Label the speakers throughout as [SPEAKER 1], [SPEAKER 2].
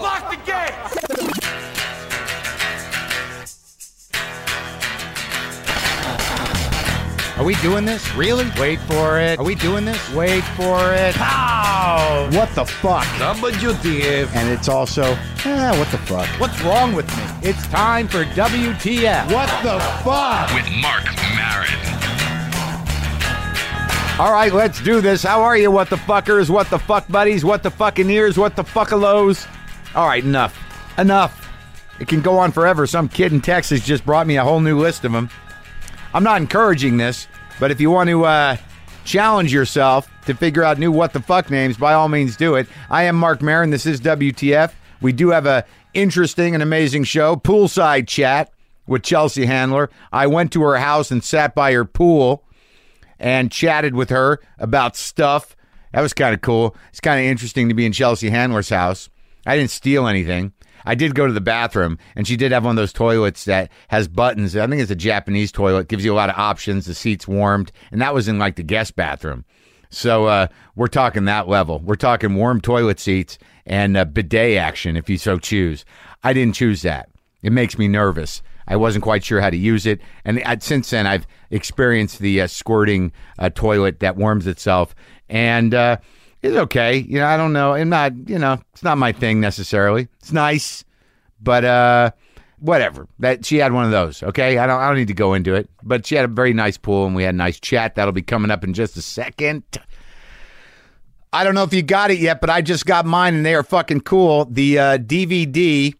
[SPEAKER 1] out the gate.
[SPEAKER 2] Are we doing this? Really? Wait for it. Are we doing this? Wait for it. Pow! What the fuck?
[SPEAKER 3] WTF.
[SPEAKER 2] And it's also, eh, what the fuck? What's wrong with me? It's time for WTF. What the fuck?
[SPEAKER 4] With Mark Marin.
[SPEAKER 2] All right, let's do this. How are you, what the fuckers? What the fuck buddies? What the fucking ears? What the fuckalos? All right, enough. Enough. It can go on forever. Some kid in Texas just brought me a whole new list of them. I'm not encouraging this, but if you want to uh, challenge yourself to figure out new what the fuck names, by all means do it. I am Mark Marin. This is WTF. We do have a interesting and amazing show, poolside chat with Chelsea Handler. I went to her house and sat by her pool and chatted with her about stuff. That was kind of cool. It's kind of interesting to be in Chelsea Handler's house. I didn't steal anything. I did go to the bathroom, and she did have one of those toilets that has buttons. I think it's a Japanese toilet. Gives you a lot of options. The seat's warmed, and that was in like the guest bathroom. So uh, we're talking that level. We're talking warm toilet seats and uh, bidet action, if you so choose. I didn't choose that. It makes me nervous. I wasn't quite sure how to use it, and uh, since then I've experienced the uh, squirting uh, toilet that warms itself, and uh, it's okay. You know, I don't know. I'm not. You know, it's not my thing necessarily. It's nice, but uh, whatever. That she had one of those. Okay, I don't. I don't need to go into it. But she had a very nice pool, and we had a nice chat. That'll be coming up in just a second. I don't know if you got it yet, but I just got mine, and they are fucking cool. The uh, DVD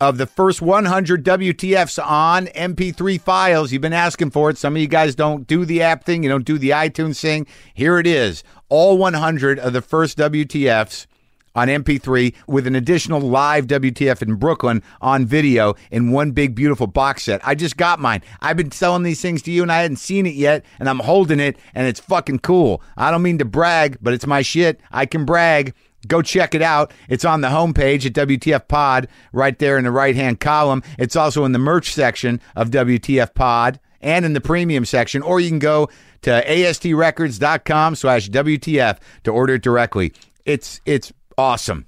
[SPEAKER 2] of the first 100 WTFs on MP3 files. You've been asking for it. Some of you guys don't do the app thing, you don't do the iTunes thing. Here it is all 100 of the first WTFs on MP3 with an additional live WTF in Brooklyn on video in one big beautiful box set. I just got mine. I've been selling these things to you and I hadn't seen it yet and I'm holding it and it's fucking cool. I don't mean to brag, but it's my shit. I can brag. Go check it out. It's on the homepage at WTF Pod right there in the right hand column. It's also in the merch section of WTF Pod and in the premium section, or you can go to astrecords.com slash WTF to order it directly. It's it's awesome.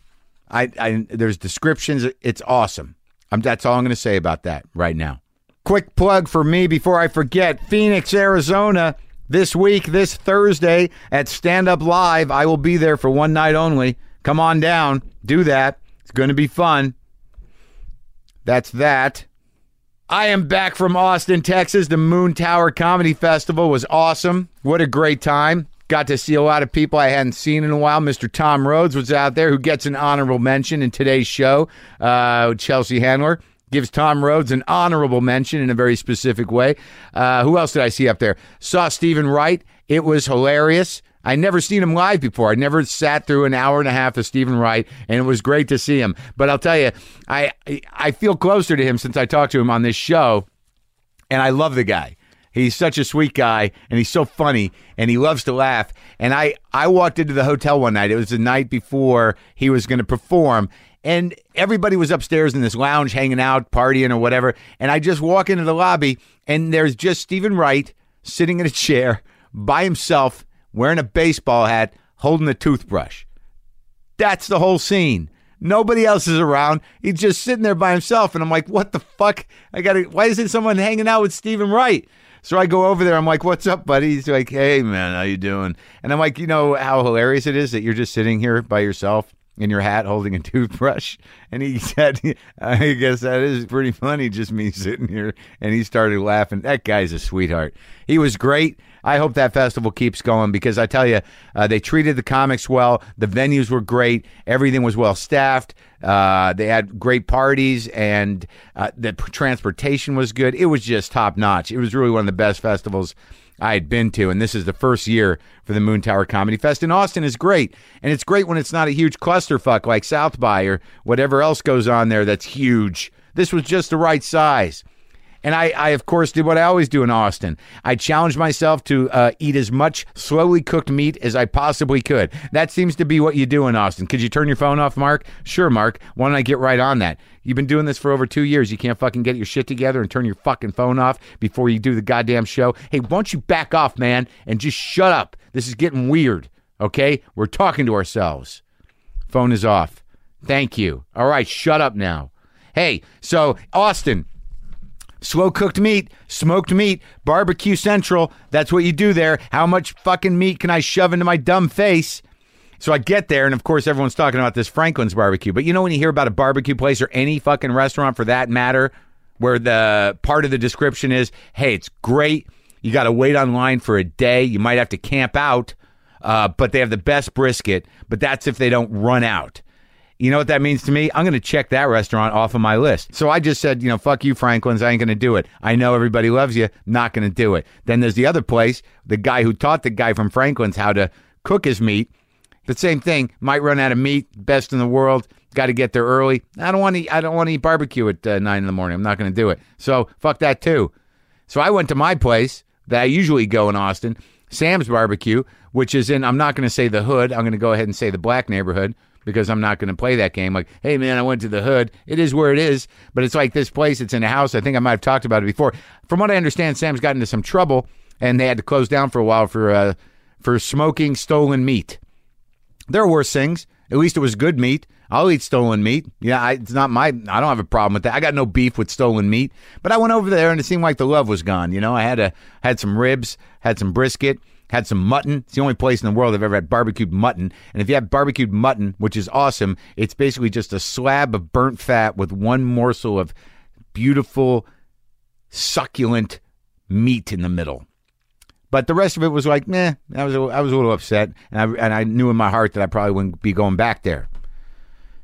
[SPEAKER 2] I, I there's descriptions. It's awesome. I'm, that's all I'm going to say about that right now. Quick plug for me before I forget Phoenix, Arizona, this week, this Thursday at Stand Up Live. I will be there for one night only. Come on down, do that. It's going to be fun. That's that. I am back from Austin, Texas. The Moon Tower Comedy Festival was awesome. What a great time. Got to see a lot of people I hadn't seen in a while. Mr. Tom Rhodes was out there, who gets an honorable mention in today's show. Uh, Chelsea Handler gives Tom Rhodes an honorable mention in a very specific way. Uh, who else did I see up there? Saw Stephen Wright. It was hilarious. I never seen him live before. I never sat through an hour and a half of Stephen Wright, and it was great to see him. But I'll tell you, I I feel closer to him since I talked to him on this show, and I love the guy. He's such a sweet guy, and he's so funny, and he loves to laugh. And I I walked into the hotel one night. It was the night before he was going to perform, and everybody was upstairs in this lounge hanging out, partying or whatever. And I just walk into the lobby, and there's just Stephen Wright sitting in a chair by himself, wearing a baseball hat, holding a toothbrush. That's the whole scene. Nobody else is around. He's just sitting there by himself. And I'm like, what the fuck? I got to, why isn't someone hanging out with Stephen Wright? So I go over there. I'm like, what's up, buddy? He's like, hey, man, how you doing? And I'm like, you know how hilarious it is that you're just sitting here by yourself in your hat holding a toothbrush? And he said, I guess that is pretty funny, just me sitting here. And he started laughing. That guy's a sweetheart. He was great. I hope that festival keeps going because I tell you, uh, they treated the comics well. The venues were great. Everything was well staffed. Uh, they had great parties and uh, the p- transportation was good. It was just top notch. It was really one of the best festivals I had been to. And this is the first year for the Moon Tower Comedy Fest. And Austin is great. And it's great when it's not a huge clusterfuck like South by or whatever else goes on there that's huge. This was just the right size. And I, I, of course, did what I always do in Austin. I challenged myself to uh, eat as much slowly cooked meat as I possibly could. That seems to be what you do in Austin. Could you turn your phone off, Mark? Sure, Mark. Why don't I get right on that? You've been doing this for over two years. You can't fucking get your shit together and turn your fucking phone off before you do the goddamn show. Hey, why don't you back off, man, and just shut up? This is getting weird, okay? We're talking to ourselves. Phone is off. Thank you. All right, shut up now. Hey, so Austin, slow cooked meat, smoked meat, barbecue central. That's what you do there. How much fucking meat can I shove into my dumb face? So I get there, and of course, everyone's talking about this Franklin's barbecue. But you know, when you hear about a barbecue place or any fucking restaurant for that matter, where the part of the description is, hey, it's great. You got to wait online for a day. You might have to camp out, uh, but they have the best brisket. But that's if they don't run out. You know what that means to me? I'm going to check that restaurant off of my list. So I just said, you know, fuck you, Franklin's. I ain't going to do it. I know everybody loves you. Not going to do it. Then there's the other place, the guy who taught the guy from Franklin's how to cook his meat. The same thing. Might run out of meat. Best in the world. Got to get there early. I don't want to. I don't want to eat barbecue at uh, nine in the morning. I'm not going to do it. So fuck that too. So I went to my place that I usually go in Austin, Sam's Barbecue, which is in, I'm not going to say the hood. I'm going to go ahead and say the black neighborhood because I'm not going to play that game. Like, hey, man, I went to the hood. It is where it is, but it's like this place. It's in a house. I think I might have talked about it before. From what I understand, Sam's got into some trouble and they had to close down for a while for, uh, for smoking stolen meat. There are worse things. At least it was good meat. I'll eat stolen meat. Yeah, I, it's not my. I don't have a problem with that. I got no beef with stolen meat. But I went over there and it seemed like the love was gone. You know, I had a had some ribs, had some brisket, had some mutton. It's the only place in the world I've ever had barbecued mutton. And if you have barbecued mutton, which is awesome, it's basically just a slab of burnt fat with one morsel of beautiful, succulent meat in the middle. But the rest of it was like, meh. I was a- I was a little upset, and I and I knew in my heart that I probably wouldn't be going back there.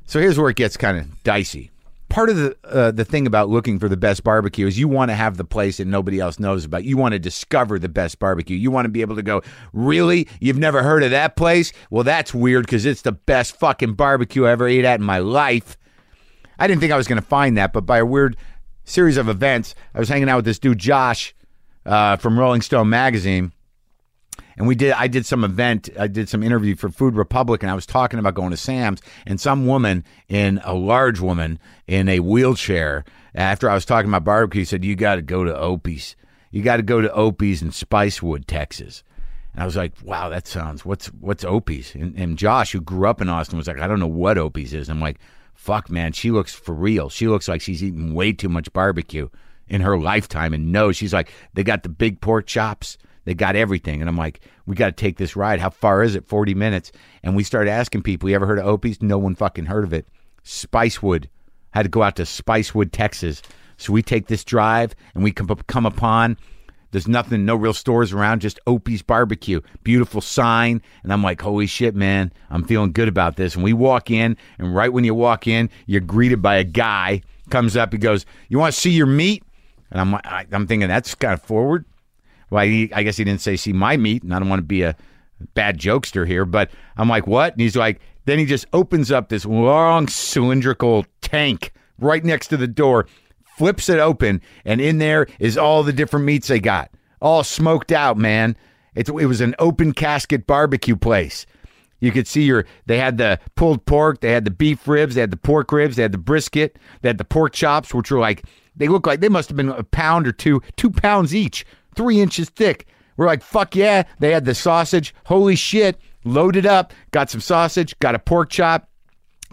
[SPEAKER 2] So here's where it gets kind of dicey. Part of the uh, the thing about looking for the best barbecue is you want to have the place that nobody else knows about. You want to discover the best barbecue. You want to be able to go, really? You've never heard of that place? Well, that's weird because it's the best fucking barbecue I ever ate at in my life. I didn't think I was going to find that, but by a weird series of events, I was hanging out with this dude Josh uh, from Rolling Stone magazine, and we did. I did some event. I did some interview for Food Republic, and I was talking about going to Sam's, and some woman in a large woman in a wheelchair. After I was talking about barbecue, said, "You got to go to Opie's. You got to go to Opie's in Spicewood, Texas." And I was like, "Wow, that sounds what's what's Opie's?" And, and Josh, who grew up in Austin, was like, "I don't know what Opie's is." And I'm like, "Fuck, man, she looks for real. She looks like she's eaten way too much barbecue in her lifetime." And no, she's like, "They got the big pork chops. They got everything." And I'm like, "We got to take this ride. How far is it? 40 minutes." And we started asking people, "You ever heard of Opie's?" No one fucking heard of it. Spicewood had to go out to Spicewood, Texas. So we take this drive and we come, come upon there's nothing, no real stores around, just Opie's Barbecue. Beautiful sign. And I'm like, holy shit, man, I'm feeling good about this. And we walk in, and right when you walk in, you're greeted by a guy, comes up, he goes, You want to see your meat? And I'm, like- I- I'm thinking, that's kind of forward. Well, he, I guess he didn't say see my meat, and I don't want to be a bad jokester here, but I'm like, what? And he's like, then he just opens up this long cylindrical tank right next to the door, flips it open, and in there is all the different meats they got, all smoked out, man. It's, it was an open casket barbecue place. You could see your. They had the pulled pork. They had the beef ribs. They had the pork ribs. They had the brisket. They had the pork chops, which were like they look like they must have been a pound or two, two pounds each, three inches thick. We're like, fuck yeah! They had the sausage. Holy shit! Loaded up. Got some sausage. Got a pork chop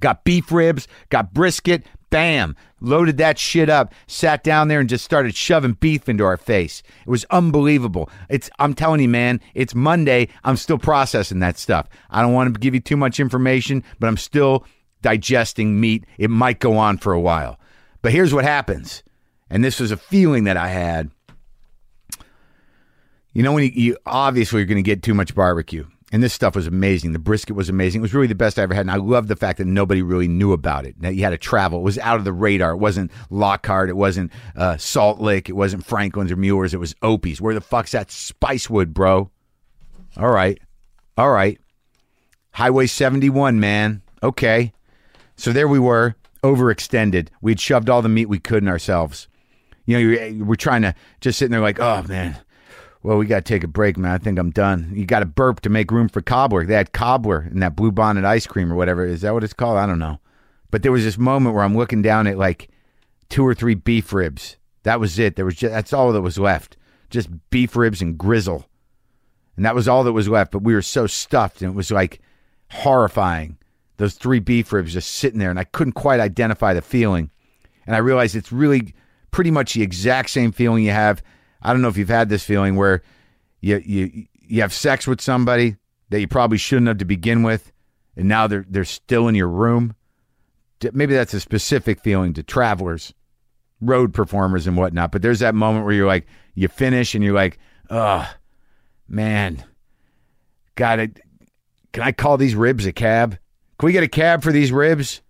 [SPEAKER 2] got beef ribs, got brisket, bam, loaded that shit up, sat down there and just started shoving beef into our face. It was unbelievable. It's I'm telling you, man, it's Monday. I'm still processing that stuff. I don't want to give you too much information, but I'm still digesting meat. It might go on for a while. But here's what happens. And this was a feeling that I had you know when you, you obviously you're going to get too much barbecue and this stuff was amazing the brisket was amazing it was really the best i ever had and i loved the fact that nobody really knew about it that you had to travel it was out of the radar it wasn't lockhart it wasn't uh, salt lake it wasn't franklin's or muir's it was opie's where the fuck's that spicewood bro all right all right highway 71 man okay so there we were overextended we'd shoved all the meat we could in ourselves you know you're, you we're trying to just sitting there like oh man well, we got to take a break, man. I think I'm done. You got to burp to make room for cobbler. They had cobbler and that blue bonnet ice cream or whatever. Is that what it's called? I don't know. But there was this moment where I'm looking down at like two or three beef ribs. That was it. There was just, that's all that was left. Just beef ribs and grizzle. And that was all that was left. But we were so stuffed and it was like horrifying those three beef ribs just sitting there, and I couldn't quite identify the feeling. And I realized it's really pretty much the exact same feeling you have. I don't know if you've had this feeling where you you you have sex with somebody that you probably shouldn't have to begin with, and now they're they're still in your room. D- Maybe that's a specific feeling to travelers, road performers, and whatnot. But there's that moment where you're like, you finish, and you're like, oh man, got it. Can I call these ribs a cab? Can we get a cab for these ribs?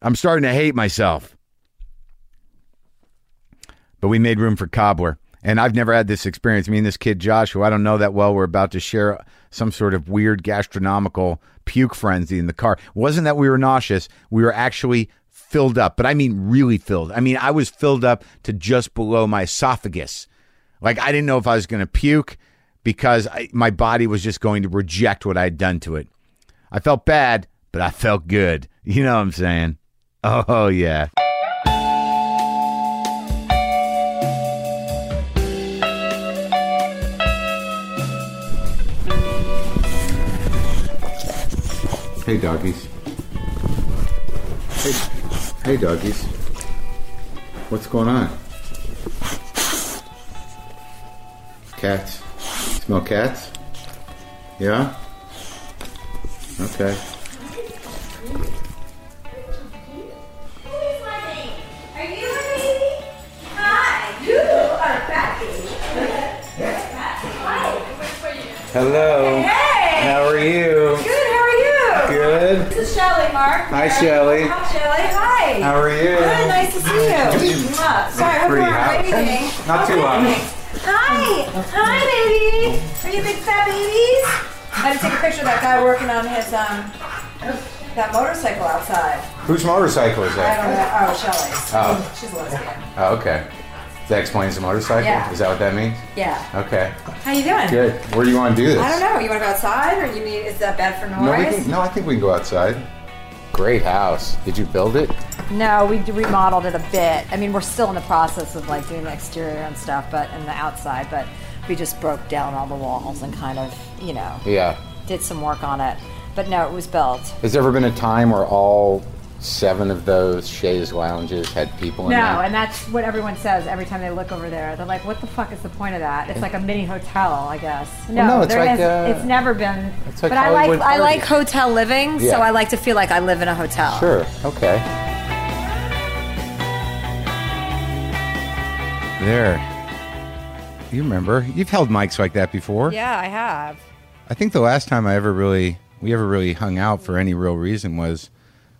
[SPEAKER 2] I'm starting to hate myself. But we made room for cobbler. And I've never had this experience. Me and this kid Josh, who I don't know that well, we're about to share some sort of weird gastronomical puke frenzy in the car. It wasn't that we were nauseous, we were actually filled up. But I mean really filled. I mean, I was filled up to just below my esophagus. Like I didn't know if I was going to puke because I, my body was just going to reject what I had done to it. I felt bad, but I felt good. You know what I'm saying? Oh yeah. Hey doggies. Hey, hey doggies. What's going on? Cats. Smell cats? Yeah? Okay.
[SPEAKER 5] Who is my baby? Are you my baby? Hi. You are fat baby.
[SPEAKER 2] Hello.
[SPEAKER 5] Hey.
[SPEAKER 2] How are you?
[SPEAKER 5] Good. How are you?
[SPEAKER 2] Good.
[SPEAKER 5] This is Shelly, Mark.
[SPEAKER 2] Hi, Shelley.
[SPEAKER 5] Hi, Shelly. Hi.
[SPEAKER 2] How are you?
[SPEAKER 5] Good. Nice to see you. Mwah. Sorry, I hope you
[SPEAKER 2] Pretty
[SPEAKER 5] weren't
[SPEAKER 2] hot.
[SPEAKER 5] waiting.
[SPEAKER 2] Not too hot.
[SPEAKER 5] Hi. Hi, baby. Are you big fat babies? I had to take a picture of that guy working on his um that motorcycle outside.
[SPEAKER 2] Whose motorcycle is
[SPEAKER 5] I
[SPEAKER 2] that?
[SPEAKER 5] don't know. Oh, Shelly's.
[SPEAKER 2] Oh.
[SPEAKER 5] She's a lesbian.
[SPEAKER 2] Oh, okay. That explains the motorcycle?
[SPEAKER 5] Yeah.
[SPEAKER 2] Is that what that means?
[SPEAKER 5] Yeah.
[SPEAKER 2] Okay.
[SPEAKER 5] How you doing?
[SPEAKER 2] Good. Where do you want to do this?
[SPEAKER 5] I don't know. You want to go outside, or you need? Is that bad for
[SPEAKER 2] No, we
[SPEAKER 5] noise?
[SPEAKER 2] can, no, I think we can go outside. Great house. Did you build it?
[SPEAKER 6] No, we d- remodeled it a bit. I mean, we're still in the process of like doing the exterior and stuff, but and the outside, but we just broke down all the walls and kind of, you know,
[SPEAKER 2] Yeah.
[SPEAKER 6] did some work on it. But no, it was built.
[SPEAKER 2] Has there ever been a time where all seven of those Shays lounges had people in
[SPEAKER 6] No,
[SPEAKER 2] them?
[SPEAKER 6] and that's what everyone says every time they look over there. They're like, "What the fuck is the point of that?" It's like a mini hotel, I guess. No,
[SPEAKER 2] no, it's
[SPEAKER 6] there
[SPEAKER 2] like,
[SPEAKER 6] has-
[SPEAKER 2] uh,
[SPEAKER 6] it's never been.
[SPEAKER 2] it's like
[SPEAKER 6] but I like
[SPEAKER 2] Hollywood
[SPEAKER 6] I like
[SPEAKER 2] parties.
[SPEAKER 6] hotel living,
[SPEAKER 2] Yeah.
[SPEAKER 6] so I like to feel like I live in a hotel.
[SPEAKER 2] Sure. Okay. There. You remember? You've held mics like that before.
[SPEAKER 6] Yeah, I have.
[SPEAKER 2] I think the last time I ever really we ever really hung out for any real reason was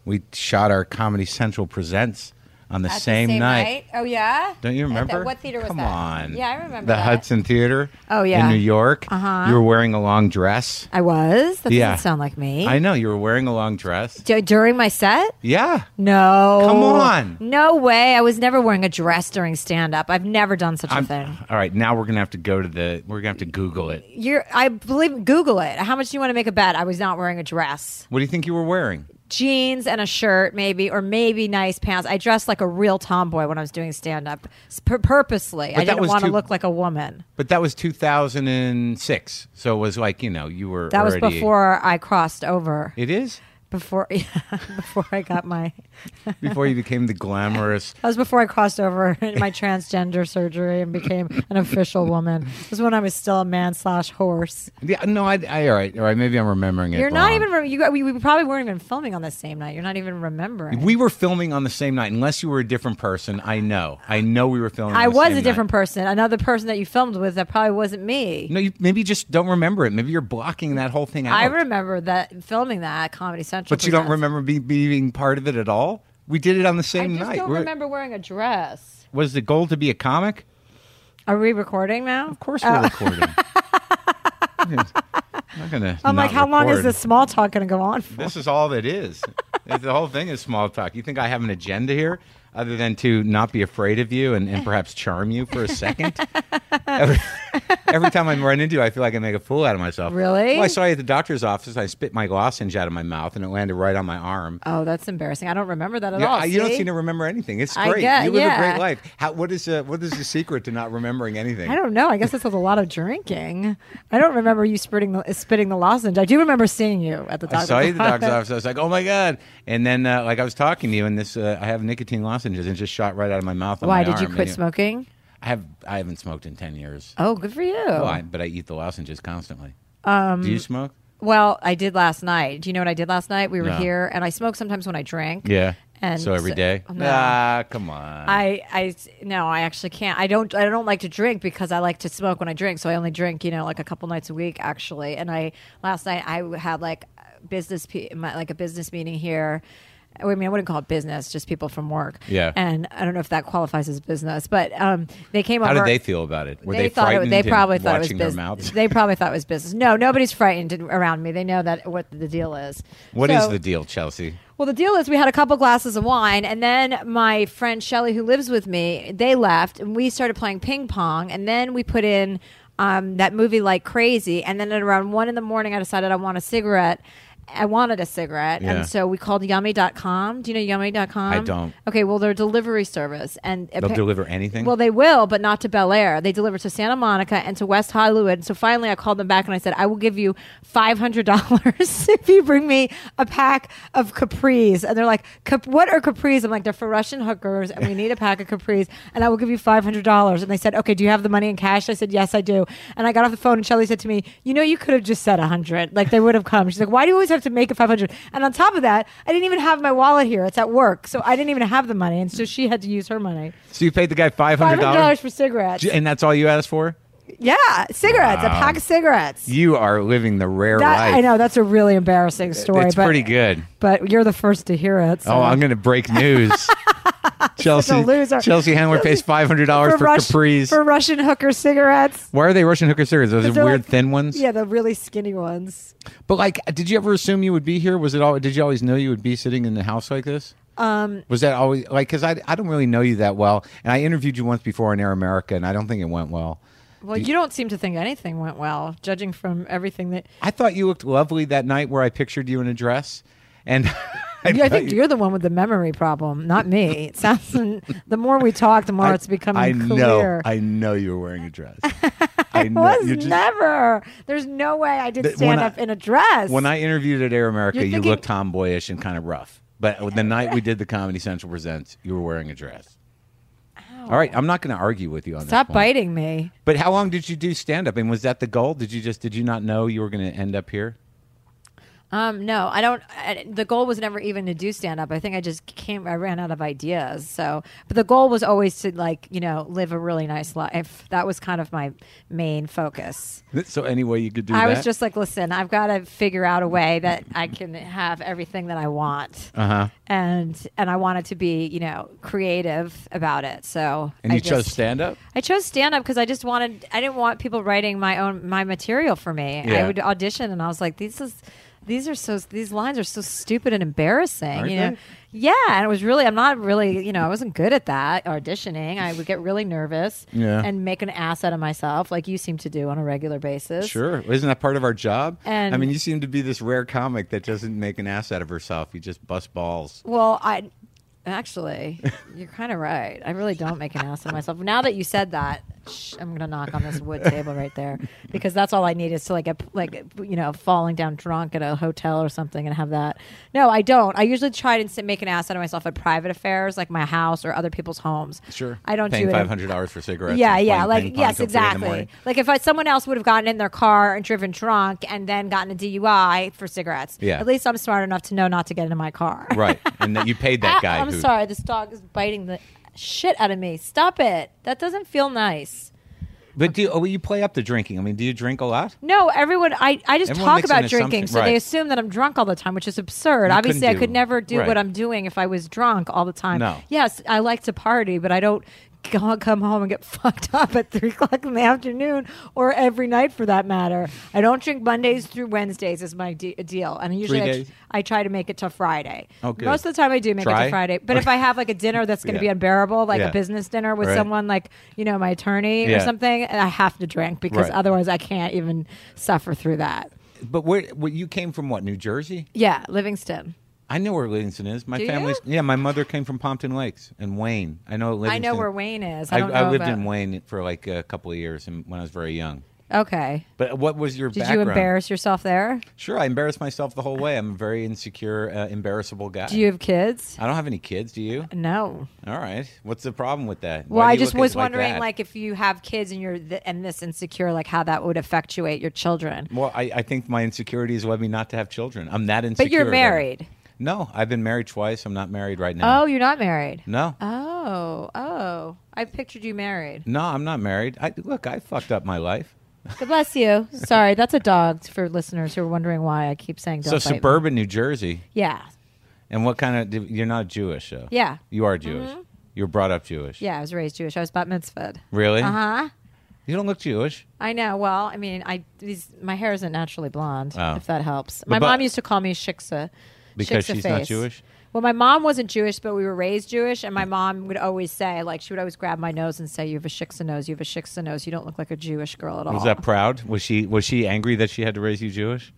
[SPEAKER 2] we shot our Comedy Central presents on the,
[SPEAKER 6] At the
[SPEAKER 2] same, night.
[SPEAKER 6] Oh yeah.
[SPEAKER 2] Don't you
[SPEAKER 6] At the-
[SPEAKER 2] remember?
[SPEAKER 6] what theater was
[SPEAKER 2] Come
[SPEAKER 6] that?
[SPEAKER 2] on.
[SPEAKER 6] Yeah, I remember
[SPEAKER 2] The
[SPEAKER 6] that.
[SPEAKER 2] Hudson Theater.
[SPEAKER 6] Oh, yeah.
[SPEAKER 2] In New York.
[SPEAKER 6] Uh-huh.
[SPEAKER 2] You were wearing a long dress.
[SPEAKER 6] I was. That
[SPEAKER 2] Yeah.
[SPEAKER 6] doesn't sound like me.
[SPEAKER 2] I know you were wearing a long dress.
[SPEAKER 6] D- during my set?
[SPEAKER 2] Yeah.
[SPEAKER 6] No.
[SPEAKER 2] Come on.
[SPEAKER 6] No way. I was never wearing a dress during stand up. I've never done such a
[SPEAKER 2] I'm-
[SPEAKER 6] thing.
[SPEAKER 2] all right, now we're gonna have to go to the. We're gonna have to Google it.
[SPEAKER 6] You're I believe Google it. How much do you want to make a bet? I was not wearing a dress.
[SPEAKER 2] What do you think you were wearing?
[SPEAKER 6] Jeans and a shirt maybe or maybe nice pants. I dressed like a real tomboy when I was doing stand up pur- purposely. I
[SPEAKER 2] that
[SPEAKER 6] didn't
[SPEAKER 2] was
[SPEAKER 6] want to
[SPEAKER 2] too-
[SPEAKER 6] look like a woman.
[SPEAKER 2] But that was 2006, so it was like you know you were.
[SPEAKER 6] That was
[SPEAKER 2] already-
[SPEAKER 6] before I crossed over.
[SPEAKER 2] It is
[SPEAKER 6] Before before I got my
[SPEAKER 2] before you became the glamorous.
[SPEAKER 6] That was before I crossed over in my transgender surgery and became an official woman. It was when I was still a man slash horse.
[SPEAKER 2] Yeah, no, I, I. All right, all right. Maybe I'm remembering it.
[SPEAKER 6] You're not
[SPEAKER 2] wrong.
[SPEAKER 6] even re- you. got- We, we probably weren't even filming on the same night. You're not even remembering.
[SPEAKER 2] We were filming on the same night, unless you were a different person. I know. I know we were filming.
[SPEAKER 6] I
[SPEAKER 2] on the
[SPEAKER 6] was
[SPEAKER 2] same
[SPEAKER 6] a different
[SPEAKER 2] Night.
[SPEAKER 6] person. Another person that you filmed with that probably wasn't me.
[SPEAKER 2] No, you maybe just don't remember it. Maybe you're blocking that whole thing out.
[SPEAKER 6] I remember that filming that at Comedy Central.
[SPEAKER 2] but you don't
[SPEAKER 6] Presents.
[SPEAKER 2] remember be, being part of it at all. We did it on the
[SPEAKER 6] I
[SPEAKER 2] same
[SPEAKER 6] just
[SPEAKER 2] night.
[SPEAKER 6] don't
[SPEAKER 2] We're-
[SPEAKER 6] remember wearing a dress.
[SPEAKER 2] Was the goal to be a comic?
[SPEAKER 6] Are we recording now?
[SPEAKER 2] Of course,
[SPEAKER 6] Uh.
[SPEAKER 2] we're recording. I'm gonna.
[SPEAKER 6] I'm
[SPEAKER 2] not
[SPEAKER 6] like, how long is
[SPEAKER 2] record.
[SPEAKER 6] this small talk going to go on for?
[SPEAKER 2] This is all that is. the whole thing is small talk. You think I have an agenda here?
[SPEAKER 3] other than to not be afraid of you and, and perhaps charm you for a second. every, every time I run into you, I feel like I make a fool out of myself.
[SPEAKER 6] Really?
[SPEAKER 3] Well, I saw you at the doctor's office. I spit my lozenge out of my mouth and it landed right on my arm.
[SPEAKER 6] Oh, that's embarrassing. I don't remember that at
[SPEAKER 3] Yeah,
[SPEAKER 6] all.
[SPEAKER 3] I- you don't
[SPEAKER 6] see?
[SPEAKER 3] seem to remember anything. It's
[SPEAKER 6] I
[SPEAKER 3] great.
[SPEAKER 6] get-
[SPEAKER 3] you live a
[SPEAKER 6] yeah.
[SPEAKER 3] great life. How, what is uh, what is the secret to not remembering anything?
[SPEAKER 6] I don't know. I guess this was a lot of drinking. I don't remember you spitting the, spitting the lozenge. I do remember seeing you at the
[SPEAKER 3] I
[SPEAKER 6] doctor's
[SPEAKER 3] saw you at the doctor's
[SPEAKER 6] office.
[SPEAKER 3] office. I was like, "Oh my god!" And then, uh, like, I was talking to you, and this uh, I have nicotine lozenges, and it just shot right out of my mouth. on
[SPEAKER 6] Why
[SPEAKER 3] my
[SPEAKER 6] did you
[SPEAKER 3] arm, and
[SPEAKER 6] quit smoking?
[SPEAKER 3] I have I haven't smoked in ten years.
[SPEAKER 6] Oh, good for you.
[SPEAKER 3] Well, I- but I eat the lozenges constantly. Um, Do you smoke?
[SPEAKER 6] Well, I did last night. Do you know what I did last night? We were
[SPEAKER 3] No.
[SPEAKER 6] here, and I smoke sometimes when I drink.
[SPEAKER 3] Yeah.
[SPEAKER 6] And
[SPEAKER 3] so every
[SPEAKER 6] so-
[SPEAKER 3] day?
[SPEAKER 6] No.
[SPEAKER 3] Ah, come on.
[SPEAKER 6] I, I, no, I actually can't. I don't, I don't like to drink because I like to smoke when I drink. So I only drink, you know, like a couple nights a week actually. And I, last night I had like business, pe- my, like a business meeting here. I mean, I wouldn't call it business, just people from work.
[SPEAKER 3] Yeah.
[SPEAKER 6] And I don't know if that qualifies as business, but um, they came
[SPEAKER 3] How did
[SPEAKER 6] over.
[SPEAKER 3] they feel about it? Were they,
[SPEAKER 6] thought it,
[SPEAKER 3] frightened?
[SPEAKER 6] they
[SPEAKER 3] and
[SPEAKER 6] probably thought it was
[SPEAKER 3] watching their
[SPEAKER 6] business.
[SPEAKER 3] mouths.
[SPEAKER 6] They probably thought it was business. No, nobody's frightened around me. They know that what the deal is.
[SPEAKER 3] What is
[SPEAKER 6] So-
[SPEAKER 3] the deal, Chelsea?
[SPEAKER 6] well, the deal is we had a couple glasses of wine, and then my friend Shelly, who lives with me, they left, and we started playing ping pong, and then we put in um, that movie like crazy, and then at around one in the morning, I decided I want a cigarette. I wanted a cigarette,
[SPEAKER 3] Yeah.
[SPEAKER 6] and so we called yummy.com. Do you know yummy.com?
[SPEAKER 3] I don't.
[SPEAKER 6] Okay, well, they're a delivery service, and
[SPEAKER 3] They'll deliver anything.
[SPEAKER 6] well, they will, but not to Bel Air. They deliver to Santa Monica and to West Hollywood. So finally, I called them back and I said, I will give you $500 if you bring me a pack of capris. And they're like, Cap- What are capris? I'm like, They're for Russian hookers and we need a pack of capris. And I will give you $500. And they said, Okay, do you have the money in cash? I said, Yes, I do. And I got off the phone and Shelly said to me, You know, you could have just said 100 Like, they would have come. She's like, Why do you always have to make it 500 And on top of that, I didn't even have my wallet here. It's at work. So I didn't even have the money. And so she had to use her money.
[SPEAKER 3] so you paid the guy five
[SPEAKER 6] Five
[SPEAKER 3] hundred
[SPEAKER 6] hundred dollars
[SPEAKER 3] dollars,
[SPEAKER 6] for cigarettes.
[SPEAKER 3] and that's all you asked for?
[SPEAKER 6] yeah, cigarettes, a
[SPEAKER 3] Wow.
[SPEAKER 6] pack of cigarettes.
[SPEAKER 3] You are living the rare
[SPEAKER 6] That,
[SPEAKER 3] life.
[SPEAKER 6] I know that's a really embarrassing story,
[SPEAKER 3] It's
[SPEAKER 6] but
[SPEAKER 3] pretty good.
[SPEAKER 6] But you're the first to hear it. So.
[SPEAKER 3] Oh, I'm going to break news. Chelsea,
[SPEAKER 6] loser.
[SPEAKER 3] Chelsea Handler pays five hundred dollars
[SPEAKER 6] for,
[SPEAKER 3] for,
[SPEAKER 6] Rush-
[SPEAKER 3] capris.
[SPEAKER 6] for Russian hooker cigarettes.
[SPEAKER 3] Why are they Russian hooker cigarettes? Those
[SPEAKER 6] They're
[SPEAKER 3] are weird
[SPEAKER 6] like-
[SPEAKER 3] thin ones.
[SPEAKER 6] Yeah, the really skinny ones.
[SPEAKER 3] But like, did you ever assume you would be here? Was it all? Did you always know you would be sitting in the house like this? Um, was that always like? Because I I don't really know you that well, and I interviewed you once before on Air America, and I don't think it went well.
[SPEAKER 6] Well, you don't seem to think anything went well, judging from everything that.
[SPEAKER 3] I thought you looked lovely that night where I pictured you in a dress, and I,
[SPEAKER 6] I
[SPEAKER 3] thought
[SPEAKER 6] think
[SPEAKER 3] you-
[SPEAKER 6] you're the one with the memory problem, not me. It sounds. the more we talk, the more
[SPEAKER 3] I-
[SPEAKER 6] it's becoming
[SPEAKER 3] I
[SPEAKER 6] clear.
[SPEAKER 3] know I know you were wearing a dress. I know,
[SPEAKER 6] was
[SPEAKER 3] you just-
[SPEAKER 6] never. There's no way I did
[SPEAKER 3] Th- when
[SPEAKER 6] stand
[SPEAKER 3] I-
[SPEAKER 6] up in a dress.
[SPEAKER 3] When I interviewed at Air America,
[SPEAKER 6] You're
[SPEAKER 3] you
[SPEAKER 6] thinking-
[SPEAKER 3] looked tomboyish and kind of rough. But the night we did the Comedy Central presents, you were wearing a dress. All right, I'm not going to argue with you on
[SPEAKER 6] Stop
[SPEAKER 3] this. point.
[SPEAKER 6] biting me.
[SPEAKER 3] But how long did you do stand up? And was that the goal? Did you just did you not know you were going to end up here?
[SPEAKER 6] Um, no, I don't. I, the goal was never even to do stand up. I think I just came, I ran out of ideas. So, but the goal was always to like, you know, live a really nice life. That was kind of my main focus.
[SPEAKER 3] So any way you could do
[SPEAKER 6] I
[SPEAKER 3] that.
[SPEAKER 6] was just like, listen, I've got to figure out a way that I can have everything that I want.
[SPEAKER 3] Uh-huh.
[SPEAKER 6] And, and I wanted to be, you know, creative about it. So,
[SPEAKER 3] and
[SPEAKER 6] I
[SPEAKER 3] you chose
[SPEAKER 6] just-
[SPEAKER 3] stand up.
[SPEAKER 6] I chose stand up because I just wanted I didn't want people writing my own my material for me.
[SPEAKER 3] Yeah.
[SPEAKER 6] I would audition and I was like, these is these are so these lines are so stupid and embarrassing.
[SPEAKER 3] Aren't
[SPEAKER 6] you know?
[SPEAKER 3] they?
[SPEAKER 6] Yeah. And it was really I'm not really you know, I wasn't good at that auditioning. I would get really nervous
[SPEAKER 3] Yeah.
[SPEAKER 6] and make an ass out of myself like you seem to do on a regular basis.
[SPEAKER 3] Sure, isn't that part of our job?
[SPEAKER 6] And-
[SPEAKER 3] I mean, you seem to be this rare comic that doesn't make an ass out of herself. You just bust balls.
[SPEAKER 6] Well, I actually, you're kind of right. I really don't make an ass of myself. Now that you said that, shh, I'm gonna knock on this wood table right there because that's all I need is to like a like you know falling down drunk at a hotel or something and have that. No, I don't. I usually try to s- make an ass out of myself at private affairs like my house or other people's homes.
[SPEAKER 3] Sure,
[SPEAKER 6] I don't
[SPEAKER 3] paying
[SPEAKER 6] do it.
[SPEAKER 3] five
[SPEAKER 6] in-
[SPEAKER 3] hundred dollars for cigarettes.
[SPEAKER 6] yeah,
[SPEAKER 3] and
[SPEAKER 6] yeah,
[SPEAKER 3] playing ping
[SPEAKER 6] like
[SPEAKER 3] pong
[SPEAKER 6] yes,
[SPEAKER 3] till three in the
[SPEAKER 6] exactly.
[SPEAKER 3] morning.
[SPEAKER 6] Like if I, someone else would have gotten in their car and driven drunk and then gotten a DUI for cigarettes,
[SPEAKER 3] Yeah.
[SPEAKER 6] at least I'm smart enough to know not to get into my car.
[SPEAKER 3] Right, and that you paid
[SPEAKER 6] Ah,
[SPEAKER 3] that guy.
[SPEAKER 6] I'm
[SPEAKER 3] who-
[SPEAKER 6] sorry, this dog is biting the shit out of me. Stop it. That doesn't feel nice.
[SPEAKER 3] But do oh, well, you play up the drinking? I mean, do you drink a lot?
[SPEAKER 6] No, everyone. I, I just
[SPEAKER 3] Everyone
[SPEAKER 6] talk
[SPEAKER 3] makes
[SPEAKER 6] about
[SPEAKER 3] an
[SPEAKER 6] drinking,
[SPEAKER 3] assumption-
[SPEAKER 6] so they
[SPEAKER 3] right.
[SPEAKER 6] assume that I'm drunk all the time, which is absurd.
[SPEAKER 3] You
[SPEAKER 6] Obviously, I
[SPEAKER 3] couldn't
[SPEAKER 6] could
[SPEAKER 3] do-
[SPEAKER 6] never do
[SPEAKER 3] right.
[SPEAKER 6] what I'm doing if I was drunk all the time.
[SPEAKER 3] No.
[SPEAKER 6] Yes, I like to party, but I don't go- come home and get fucked up at three o'clock in the afternoon or every night for that matter. I don't drink Mondays through Wednesdays is my de- deal, and usually
[SPEAKER 3] Three
[SPEAKER 6] I,
[SPEAKER 3] days?
[SPEAKER 6] tr- I try to make it to Friday.
[SPEAKER 3] Oh, good.
[SPEAKER 6] Most of the time I do make it
[SPEAKER 3] Try?
[SPEAKER 6] to Friday, but if I have like a dinner that's going to be
[SPEAKER 3] Yeah.
[SPEAKER 6] unbearable, like
[SPEAKER 3] Yeah.
[SPEAKER 6] a business dinner with
[SPEAKER 3] Right.
[SPEAKER 6] someone like you know my attorney
[SPEAKER 3] Yeah.
[SPEAKER 6] or something, I have to drink because
[SPEAKER 3] Right.
[SPEAKER 6] otherwise I can't even suffer through that.
[SPEAKER 3] But where, where you came from? What New Jersey?
[SPEAKER 6] Yeah, Livingston.
[SPEAKER 3] I know where Livingston is. My
[SPEAKER 6] Do
[SPEAKER 3] family's yeah. My mother came from Pompton Lakes and Wayne. I know. Livingston.
[SPEAKER 6] I know where Wayne is. I
[SPEAKER 3] I,
[SPEAKER 6] don't
[SPEAKER 3] I
[SPEAKER 6] know
[SPEAKER 3] lived
[SPEAKER 6] about-
[SPEAKER 3] in Wayne for like a couple of years and when I was very young.
[SPEAKER 6] Okay.
[SPEAKER 3] But what was your
[SPEAKER 6] Did
[SPEAKER 3] background?
[SPEAKER 6] you embarrass yourself there?
[SPEAKER 3] Sure, I embarrassed myself the whole way. I'm a very insecure, uh, embarrassable guy.
[SPEAKER 6] Do you have kids?
[SPEAKER 3] I don't have any kids. Do you?
[SPEAKER 6] No.
[SPEAKER 3] All right. What's the problem with that?
[SPEAKER 6] Well,
[SPEAKER 3] Why do
[SPEAKER 6] I
[SPEAKER 3] you
[SPEAKER 6] just
[SPEAKER 3] look at
[SPEAKER 6] was
[SPEAKER 3] it
[SPEAKER 6] wondering,
[SPEAKER 3] that?
[SPEAKER 6] like, if you have kids and you're th- and this insecure, like how that would effectuate your children.
[SPEAKER 3] Well, I, I think my insecurities led me not to have children. I'm that insecure.
[SPEAKER 6] But you're
[SPEAKER 3] about it.
[SPEAKER 6] married.
[SPEAKER 3] No, I've been married twice. I'm not married right now.
[SPEAKER 6] Oh, you're not married.
[SPEAKER 3] No.
[SPEAKER 6] Oh, oh. I pictured you married.
[SPEAKER 3] No, I'm not married. I, look, I fucked up my life.
[SPEAKER 6] God bless you. Sorry, that's a dog for listeners who are wondering why I keep saying
[SPEAKER 3] so
[SPEAKER 6] don't bite me.
[SPEAKER 3] suburban New Jersey.
[SPEAKER 6] Yeah.
[SPEAKER 3] And what kind of you're not Jewish, though.
[SPEAKER 6] Yeah. Mm-hmm.
[SPEAKER 3] You are Jewish. You were brought up Jewish.
[SPEAKER 6] Yeah, I was raised Jewish. I was bat mitzvahed.
[SPEAKER 3] Really?
[SPEAKER 6] Uh-huh.
[SPEAKER 3] You don't look Jewish.
[SPEAKER 6] I know. Well, I mean, I these my hair isn't naturally blonde.
[SPEAKER 3] Oh.
[SPEAKER 6] If that helps, my
[SPEAKER 3] but-
[SPEAKER 6] mom used to call me Shiksa
[SPEAKER 3] Because
[SPEAKER 6] Shiksa
[SPEAKER 3] she's not
[SPEAKER 6] face.
[SPEAKER 3] Jewish?
[SPEAKER 6] Well, my mom wasn't Jewish, but we were raised Jewish, and my mom would always say, like, she would always grab my nose and say, "You have a Shiksa nose. You have a Shiksa nose. You don't look like a Jewish girl at all."
[SPEAKER 3] Was that proud? Was she was she angry that she had to raise you Jewish?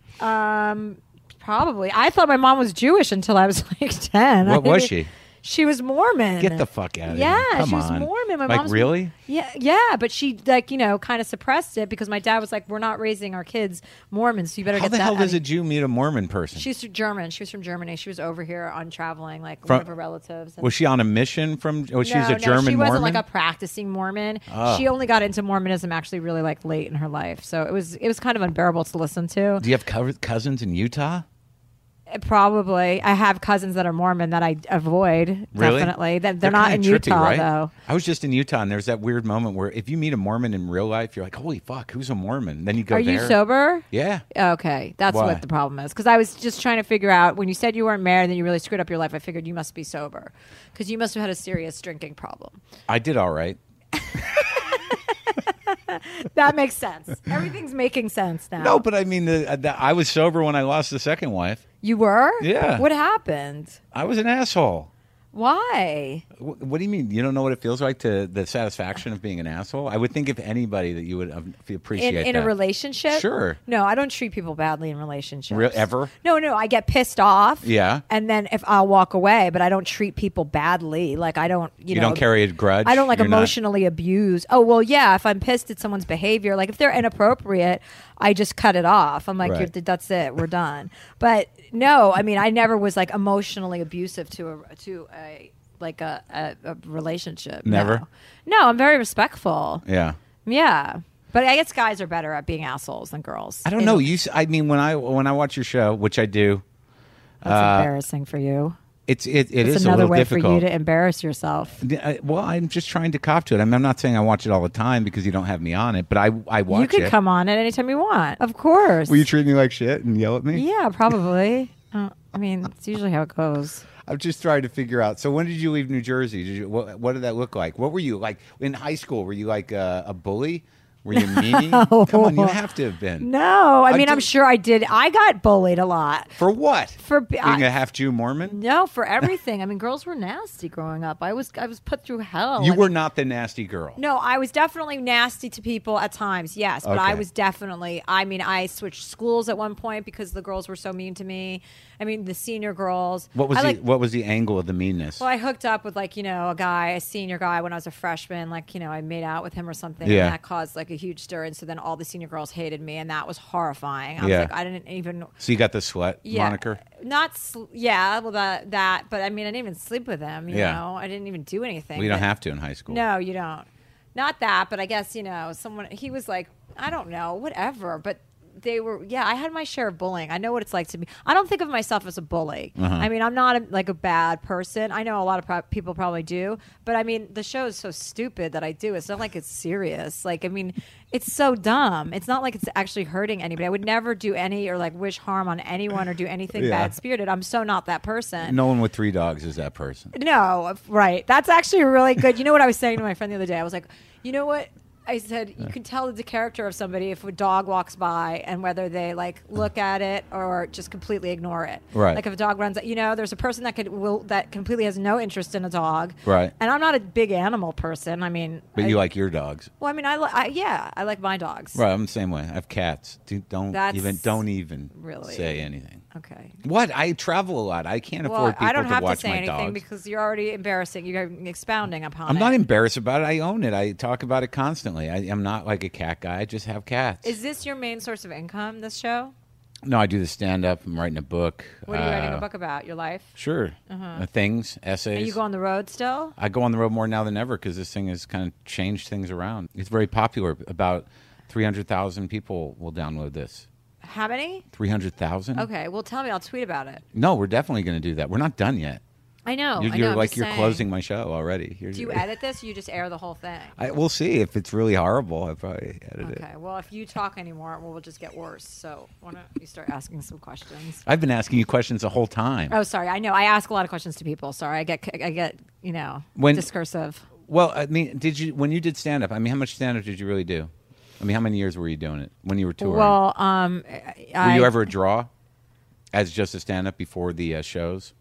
[SPEAKER 6] Probably. I thought my mom was Jewish until I was like ten.
[SPEAKER 3] What
[SPEAKER 6] I
[SPEAKER 3] was
[SPEAKER 6] didn't-
[SPEAKER 3] she?
[SPEAKER 6] She was Mormon.
[SPEAKER 3] Get the fuck out of
[SPEAKER 6] yeah,
[SPEAKER 3] here. Come
[SPEAKER 6] she was
[SPEAKER 3] on.
[SPEAKER 6] Mormon. My
[SPEAKER 3] like,
[SPEAKER 6] mom's
[SPEAKER 3] really?
[SPEAKER 6] Yeah, yeah, but she like you know kind of suppressed it because my dad was like, "We're not raising our kids Mormons, so you better
[SPEAKER 3] How
[SPEAKER 6] get
[SPEAKER 3] the
[SPEAKER 6] that."
[SPEAKER 3] hell
[SPEAKER 6] out
[SPEAKER 3] does a
[SPEAKER 6] of
[SPEAKER 3] Jew meet a Mormon person?
[SPEAKER 6] She's German. She was from Germany. She was over here on traveling, like
[SPEAKER 3] From-
[SPEAKER 6] one of her relatives. And-
[SPEAKER 3] was she on a mission from? Was
[SPEAKER 6] no,
[SPEAKER 3] she's
[SPEAKER 6] no,
[SPEAKER 3] a German
[SPEAKER 6] she wasn't
[SPEAKER 3] Mormon? Ah.
[SPEAKER 6] like a practicing Mormon. She only got into Mormonism actually really like late in her life, so it was it was kind of unbearable to listen to.
[SPEAKER 3] Do you have cou- cousins in Utah?
[SPEAKER 6] Uh, Probably, I have cousins that are Mormon that I avoid.
[SPEAKER 3] Really?
[SPEAKER 6] Definitely, that they're, not in
[SPEAKER 3] kinda trippy,
[SPEAKER 6] Utah
[SPEAKER 3] right?
[SPEAKER 6] though.
[SPEAKER 3] I was just in Utah, and there's that weird moment where if you meet a Mormon in real life, you're like, "Holy fuck, who's a Mormon?" Then you go
[SPEAKER 6] Are
[SPEAKER 3] there.
[SPEAKER 6] you sober?
[SPEAKER 3] Yeah.
[SPEAKER 6] Okay, that's
[SPEAKER 3] Why?
[SPEAKER 6] what the problem is. Because I was just trying to figure out when you said you weren't married, then you really screwed up your life. I figured you must be sober because you must have had a serious drinking problem.
[SPEAKER 3] I did all right.
[SPEAKER 6] That makes sense. Everything's making sense now.
[SPEAKER 3] No, but I mean, the, uh, the, I was sober when I lost the second wife.
[SPEAKER 6] You were?
[SPEAKER 3] Yeah.
[SPEAKER 6] What happened?
[SPEAKER 3] I was an asshole.
[SPEAKER 6] Why?
[SPEAKER 3] Wh- What do you mean? You don't know what it feels like to the satisfaction of being an asshole? I would think if anybody that you would um, f- appreciate
[SPEAKER 6] In, in
[SPEAKER 3] that.
[SPEAKER 6] a relationship?
[SPEAKER 3] Sure.
[SPEAKER 6] No, I don't treat people badly in relationships.
[SPEAKER 3] Real- ever?
[SPEAKER 6] No, no. I get pissed off.
[SPEAKER 3] Yeah.
[SPEAKER 6] And then if I'll walk away, but I don't treat people badly. Like I don't,
[SPEAKER 3] You
[SPEAKER 6] you, know.
[SPEAKER 3] don't carry a grudge?
[SPEAKER 6] I don't like
[SPEAKER 3] You're not-
[SPEAKER 6] emotionally abuse. Oh, well, yeah. If I'm pissed at someone's behavior, like if they're inappropriate, I just cut it off. I'm like,
[SPEAKER 3] Right.
[SPEAKER 6] "You're- that's it. We're done. But no, I mean, I never was like emotionally abusive to a, to a, like a, a, a relationship.
[SPEAKER 3] Never?
[SPEAKER 6] No. no, I'm very respectful.
[SPEAKER 3] Yeah.
[SPEAKER 6] Yeah. But I guess guys are better at being assholes than girls.
[SPEAKER 3] I don't
[SPEAKER 6] And
[SPEAKER 3] know. You. s- I mean, when I when I watch your show, which I do,
[SPEAKER 6] That's embarrassing for you.
[SPEAKER 3] it's it, uh, it
[SPEAKER 6] It's
[SPEAKER 3] is
[SPEAKER 6] another
[SPEAKER 3] a little
[SPEAKER 6] way
[SPEAKER 3] difficult.
[SPEAKER 6] for you to embarrass yourself.
[SPEAKER 3] Yeah, I- Well, I'm just trying to cop to it. I mean, I'm not saying I watch it all the time because you don't have me on it, but I I watch
[SPEAKER 6] You could
[SPEAKER 3] it.
[SPEAKER 6] come on at any time you want. Of course.
[SPEAKER 3] Will you treat me like shit and yell at me?
[SPEAKER 6] yeah, probably. Uh, I mean, it's usually how it goes.
[SPEAKER 3] I'm just trying to figure out. So when did you leave New Jersey? Did you, what, what did that look like? What were you like in high school? Were you like a, a bully? Were you mean? Come on, you have to have been.
[SPEAKER 6] No, I
[SPEAKER 3] I
[SPEAKER 6] mean,
[SPEAKER 3] do-
[SPEAKER 6] I'm sure I did. I got bullied a lot.
[SPEAKER 3] For what?
[SPEAKER 6] For
[SPEAKER 3] being
[SPEAKER 6] I-
[SPEAKER 3] a half Jew Mormon?
[SPEAKER 6] No, for everything. I mean, girls were nasty growing up. I was I was put through hell.
[SPEAKER 3] you
[SPEAKER 6] I
[SPEAKER 3] were
[SPEAKER 6] mean,
[SPEAKER 3] not the nasty girl.
[SPEAKER 6] No, I was definitely nasty to people at times, yes. But I
[SPEAKER 3] Okay.
[SPEAKER 6] was definitely, I mean, I switched schools at one point because the girls were so mean to me. I mean, the senior girls.
[SPEAKER 3] What was
[SPEAKER 6] I
[SPEAKER 3] the
[SPEAKER 6] like-
[SPEAKER 3] what was the angle of the meanness?
[SPEAKER 6] well, I hooked up with like you know a guy, a senior guy when I was a freshman. Like you know, I made out with him or something,
[SPEAKER 3] Yeah.
[SPEAKER 6] and that caused like a huge stir. And so then all the senior girls hated me, and that was horrifying. I
[SPEAKER 3] Yeah.
[SPEAKER 6] was like, I didn't even
[SPEAKER 3] so you got the sweat
[SPEAKER 6] yeah,
[SPEAKER 3] moniker.
[SPEAKER 6] Not sl- yeah, well that that, but I mean, I didn't even sleep with him. You
[SPEAKER 3] Yeah.
[SPEAKER 6] know, I didn't even do anything.
[SPEAKER 3] We don't
[SPEAKER 6] but-
[SPEAKER 3] have to in high school.
[SPEAKER 6] no, you don't. Not that, but I guess you know someone. He was like, I don't know, whatever. But they were yeah i had my share of bullying i know what it's like to be i don't think of myself as a bully
[SPEAKER 3] Uh-huh.
[SPEAKER 6] i mean i'm not a, like a bad person i know a lot of pro- people probably do but i mean the show is so stupid that i do it's not like it's serious like i mean it's so dumb it's not like it's actually hurting anybody i would never do any or like wish harm on anyone or do anything
[SPEAKER 3] Yeah.
[SPEAKER 6] bad spirited i'm so not that person
[SPEAKER 3] No one with three dogs is that person.
[SPEAKER 6] no, right. That's actually really good. You know what I was saying to my friend the other day? I was like, you know what? I said you can tell the character of somebody if a dog walks by and whether they like look at it or just completely ignore it.
[SPEAKER 3] Right.
[SPEAKER 6] Like if a dog runs, you know, there's a person that could will that completely has no interest in a dog.
[SPEAKER 3] Right.
[SPEAKER 6] And I'm not a big animal person. I mean,
[SPEAKER 3] But
[SPEAKER 6] I-
[SPEAKER 3] you like your dogs,
[SPEAKER 6] Well, I mean, I, li- I yeah, I like my dogs.
[SPEAKER 3] right? I'm the same way. I have cats. Dude, don't
[SPEAKER 6] That's
[SPEAKER 3] even don't even
[SPEAKER 6] really-
[SPEAKER 3] say anything.
[SPEAKER 6] Okay.
[SPEAKER 3] What? I travel a lot. I can't
[SPEAKER 6] Well,
[SPEAKER 3] afford people
[SPEAKER 6] I don't
[SPEAKER 3] to
[SPEAKER 6] have to
[SPEAKER 3] watch
[SPEAKER 6] say
[SPEAKER 3] my
[SPEAKER 6] anything
[SPEAKER 3] dogs.
[SPEAKER 6] because you're already embarrassing. You're expounding upon
[SPEAKER 3] I'm
[SPEAKER 6] it.
[SPEAKER 3] not embarrassed about it. I own it. I talk about it constantly. I, I'm not like a cat guy. I just have cats.
[SPEAKER 6] Is this your main source of income? This show?
[SPEAKER 3] no, I do the stand up. I'm writing a book.
[SPEAKER 6] What are you writing a
[SPEAKER 3] Uh,
[SPEAKER 6] book about? Your life?
[SPEAKER 3] Sure. Uh, things, essays.
[SPEAKER 6] And you go on the road still?
[SPEAKER 3] I go on the road more now than ever because this thing has kind of changed things around. It's very popular. About 300,000 people will download this.
[SPEAKER 6] How many?
[SPEAKER 3] 300,000?
[SPEAKER 6] Okay, well, tell me. I'll tweet about it.
[SPEAKER 3] No, we're definitely going to do that. We're not done yet.
[SPEAKER 6] I
[SPEAKER 3] you're
[SPEAKER 6] know. Oh, I know,
[SPEAKER 3] you're
[SPEAKER 6] I'm
[SPEAKER 3] like
[SPEAKER 6] just
[SPEAKER 3] you're
[SPEAKER 6] saying.
[SPEAKER 3] closing my show already. You're-
[SPEAKER 6] Do you edit this? Or you just air the whole thing.
[SPEAKER 3] I, we'll see if it's really horrible. I probably edit it.
[SPEAKER 6] Okay. Well, if you talk anymore, we'll just get worse. So why don't you start asking some questions?
[SPEAKER 3] I've been asking you questions the whole time.
[SPEAKER 6] Oh, sorry. I know. I ask a lot of questions to people. Sorry. I get. I get. You know.
[SPEAKER 3] When-
[SPEAKER 6] discursive.
[SPEAKER 3] Well, I mean, did you when you did stand up? I mean, how much stand up did you really do? I mean, how many years were you doing it when you were touring?
[SPEAKER 6] Well, um,
[SPEAKER 3] were
[SPEAKER 6] I,
[SPEAKER 3] you ever a draw as just a stand up before the uh, shows?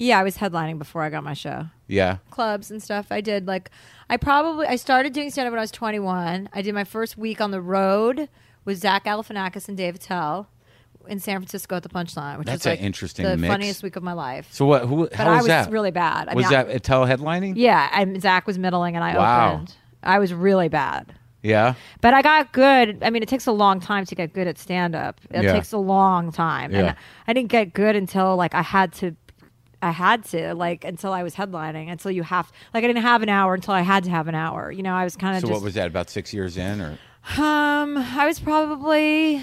[SPEAKER 6] Yeah, I was headlining before I got my show.
[SPEAKER 3] Yeah.
[SPEAKER 6] clubs and stuff. I did like I probably I started doing stand up when I was 21. I did my first week on the road with Zach Galifianakis and Dave Attell in San Francisco at the Punchline, which
[SPEAKER 3] That's
[SPEAKER 6] was like
[SPEAKER 3] an interesting
[SPEAKER 6] the
[SPEAKER 3] mix.
[SPEAKER 6] funniest week of my life.
[SPEAKER 3] So what? Who?
[SPEAKER 6] but
[SPEAKER 3] How
[SPEAKER 6] I
[SPEAKER 3] was
[SPEAKER 6] was
[SPEAKER 3] that?
[SPEAKER 6] really bad. I
[SPEAKER 3] was
[SPEAKER 6] mean, I-
[SPEAKER 3] that a tell headlining?
[SPEAKER 6] yeah, and Zach was middling and I
[SPEAKER 3] Wow.
[SPEAKER 6] opened. I was really bad.
[SPEAKER 3] Yeah.
[SPEAKER 6] But I got good. I mean, it takes a long time to get good at stand up. It
[SPEAKER 3] Yeah.
[SPEAKER 6] takes a long time.
[SPEAKER 3] Yeah.
[SPEAKER 6] And I didn't get good until like I had to I had to like until I was headlining, until you have like I didn't have an hour until I had to have an hour. You know, I was kind of
[SPEAKER 3] So
[SPEAKER 6] just
[SPEAKER 3] what was that? About six years in, or
[SPEAKER 6] um I was probably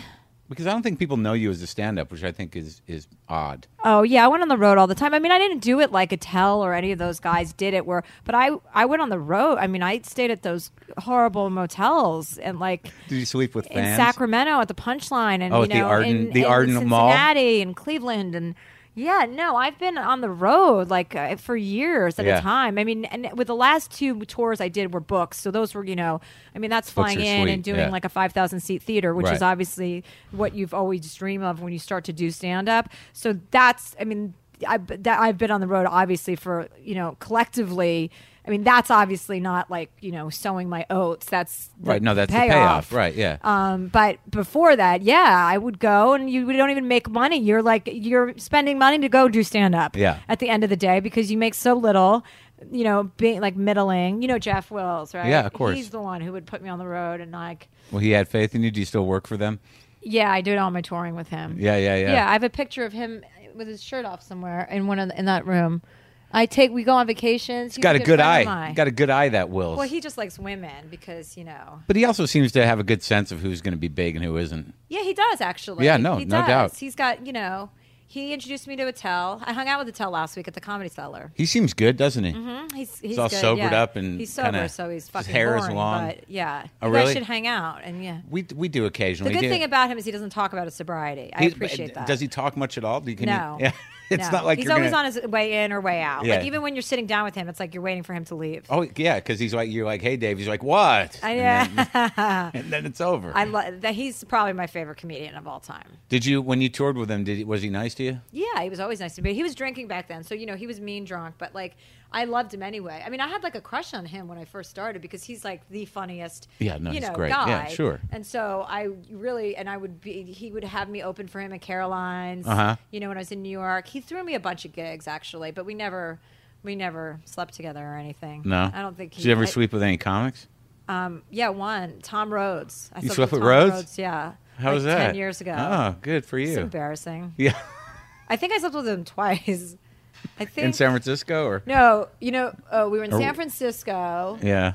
[SPEAKER 3] because I don't think people know you as a stand up, which I think is is odd.
[SPEAKER 6] Oh yeah, I went on the road all the time. I mean, I didn't do it like Attell or any of those guys did it. Where, but I I went on the road. I mean, I stayed at those horrible motels and like
[SPEAKER 3] Did you sleep with
[SPEAKER 6] in
[SPEAKER 3] fans?
[SPEAKER 6] Sacramento at the Punchline, and
[SPEAKER 3] Oh,
[SPEAKER 6] you
[SPEAKER 3] at
[SPEAKER 6] know,
[SPEAKER 3] the Arden-
[SPEAKER 6] in,
[SPEAKER 3] the
[SPEAKER 6] in
[SPEAKER 3] Arden Mall?
[SPEAKER 6] Cincinnati and Cleveland, and yeah, no, I've been on the road like uh, for years at
[SPEAKER 3] Yeah.
[SPEAKER 6] a time. I mean, and with the last two tours I did were books, so those were you know, I mean, that's
[SPEAKER 3] Books
[SPEAKER 6] flying
[SPEAKER 3] are
[SPEAKER 6] in
[SPEAKER 3] sweet,
[SPEAKER 6] and doing
[SPEAKER 3] yeah.
[SPEAKER 6] like a five thousand seat theater, which
[SPEAKER 3] Right.
[SPEAKER 6] is obviously what you've always dreamed of when you start to do stand up. So that's, I mean. I, that I've been on the road obviously for you know collectively. I mean that's obviously not like you know sowing my oats. That's the
[SPEAKER 3] right. No, that's the payoff. Right. Yeah.
[SPEAKER 6] um, but before that, yeah, I would go, and you we don't even make money. You're like you're spending money to go do stand up.
[SPEAKER 3] Yeah.
[SPEAKER 6] At the end of the day, because you make so little, you know, being like middling. You know, Jeff Wills, right?
[SPEAKER 3] Yeah, of course.
[SPEAKER 6] He's the one who would put me on the road, and like,
[SPEAKER 3] well, he had faith in you. Do you still work for them?
[SPEAKER 6] yeah, I did all my touring with him.
[SPEAKER 3] Yeah. Yeah. Yeah.
[SPEAKER 6] Yeah. I have a picture of him with his shirt off somewhere in one of the, in that room. I take we go on vacations. He's
[SPEAKER 3] Got a good
[SPEAKER 6] friend of
[SPEAKER 3] eye.
[SPEAKER 6] mine.
[SPEAKER 3] Got a good eye. That Wills.
[SPEAKER 6] well, he just likes women because you know.
[SPEAKER 3] But he also seems to have a good sense of who's going to be big and who isn't.
[SPEAKER 6] Yeah, he does actually.
[SPEAKER 3] Yeah, no-
[SPEAKER 6] he
[SPEAKER 3] no
[SPEAKER 6] does.
[SPEAKER 3] doubt.
[SPEAKER 6] He's got you know. He introduced me to Attell. I hung out with Attell last week at the Comedy Cellar.
[SPEAKER 3] He seems good, doesn't he?
[SPEAKER 6] Mhm, He's, he's,
[SPEAKER 3] all
[SPEAKER 6] good,
[SPEAKER 3] sobered
[SPEAKER 6] yeah.
[SPEAKER 3] up and
[SPEAKER 6] he's sober,
[SPEAKER 3] kinda-
[SPEAKER 6] so he's
[SPEAKER 3] his
[SPEAKER 6] fucking
[SPEAKER 3] hair is
[SPEAKER 6] boring,
[SPEAKER 3] long.
[SPEAKER 6] But yeah,
[SPEAKER 3] Oh,
[SPEAKER 6] you
[SPEAKER 3] really? Oh,
[SPEAKER 6] guys should hang out and yeah.
[SPEAKER 3] We we do
[SPEAKER 6] The
[SPEAKER 3] occasionally.
[SPEAKER 6] good
[SPEAKER 3] do.
[SPEAKER 6] thing about him is he doesn't talk about his sobriety. I
[SPEAKER 3] He-
[SPEAKER 6] appreciate that.
[SPEAKER 3] Does he talk much at all? Do you, can you-
[SPEAKER 6] No.
[SPEAKER 3] yeah. It's
[SPEAKER 6] No.
[SPEAKER 3] not like
[SPEAKER 6] he's
[SPEAKER 3] you're
[SPEAKER 6] always
[SPEAKER 3] gonna,
[SPEAKER 6] on his way in or way out.
[SPEAKER 3] Yeah.
[SPEAKER 6] Like even when you're sitting down with him, it's like you're waiting for him to leave.
[SPEAKER 3] Oh yeah, because he's like you're like, hey Dave. He's like, what?
[SPEAKER 6] I-
[SPEAKER 3] And, then, and then it's over.
[SPEAKER 6] I love that. He's probably my favorite comedian of all time.
[SPEAKER 3] did you when you toured with him? Did he- was he nice to you?
[SPEAKER 6] Yeah, he was always nice to me. He was drinking back then, so you know he was mean drunk, but like I loved him anyway. I mean, I had like a crush on him when I first started because he's like the funniest,
[SPEAKER 3] Yeah, no,
[SPEAKER 6] you
[SPEAKER 3] he's
[SPEAKER 6] know,
[SPEAKER 3] great.
[SPEAKER 6] guy.
[SPEAKER 3] Yeah, sure.
[SPEAKER 6] And so I really and I would be he would have me open for him at Caroline's.
[SPEAKER 3] Uh-huh.
[SPEAKER 6] You know, when I was in New York, he threw me a bunch of gigs actually, but we never we never slept together or anything.
[SPEAKER 3] No,
[SPEAKER 6] I don't think he
[SPEAKER 3] Did you ever
[SPEAKER 6] I-
[SPEAKER 3] sleep with any comics?
[SPEAKER 6] Um, yeah, one Tom Rhodes. I
[SPEAKER 3] You
[SPEAKER 6] slept
[SPEAKER 3] slept with
[SPEAKER 6] Tom
[SPEAKER 3] Rhodes?
[SPEAKER 6] Yeah,
[SPEAKER 3] How
[SPEAKER 6] like
[SPEAKER 3] was that?
[SPEAKER 6] Ten years ago.
[SPEAKER 3] Oh, good for
[SPEAKER 6] it's
[SPEAKER 3] you.
[SPEAKER 6] embarrassing.
[SPEAKER 3] Yeah,
[SPEAKER 6] I think I slept with him twice. I think
[SPEAKER 3] in San Francisco or
[SPEAKER 6] No, you know, uh, we were in
[SPEAKER 3] Or-
[SPEAKER 6] San Francisco.
[SPEAKER 3] yeah.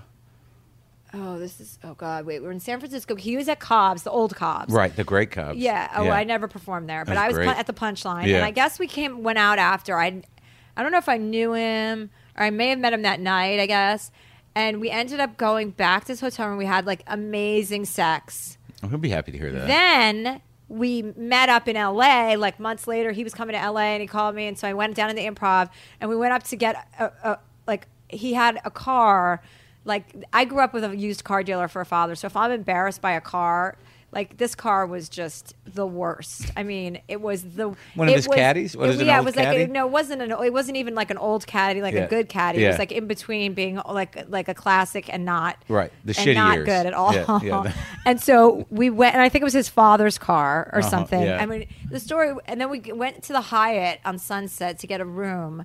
[SPEAKER 6] Oh, this is. Oh God, wait. We were in San Francisco. He was at Cobb's, the old Cobb's.
[SPEAKER 3] Right, the Great Cubs.
[SPEAKER 6] Yeah. Oh, I never performed there, but
[SPEAKER 3] That's
[SPEAKER 6] I was
[SPEAKER 3] great.
[SPEAKER 6] pun- at the punchline,
[SPEAKER 3] Yeah.
[SPEAKER 6] and I guess we came went out after. I, I don't know if I knew him or I may have met him that night. I guess, and we ended up going back to his hotel room. We had like amazing sex.
[SPEAKER 3] He'll be happy to hear that.
[SPEAKER 6] Then we met up in LA like months later. He was coming to LA and he called me. And so I went down to the improv and we went up to get a, a, like, he had a car. Like, I grew up with a used car dealer for a father. So if I'm embarrassed by a car, like this car was just the worst. I mean, it was the
[SPEAKER 3] One of
[SPEAKER 6] it
[SPEAKER 3] his
[SPEAKER 6] was-
[SPEAKER 3] caddies? What
[SPEAKER 6] it-
[SPEAKER 3] is it, an
[SPEAKER 6] yeah,
[SPEAKER 3] old
[SPEAKER 6] it was
[SPEAKER 3] caddy?
[SPEAKER 6] like no, it wasn't an. It wasn't even like an old caddy, like
[SPEAKER 3] Yeah.
[SPEAKER 6] a good caddy. It
[SPEAKER 3] Yeah.
[SPEAKER 6] was like in between being like like a classic and not
[SPEAKER 3] Right. The
[SPEAKER 6] and
[SPEAKER 3] shitty
[SPEAKER 6] not
[SPEAKER 3] years.
[SPEAKER 6] good at all.
[SPEAKER 3] Yeah, yeah.
[SPEAKER 6] And so we went, and I think it was his father's car or
[SPEAKER 3] Uh-huh,
[SPEAKER 6] something.
[SPEAKER 3] yeah.
[SPEAKER 6] I mean, the story, and then we g- went to the Hyatt on Sunset to get a room.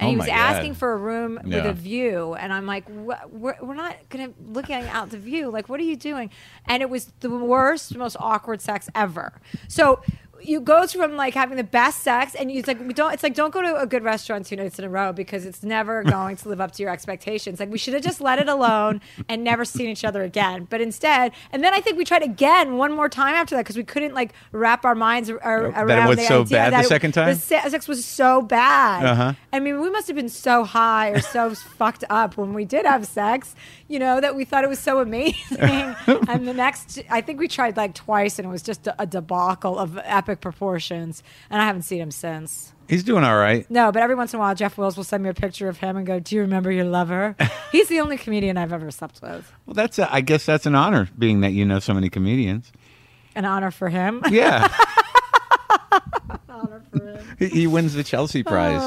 [SPEAKER 6] And
[SPEAKER 3] Oh
[SPEAKER 6] he
[SPEAKER 3] my
[SPEAKER 6] was
[SPEAKER 3] God.
[SPEAKER 6] asking for a room with
[SPEAKER 3] Yeah.
[SPEAKER 6] a view, and I'm like, "Wha- we're, we're not gonna looking out the view. Like, what are you doing? And it was the worst, most awkward sex ever. So you go from like having the best sex, and you- it's like we don't. It's like don't go to a good restaurant two nights in a row because it's never going to live up to your expectations. Like we should have just let it alone and never seen each other again. But instead, and then I think we tried again one more time after that because we couldn't like wrap our minds ar- ar-
[SPEAKER 3] That it
[SPEAKER 6] around
[SPEAKER 3] was
[SPEAKER 6] the
[SPEAKER 3] so
[SPEAKER 6] idea
[SPEAKER 3] bad
[SPEAKER 6] that
[SPEAKER 3] the
[SPEAKER 6] it-
[SPEAKER 3] second time?
[SPEAKER 6] the se- sex was so bad.
[SPEAKER 3] Uh-huh.
[SPEAKER 6] I mean, we must have been so high or so fucked up when we did have sex, you know, that we thought it was so amazing. and the next, I think we tried like twice and it was just a, a debacle of epic proportions. And I haven't seen him since.
[SPEAKER 3] He's doing all right.
[SPEAKER 6] No, but every once in a while, Jeff Wills will send me a picture of him and go, Do you remember your lover? He's the only comedian I've ever slept with.
[SPEAKER 3] Well, that's a, I guess that's an honor, being that you know so many comedians.
[SPEAKER 6] An honor for him.
[SPEAKER 3] Yeah,
[SPEAKER 6] honor for him. Uh,
[SPEAKER 3] he he wins the Chelsea Prize.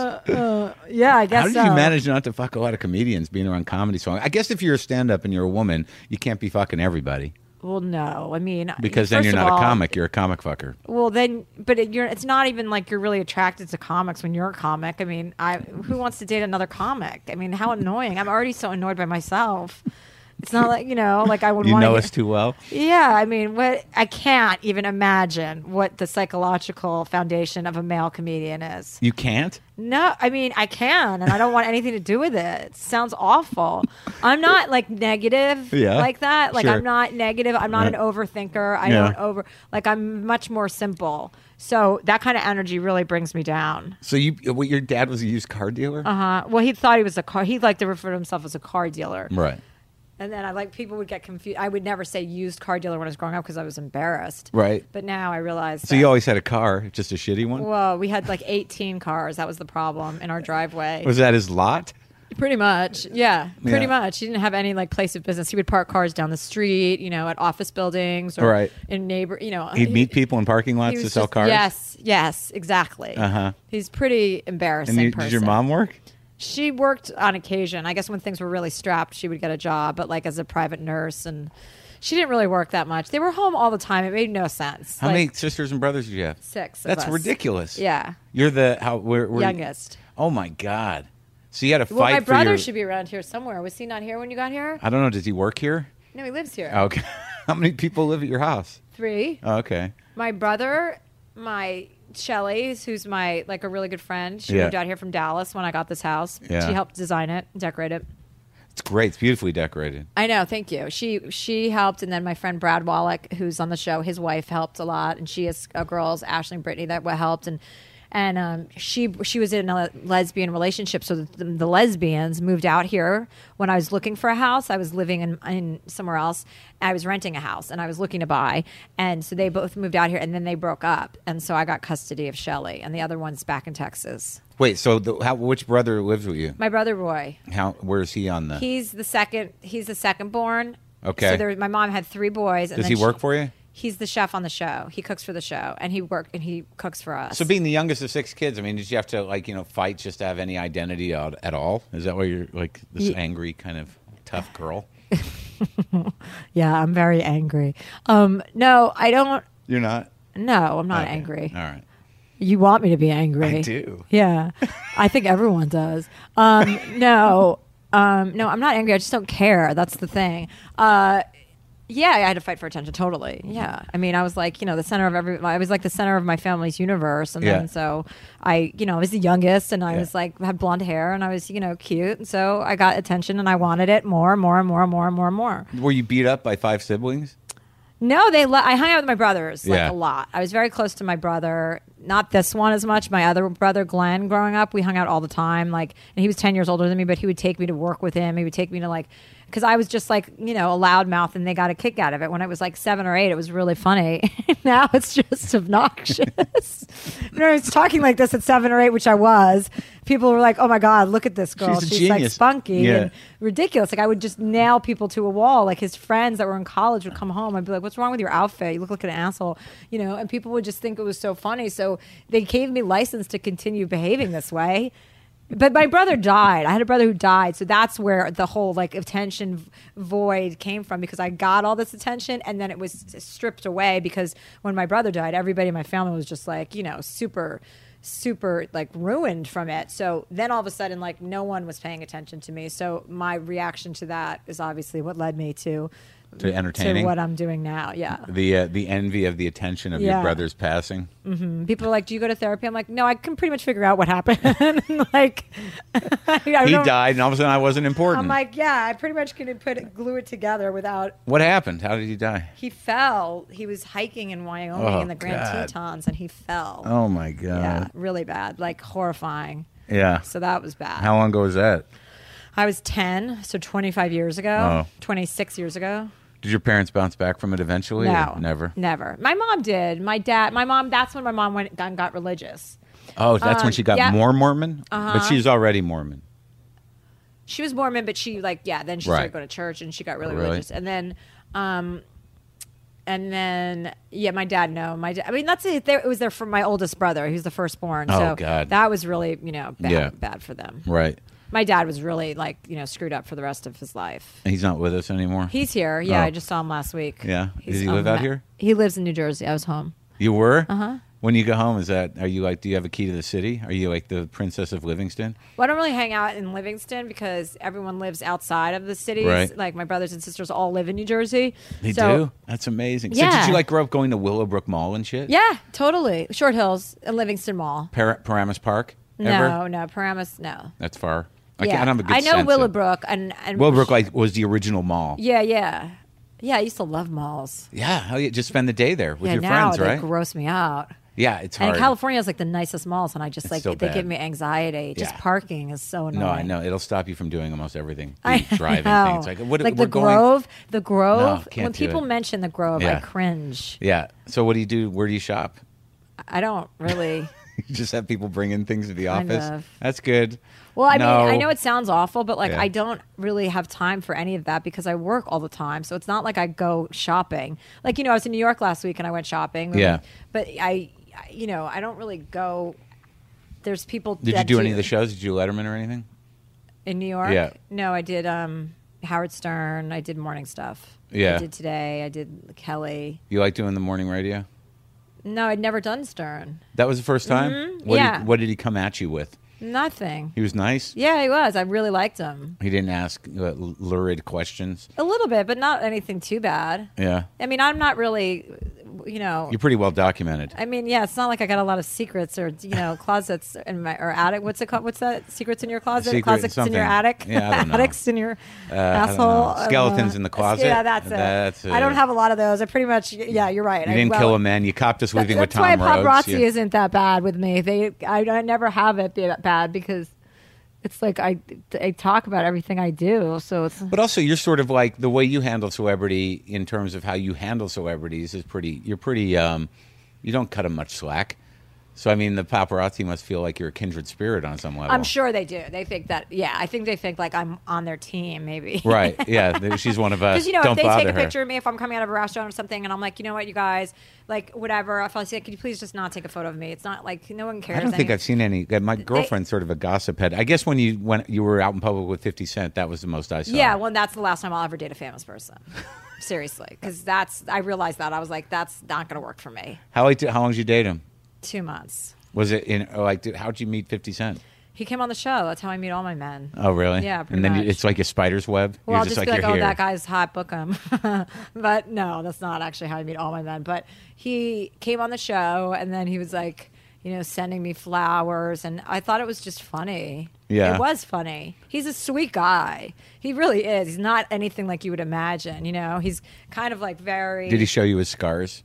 [SPEAKER 6] Yeah, I guess
[SPEAKER 3] How did
[SPEAKER 6] so.
[SPEAKER 3] you manage not to fuck a lot of comedians being around comedy song? I guess if you're a stand up and you're a woman, you can't be fucking everybody
[SPEAKER 6] Well, no. I mean,
[SPEAKER 3] because then
[SPEAKER 6] first
[SPEAKER 3] you're
[SPEAKER 6] of
[SPEAKER 3] not a
[SPEAKER 6] all,
[SPEAKER 3] comic. You're a comic fucker.
[SPEAKER 6] Well, then, but it, you're, it's not even like you're really attracted to comics when you're a comic. I mean, I who wants to date another comic? I mean, how annoying! I'm already so annoyed by myself. It's not like you know, like I would
[SPEAKER 3] You
[SPEAKER 6] want
[SPEAKER 3] know
[SPEAKER 6] to.
[SPEAKER 3] us too well.
[SPEAKER 6] yeah, I mean, what I can't even imagine what the psychological foundation of a male comedian is.
[SPEAKER 3] You can't.
[SPEAKER 6] No, I mean I can, and I don't want anything to do with it. It sounds awful. I'm not like negative
[SPEAKER 3] Yeah,
[SPEAKER 6] like that. Like
[SPEAKER 3] sure.
[SPEAKER 6] I'm not negative. I'm not an
[SPEAKER 3] Yeah.
[SPEAKER 6] overthinker. I
[SPEAKER 3] Yeah.
[SPEAKER 6] don't over like I'm much more simple. So that kind of energy really brings me down.
[SPEAKER 3] So you, what, your dad was a used car dealer,
[SPEAKER 6] Uh huh. Well, he thought he was a car. He liked to refer to himself as a car dealer.
[SPEAKER 3] right?
[SPEAKER 6] And then I like people would get confused. I would never say used car dealer when I was growing up because I was embarrassed.
[SPEAKER 3] Right.
[SPEAKER 6] But now I realize.
[SPEAKER 3] So
[SPEAKER 6] that-
[SPEAKER 3] you always had a car, just a shitty one.
[SPEAKER 6] Whoa, we had like 18 cars. That was the problem in our driveway.
[SPEAKER 3] Was that his lot?
[SPEAKER 6] Pretty much, yeah. Pretty
[SPEAKER 3] Yeah.
[SPEAKER 6] much. He didn't have any like place of business. He would park cars down the street, you know, at office buildings or
[SPEAKER 3] Right.
[SPEAKER 6] in neighbor, you know.
[SPEAKER 3] He'd
[SPEAKER 6] he-
[SPEAKER 3] meet people in parking
[SPEAKER 6] he
[SPEAKER 3] lots to
[SPEAKER 6] was
[SPEAKER 3] sell
[SPEAKER 6] just-
[SPEAKER 3] cars.
[SPEAKER 6] Yes, yes, exactly.
[SPEAKER 3] Uh-huh.
[SPEAKER 6] He's pretty embarrassing.
[SPEAKER 3] And you,
[SPEAKER 6] person.
[SPEAKER 3] did your mom work?
[SPEAKER 6] She worked on occasion. I guess when things were really strapped, she would get a job, but like as a private nurse, and she didn't really work that much. They were home all the time. It made no sense.
[SPEAKER 3] How
[SPEAKER 6] Like,
[SPEAKER 3] many sisters and brothers did you have?
[SPEAKER 6] Six. of
[SPEAKER 3] That's
[SPEAKER 6] us.
[SPEAKER 3] ridiculous.
[SPEAKER 6] Yeah,
[SPEAKER 3] You're the how? Where, where,
[SPEAKER 6] youngest.
[SPEAKER 3] Oh my god! So you had a fight.
[SPEAKER 6] Well, my
[SPEAKER 3] for
[SPEAKER 6] brother
[SPEAKER 3] your-
[SPEAKER 6] should be around here somewhere. Was he not here when you got here?
[SPEAKER 3] I don't know. Does he work here?
[SPEAKER 6] No, he lives here.
[SPEAKER 3] Okay. How many people live at your house? Oh,
[SPEAKER 6] Three.
[SPEAKER 3] Okay.
[SPEAKER 6] my brother, my Shelly, who's my like a really good friend. She
[SPEAKER 3] Yeah.
[SPEAKER 6] moved out here from Dallas when I got this house.
[SPEAKER 3] Yeah.
[SPEAKER 6] She helped design it, decorate it.
[SPEAKER 3] It's great. It's beautifully decorated.
[SPEAKER 6] I know, thank you. She she helped, and then my friend Brad Wallach, who's on the show, his wife helped a lot, and she has uh, girls, Ashley and Brittany, that were helped, and and um, she she was in a le- lesbian relationship, so the, the lesbians moved out here when I was looking for a house. I was living in, in somewhere else. I was renting a house, and I was looking to buy, and so they both moved out here, and then they broke up, and so I got custody of Shelly, and the other one's back in Texas.
[SPEAKER 3] Wait, so the, how, which brother lives with you?
[SPEAKER 6] My brother Roy.
[SPEAKER 3] How? Where is he on the?
[SPEAKER 6] He's the second. He's the second born.
[SPEAKER 3] Okay.
[SPEAKER 6] So there, my mom had three boys. And
[SPEAKER 3] does
[SPEAKER 6] then
[SPEAKER 3] he
[SPEAKER 6] she-
[SPEAKER 3] work for you?
[SPEAKER 6] He's the chef on the show. He cooks for the show, and he work and he cooks for us.
[SPEAKER 3] So being the youngest of six kids, I mean, did you have to like you know fight just to have any identity at, at all? Is that why you're like this
[SPEAKER 6] Ye-
[SPEAKER 3] angry kind of tough girl?
[SPEAKER 6] yeah, I'm very angry. Um, no, I don't.
[SPEAKER 3] You're not.
[SPEAKER 6] No, I'm not
[SPEAKER 3] Okay.
[SPEAKER 6] angry.
[SPEAKER 3] All right.
[SPEAKER 6] You want me to be angry?
[SPEAKER 3] I do.
[SPEAKER 6] Yeah, I think everyone does. Um, no, um, no, I'm not angry. I just don't care. That's the thing. Uh, Yeah, I had to fight for attention. Totally. Yeah. I mean, I was like, you know, the center of every. I was like the center of my family's universe, and
[SPEAKER 3] Yeah.
[SPEAKER 6] then so I, you know, I was the youngest, and I
[SPEAKER 3] Yeah.
[SPEAKER 6] was like had blonde hair, and I was, you know, cute, and so I got attention, and I wanted it more, and more, and more, and more, and more, and more.
[SPEAKER 3] Were you beat up by five siblings?
[SPEAKER 6] No, they. Lo- I hung out with my brothers like
[SPEAKER 3] Yeah.
[SPEAKER 6] a lot. I was very close to my brother. Not this one as much. My other brother, Glenn, growing up, we hung out all the time. Like, and he was ten years older than me, but he would take me to work with him. He would take me to like, because I was just like, you know, a loudmouth, and they got a kick out of it. When I was like seven or eight, it was really funny. now it's just obnoxious. you know, I was talking like this at seven or eight, which I was. People were like, "Oh my god, look at this girl.
[SPEAKER 3] She's
[SPEAKER 6] She's,
[SPEAKER 3] a
[SPEAKER 6] like
[SPEAKER 3] genius."
[SPEAKER 6] spunky."
[SPEAKER 3] Yeah.
[SPEAKER 6] And, ridiculous. Like I would just nail people to a wall. Like his friends that were in college would come home. I'd be like, "What's wrong with your outfit? You look like an asshole," you know. And people would just think it was so funny. So they gave me license to continue behaving this way. But my brother died. I had a brother who died, so that's where the whole like attention v- void came from because I got all this attention and then it was s- stripped away because when my brother died, everybody in my family was just like, you know, super super like ruined from it. So then all of a sudden, like no one was paying attention to me. So my reaction to that is obviously what led me to
[SPEAKER 3] To entertaining
[SPEAKER 6] to what I'm doing now. Yeah,
[SPEAKER 3] the uh, the envy of the attention of your
[SPEAKER 6] Yeah.
[SPEAKER 3] brother's passing.
[SPEAKER 6] And Mm-hmm. people are like, "Do you go to therapy?" I'm like, "No, I can pretty much figure out what happened." like, I
[SPEAKER 3] He
[SPEAKER 6] don't-
[SPEAKER 3] died, and all of a sudden I wasn't important.
[SPEAKER 6] I'm like, yeah, I pretty much can put it, glue it together without.
[SPEAKER 3] what happened? How did he die?
[SPEAKER 6] He fell. He was hiking in Wyoming
[SPEAKER 3] Oh,
[SPEAKER 6] in the Grand
[SPEAKER 3] God.
[SPEAKER 6] Tetons, and he fell.
[SPEAKER 3] Oh my
[SPEAKER 6] yeah,
[SPEAKER 3] god!
[SPEAKER 6] really bad, like horrifying.
[SPEAKER 3] Yeah.
[SPEAKER 6] So that was bad.
[SPEAKER 3] How long ago was that?
[SPEAKER 6] I was 10, so 25 years ago,
[SPEAKER 3] Oh.
[SPEAKER 6] 26 years ago.
[SPEAKER 3] Did your parents bounce back from it eventually? or
[SPEAKER 6] No,
[SPEAKER 3] never.
[SPEAKER 6] never. My mom did. My dad, my mom. That's when my mom went and got religious.
[SPEAKER 3] Oh, that's when
[SPEAKER 6] Um,
[SPEAKER 3] she got
[SPEAKER 6] yeah. Uh-huh.
[SPEAKER 3] more Mormon, but she's already Mormon.
[SPEAKER 6] she was Mormon, but she like yeah. Then she
[SPEAKER 3] Right.
[SPEAKER 6] started going to church and she got really,
[SPEAKER 3] Really?
[SPEAKER 6] religious. And then, um, and then yeah, my dad no, my dad. I mean that's it. There, it was there for my oldest brother. He was the firstborn.
[SPEAKER 3] Oh,
[SPEAKER 6] so
[SPEAKER 3] God.
[SPEAKER 6] that was really you know bad,
[SPEAKER 3] Yeah.
[SPEAKER 6] bad for them.
[SPEAKER 3] Right.
[SPEAKER 6] My dad was really like you know screwed up for the rest of his life.
[SPEAKER 3] And he's not with us anymore.
[SPEAKER 6] He's here. Yeah,
[SPEAKER 3] Oh.
[SPEAKER 6] I just saw him last week.
[SPEAKER 3] Yeah.
[SPEAKER 6] He's
[SPEAKER 3] Does he live
[SPEAKER 6] on
[SPEAKER 3] out
[SPEAKER 6] Ma-
[SPEAKER 3] here?
[SPEAKER 6] He lives in New Jersey. I was home.
[SPEAKER 3] You were? Uh-huh. When you go home, is that are you like do you have a key to the city? Are you like the princess of Livingston?
[SPEAKER 6] Well, I don't really hang out in Livingston because everyone lives outside of the cities.
[SPEAKER 3] Right.
[SPEAKER 6] Like my brothers and sisters all live in New Jersey.
[SPEAKER 3] They
[SPEAKER 6] So-
[SPEAKER 3] do? That's amazing. So did
[SPEAKER 6] Yeah.
[SPEAKER 3] you like grow up going to Willowbrook Mall and shit?
[SPEAKER 6] Yeah, totally. Short Hills and Livingston Mall.
[SPEAKER 3] Par- Paramus Park?
[SPEAKER 6] No,
[SPEAKER 3] Ever?
[SPEAKER 6] no, Paramus, no.
[SPEAKER 3] That's far. I
[SPEAKER 6] yeah.
[SPEAKER 3] can't I don't have a good
[SPEAKER 6] I know
[SPEAKER 3] sense of-
[SPEAKER 6] Willowbrook and, and
[SPEAKER 3] Willowbrook like was the original mall.
[SPEAKER 6] Yeah, yeah, yeah. I used to love malls.
[SPEAKER 3] Yeah, hell yeah. Just spend the day there with
[SPEAKER 6] yeah,
[SPEAKER 3] your
[SPEAKER 6] now
[SPEAKER 3] friends,
[SPEAKER 6] they
[SPEAKER 3] right?
[SPEAKER 6] gross me out.
[SPEAKER 3] yeah, it's hard.
[SPEAKER 6] And California is like the nicest malls, and I just like
[SPEAKER 3] so
[SPEAKER 6] they
[SPEAKER 3] bad.
[SPEAKER 6] give me anxiety. Just
[SPEAKER 3] Yeah.
[SPEAKER 6] parking is so annoying.
[SPEAKER 3] no, I know. It'll stop you from doing almost everything.
[SPEAKER 6] I
[SPEAKER 3] The driving
[SPEAKER 6] know.
[SPEAKER 3] things. Like, what, we're
[SPEAKER 6] the
[SPEAKER 3] going-
[SPEAKER 6] Grove, the Grove.
[SPEAKER 3] can't
[SPEAKER 6] when
[SPEAKER 3] do
[SPEAKER 6] people
[SPEAKER 3] it.
[SPEAKER 6] mention the Grove,
[SPEAKER 3] Yeah.
[SPEAKER 6] I cringe.
[SPEAKER 3] Yeah. So what do you do? Where do you shop?
[SPEAKER 6] I don't really.
[SPEAKER 3] You just have people bring in things to the
[SPEAKER 6] Kind
[SPEAKER 3] office.
[SPEAKER 6] of.
[SPEAKER 3] That's good.
[SPEAKER 6] Well, I
[SPEAKER 3] No.
[SPEAKER 6] mean, I know it sounds awful, but like
[SPEAKER 3] Yeah.
[SPEAKER 6] I don't really have time for any of that because I work all the time. So it's not like I go shopping. Like you know, I was in New York last week and I went shopping.
[SPEAKER 3] Yeah.
[SPEAKER 6] But I, I- you know, I don't really go. There's people.
[SPEAKER 3] Did you
[SPEAKER 6] that
[SPEAKER 3] do any of the shows? Did you do Letterman or anything?
[SPEAKER 6] in New York?
[SPEAKER 3] Yeah.
[SPEAKER 6] No, I did um, Howard Stern. I did morning stuff.
[SPEAKER 3] Yeah.
[SPEAKER 6] I did today. I did Kelly.
[SPEAKER 3] You like doing the morning radio?
[SPEAKER 6] No, I'd never done Stern.
[SPEAKER 3] That was the first time. What
[SPEAKER 6] Mm-hmm. Yeah.
[SPEAKER 3] Did, what did he come at you with?
[SPEAKER 6] Nothing.
[SPEAKER 3] He was nice.
[SPEAKER 6] Yeah, he was. I really liked him
[SPEAKER 3] He didn't ask uh, lurid questions.
[SPEAKER 6] a little bit, but not anything too bad.
[SPEAKER 3] Yeah.
[SPEAKER 6] I mean, I'm not really, you know.
[SPEAKER 3] You're pretty well documented.
[SPEAKER 6] I mean, yeah, it's not like I got a lot of secrets or you know closets in my or attic. What's it called? What's that? Secrets in your closet?
[SPEAKER 3] Secret
[SPEAKER 6] closets in your
[SPEAKER 3] something.
[SPEAKER 6] attic?
[SPEAKER 3] Yeah, I don't know. Uh,
[SPEAKER 6] Attics in your
[SPEAKER 3] I don't know.
[SPEAKER 6] asshole? I don't
[SPEAKER 3] Skeletons
[SPEAKER 6] know.
[SPEAKER 3] in the closet?
[SPEAKER 6] Yeah, that's it.
[SPEAKER 3] That's
[SPEAKER 6] I
[SPEAKER 3] it.
[SPEAKER 6] don't have a lot of those. I pretty much. Yeah, you're right.
[SPEAKER 3] You
[SPEAKER 6] I-
[SPEAKER 3] didn't
[SPEAKER 6] well,
[SPEAKER 3] kill a man. You copped us
[SPEAKER 6] That's
[SPEAKER 3] living with Tom
[SPEAKER 6] why
[SPEAKER 3] Rhodes.
[SPEAKER 6] paparazzi
[SPEAKER 3] You-
[SPEAKER 6] isn't that bad with me. They, I, I never have it be that bad because it's like I, I talk about everything I do. So it's
[SPEAKER 3] But also, you're sort of like the way you handle celebrity in terms of how you handle celebrities is pretty. You're pretty. Um, you don't cut them much slack. So I mean, the paparazzi must feel like you're a kindred spirit on some level.
[SPEAKER 6] I'm sure they do. They think that. Yeah, I think they think like I'm on their team. Maybe.
[SPEAKER 3] Right? Yeah. th- She's one of us.
[SPEAKER 6] Because you know,
[SPEAKER 3] don't
[SPEAKER 6] if they
[SPEAKER 3] bother
[SPEAKER 6] take a
[SPEAKER 3] her.
[SPEAKER 6] picture of me, if I'm coming out of a restaurant or something, and I'm like, you know what, you guys, like, whatever. If I say, could you please just not take a photo of me? It's not like no one cares.
[SPEAKER 3] I don't think
[SPEAKER 6] any-
[SPEAKER 3] I've seen any. uh, My girlfriend's sort of a gossip head. I guess when you when you were out in public with Fifty Cent, that was the most I saw.
[SPEAKER 6] Yeah, well, that's the last time I'll ever date a famous person. Seriously, because that's I realized that I was like, that's not going to work for me.
[SPEAKER 3] How like, how long did you date him?
[SPEAKER 6] Two months.
[SPEAKER 3] Was it in like? Did, how'd you meet Fifty Cent?
[SPEAKER 6] He came on the show. That's how I meet all my men.
[SPEAKER 3] Oh, really?
[SPEAKER 6] Yeah, pretty
[SPEAKER 3] And then you-
[SPEAKER 6] much.
[SPEAKER 3] it's like a spider's web.
[SPEAKER 6] Well,
[SPEAKER 3] You're
[SPEAKER 6] I'll just, be like,
[SPEAKER 3] you're
[SPEAKER 6] oh,
[SPEAKER 3] here.
[SPEAKER 6] that guy's hot, book him. but no, that's not actually how I meet all my men. But he came on the show and then he was like, you know, sending me flowers. And I thought it was just funny.
[SPEAKER 3] Yeah.
[SPEAKER 6] It was funny. He's a sweet guy. He really is. He's not anything like you would imagine, you know? He's kind of like very.
[SPEAKER 3] Did he show you his scars?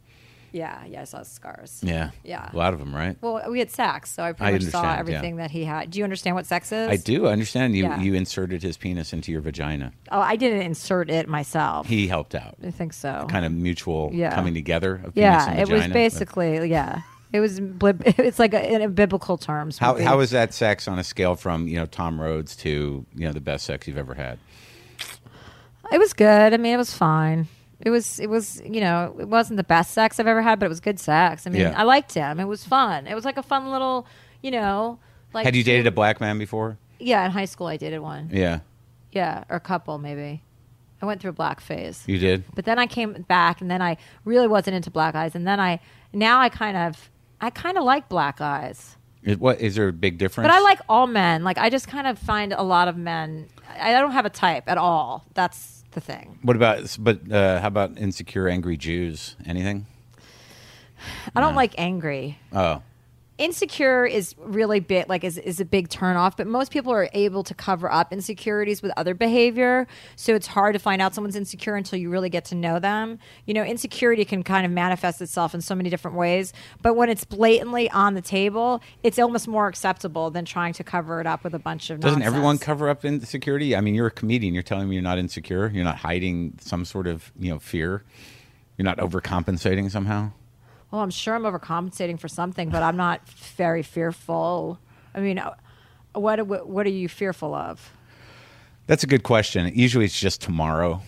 [SPEAKER 6] yeah, yeah, I saw his scars.
[SPEAKER 3] Yeah.
[SPEAKER 6] Yeah.
[SPEAKER 3] A lot of them, right?
[SPEAKER 6] Well, we had sex, so I
[SPEAKER 3] I
[SPEAKER 6] pretty much saw
[SPEAKER 3] understand, yeah.
[SPEAKER 6] everything that he had. Do you understand what sex is?
[SPEAKER 3] I do. I understand you,
[SPEAKER 6] Yeah.
[SPEAKER 3] you inserted his penis into your vagina.
[SPEAKER 6] Oh, I didn't insert it myself.
[SPEAKER 3] He helped out.
[SPEAKER 6] I think so.
[SPEAKER 3] Kind of mutual
[SPEAKER 6] Yeah.
[SPEAKER 3] coming together of penis
[SPEAKER 6] Yeah,
[SPEAKER 3] and
[SPEAKER 6] it was
[SPEAKER 3] vagina.
[SPEAKER 6] basically yeah. It was blib- it's like a, in a biblical terms.
[SPEAKER 3] How,
[SPEAKER 6] would be-
[SPEAKER 3] how is that sex on a scale from, you know, Tom Rhodes to, you know, the best sex you've ever had?
[SPEAKER 6] it was good. I mean, it was fine. It was it was you know it wasn't the best sex I've ever had, but it was good sex. I mean,
[SPEAKER 3] Yeah.
[SPEAKER 6] I liked him. It was fun. It was like a fun little you know like
[SPEAKER 3] Had you dated a black man before?
[SPEAKER 6] yeah in high school I dated one
[SPEAKER 3] Yeah.
[SPEAKER 6] yeah or a couple maybe. I went through a black phase.
[SPEAKER 3] You did?
[SPEAKER 6] But then I came back, and then I really wasn't into black eyes. And then I now I kind of I kind of like black eyes.
[SPEAKER 3] Is, what, is there a big difference?
[SPEAKER 6] But I like all men. Like I just kind of find a lot of men. I I don't have a type at all. That's the thing.
[SPEAKER 3] What about, but uh, how about insecure, angry Jews? Anything?
[SPEAKER 6] I don't like angry.
[SPEAKER 3] Oh.
[SPEAKER 6] Insecure is really big. Like is is a big turnoff. But most people are able to cover up insecurities with other behavior. So it's hard to find out someone's insecure until you really get to know them. You know, insecurity can kind of manifest itself in so many different ways. But when it's blatantly on the table, it's almost more acceptable than trying to cover it up with a bunch of.
[SPEAKER 3] Doesn't
[SPEAKER 6] nonsense.
[SPEAKER 3] everyone cover up insecurity? I mean, you're a comedian. You're telling me you're not insecure. You're not hiding some sort of you know fear. You're not overcompensating somehow.
[SPEAKER 6] Well, Oh, I'm sure I'm overcompensating for something, but I'm not very fearful. I mean, uh, what what, what are you fearful of?
[SPEAKER 3] That's a good question. Usually, it's just tomorrow.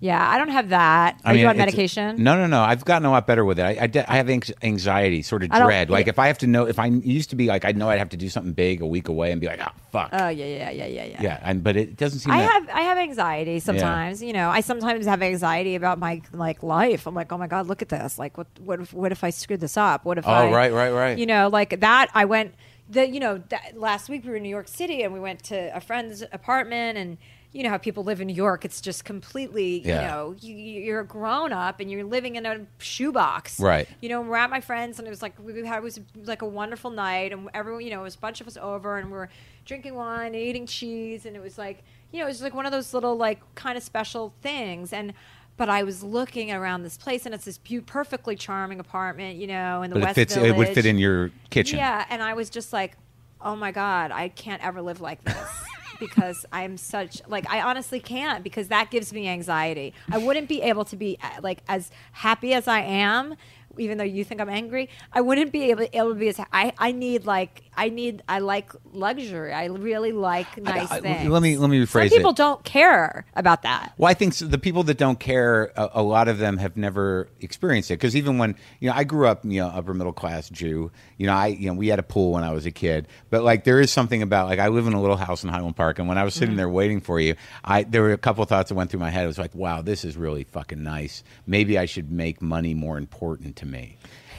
[SPEAKER 6] Yeah, I don't have that. Are
[SPEAKER 3] I mean,
[SPEAKER 6] you on
[SPEAKER 3] it's-
[SPEAKER 6] medication?
[SPEAKER 3] No, no, no. I've gotten a lot better with it. I, I, de- I have anx- anxiety, sort of
[SPEAKER 6] I don't-
[SPEAKER 3] dread. Like
[SPEAKER 6] yeah.
[SPEAKER 3] if I have to know, if I it used to be like I know I'd have to do something big a week away and be like, oh fuck,
[SPEAKER 6] Oh yeah, yeah, yeah, yeah, yeah.
[SPEAKER 3] yeah. And but it doesn't seem.
[SPEAKER 6] I
[SPEAKER 3] that,
[SPEAKER 6] have I have anxiety sometimes. You know, I sometimes have anxiety about my like life. I'm like, oh my god, look at this. Like, what what if, what if I screwed this up? What if?
[SPEAKER 3] Oh,
[SPEAKER 6] I,
[SPEAKER 3] right, right, right.
[SPEAKER 6] You know, like that. I went the you know that, last week we were in New York City and we went to a friend's apartment and. You know how people live in New York; it's just completely.
[SPEAKER 3] Yeah.
[SPEAKER 6] You know, you, you- you're a grown up and you're living in a shoebox.
[SPEAKER 3] Right.
[SPEAKER 6] You know, we're at my friends, and it was like we had it was like a wonderful night, and everyone, you know, it was a bunch of us over, and we were drinking wine, and eating cheese, and it was like, you know, it was like one of those little like kind of special things, and. But I was looking around this place, and it's this beau- perfectly charming apartment, you know, in the
[SPEAKER 3] But it
[SPEAKER 6] West
[SPEAKER 3] fits.
[SPEAKER 6] Village.
[SPEAKER 3] It would fit in your kitchen.
[SPEAKER 6] Yeah, and I was just like, oh my god, I can't ever live like this because I'm such like I honestly can't because that gives me anxiety. I wouldn't be able to be uh, like as happy as I am. Even though you think I'm angry, I wouldn't be able, able to be as. I, I need like I need I like luxury. I really like nice
[SPEAKER 3] I-
[SPEAKER 6] things.
[SPEAKER 3] let me- let me rephrase it.
[SPEAKER 6] Some people don't care about that.
[SPEAKER 3] Well, I think so, the people that don't care, a, a lot of them have never experienced it. Because even when you know, I grew up, you know, upper middle class Jew. You know, I you know we had a pool when I was a kid, but like there is something about like I live in a little house in Highland Park, and when I was
[SPEAKER 6] Mm-hmm.
[SPEAKER 3] sitting there waiting for you, I there were a couple thoughts that went through my head. It was like, wow, this is really fucking nice. Maybe I should make money more important to me.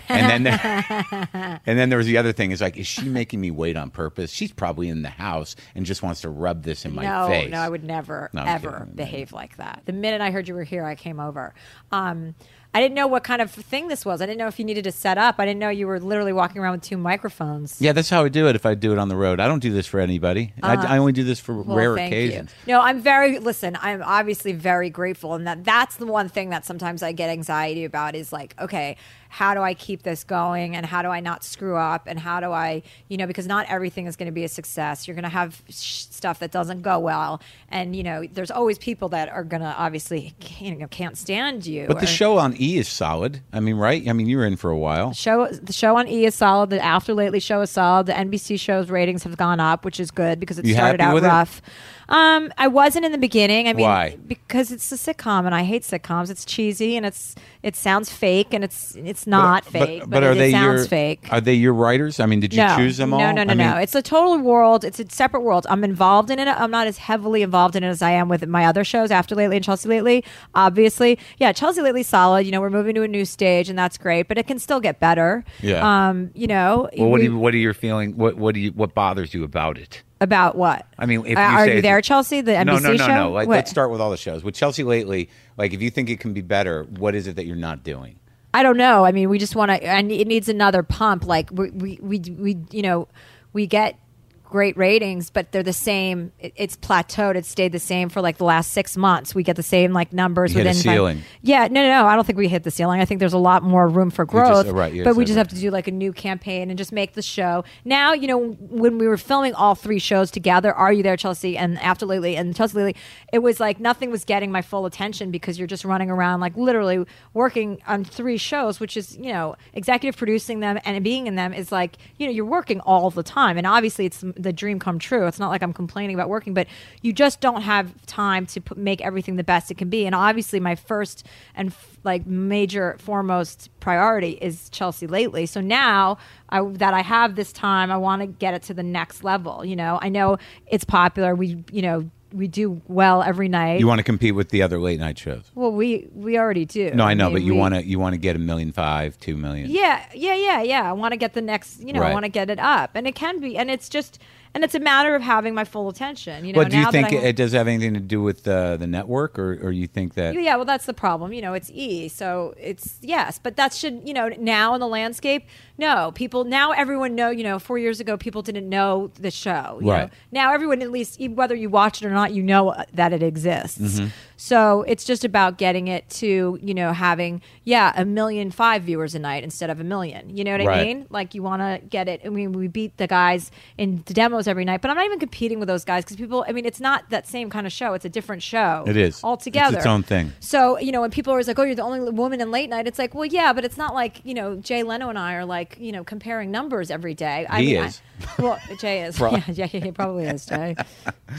[SPEAKER 3] And then there. And then there was the other thing is like, is she making me wait on purpose? She's probably in the house and just wants to rub this in my
[SPEAKER 6] no,
[SPEAKER 3] face.
[SPEAKER 6] No, I would never,
[SPEAKER 3] No, I'm
[SPEAKER 6] ever
[SPEAKER 3] kidding.
[SPEAKER 6] behave like that. The minute I heard you were here, I came over. Um, I didn't know what kind of thing this was. I didn't know if you needed to set up. I didn't know you were literally walking around with two microphones.
[SPEAKER 3] Yeah, that's how I do it. If I do it on the road, I don't do this for anybody. I, I only do this for
[SPEAKER 6] Ah. Well,
[SPEAKER 3] rare
[SPEAKER 6] thank you.
[SPEAKER 3] occasions.
[SPEAKER 6] No, I'm very listen. I'm obviously very grateful, and that that's the one thing that sometimes I get anxiety about is like, okay, how do I keep this going, and how do I not screw up, and how do I, you know, because not everything is going to be a success. You're going to have sh- stuff that doesn't go well, and you know, there's always people that are going to obviously you know, can't stand you.
[SPEAKER 3] But the
[SPEAKER 6] or-
[SPEAKER 3] show on E is solid. I mean, right? I mean, you were in for a while.
[SPEAKER 6] show the show on E is solid. The After Lately show is solid. The NBC show's ratings have gone up, which is good because it
[SPEAKER 3] You
[SPEAKER 6] started
[SPEAKER 3] happy
[SPEAKER 6] out
[SPEAKER 3] with it?
[SPEAKER 6] rough. Um, I wasn't in the beginning. I mean,
[SPEAKER 3] Why?
[SPEAKER 6] Because it's a sitcom, and I hate sitcoms. It's cheesy, and it's it sounds fake, and it's it's not fake. But, it, sounds
[SPEAKER 3] your
[SPEAKER 6] fake.
[SPEAKER 3] Are they your writers? I mean, did you
[SPEAKER 6] no.
[SPEAKER 3] choose them all?
[SPEAKER 6] No, no, no,
[SPEAKER 3] I mean,
[SPEAKER 6] no. It's a total world. It's a separate world. I'm involved in it. I'm not as heavily involved in it as I am with my other shows, After Lately and Chelsea Lately. Obviously, yeah, Chelsea Lately solid. You know, we're moving to a new stage, and that's great. But it can still get better.
[SPEAKER 3] Yeah.
[SPEAKER 6] Um. You know.
[SPEAKER 3] Well, what
[SPEAKER 6] we-
[SPEAKER 3] do you, what are your feeling? What what do you what bothers you about it?
[SPEAKER 6] about what?
[SPEAKER 3] I mean, if
[SPEAKER 6] Uh,
[SPEAKER 3] you
[SPEAKER 6] are
[SPEAKER 3] say
[SPEAKER 6] you there, Chelsea? The NBC
[SPEAKER 3] no, no, no,
[SPEAKER 6] show.
[SPEAKER 3] no. Like,
[SPEAKER 6] What?
[SPEAKER 3] let's start with all the shows. With Chelsea lately, like if you think it can be better, what is it that you're not doing?
[SPEAKER 6] I don't know. I mean, we just want to. And it needs another pump. Like we, we, we, we you know, we get great ratings, but they're the same. It, it's plateaued. It's stayed the same for like the last six months. We get the same like numbers
[SPEAKER 3] You hit a
[SPEAKER 6] within five-
[SPEAKER 3] ceiling.
[SPEAKER 6] yeah, no, no, no. I don't think we hit the ceiling. I think there's a lot more room for
[SPEAKER 3] just-
[SPEAKER 6] growth.
[SPEAKER 3] oh, right, you
[SPEAKER 6] but we
[SPEAKER 3] said
[SPEAKER 6] just
[SPEAKER 3] that.
[SPEAKER 6] have to do like a new campaign and just make the show. Now, you know, when we were filming all three shows together, Are You There, Chelsea? And After Lately and Chelsea Lately, it was like nothing was getting my full attention because you're just running around, like literally working on three shows, which is, you know, executive producing them and being in them is like, you know, you're working all the time. And obviously it's the dream come true. It's not like I'm complaining about working, but you just don't have time to put, make everything the best it can be. And obviously my first and f- like major foremost priority is Chelsea lately. So now I, that I have this time, I want to get it to the next level. You know, I know it's popular. We, you know, we do well every night.
[SPEAKER 3] You want to compete with the other late night shows?
[SPEAKER 6] well, we we already do.
[SPEAKER 3] No, I know,
[SPEAKER 6] mean,
[SPEAKER 3] but you
[SPEAKER 6] we-
[SPEAKER 3] want to you want to get a million five, two million.
[SPEAKER 6] Yeah, yeah, yeah, yeah. I want to get the next. You know,
[SPEAKER 3] Right.
[SPEAKER 6] I want to get it up, and it can be, and it's just, and it's a matter of having my full attention. You know,
[SPEAKER 3] Well, do you
[SPEAKER 6] now
[SPEAKER 3] think
[SPEAKER 6] that I-
[SPEAKER 3] it, does have anything to do with uh, the network, or, or you think that?
[SPEAKER 6] Yeah, well, that's the problem. You know, it's E, so it's yes, but that should you know now in the landscape. No, people now everyone know. You know, four years ago, people didn't know the show. you know.
[SPEAKER 3] Right.
[SPEAKER 6] now, everyone at least e- whether you watch it or not, you know uh, that it exists.
[SPEAKER 3] Mm-hmm.
[SPEAKER 6] So it's just about getting it to you know having yeah a million five viewers a night instead of a million. You know what I
[SPEAKER 3] Right.
[SPEAKER 6] mean? Like you want to get it. I mean, we beat the guys in the demos every night, but I'm not even competing with those guys because people. I mean, it's not that same kind of show. It's a different show.
[SPEAKER 3] It is. It's
[SPEAKER 6] altogether
[SPEAKER 3] its own thing.
[SPEAKER 6] So you know, when people are always like, "Oh, you're the only woman in late night," it's like, well, yeah, but it's not like you know, Jay Leno and I are like you know comparing numbers every day. I
[SPEAKER 3] He
[SPEAKER 6] mean, I-
[SPEAKER 3] is.
[SPEAKER 6] well, Jay is.
[SPEAKER 3] Pro-
[SPEAKER 6] yeah, yeah, he probably is. Jay.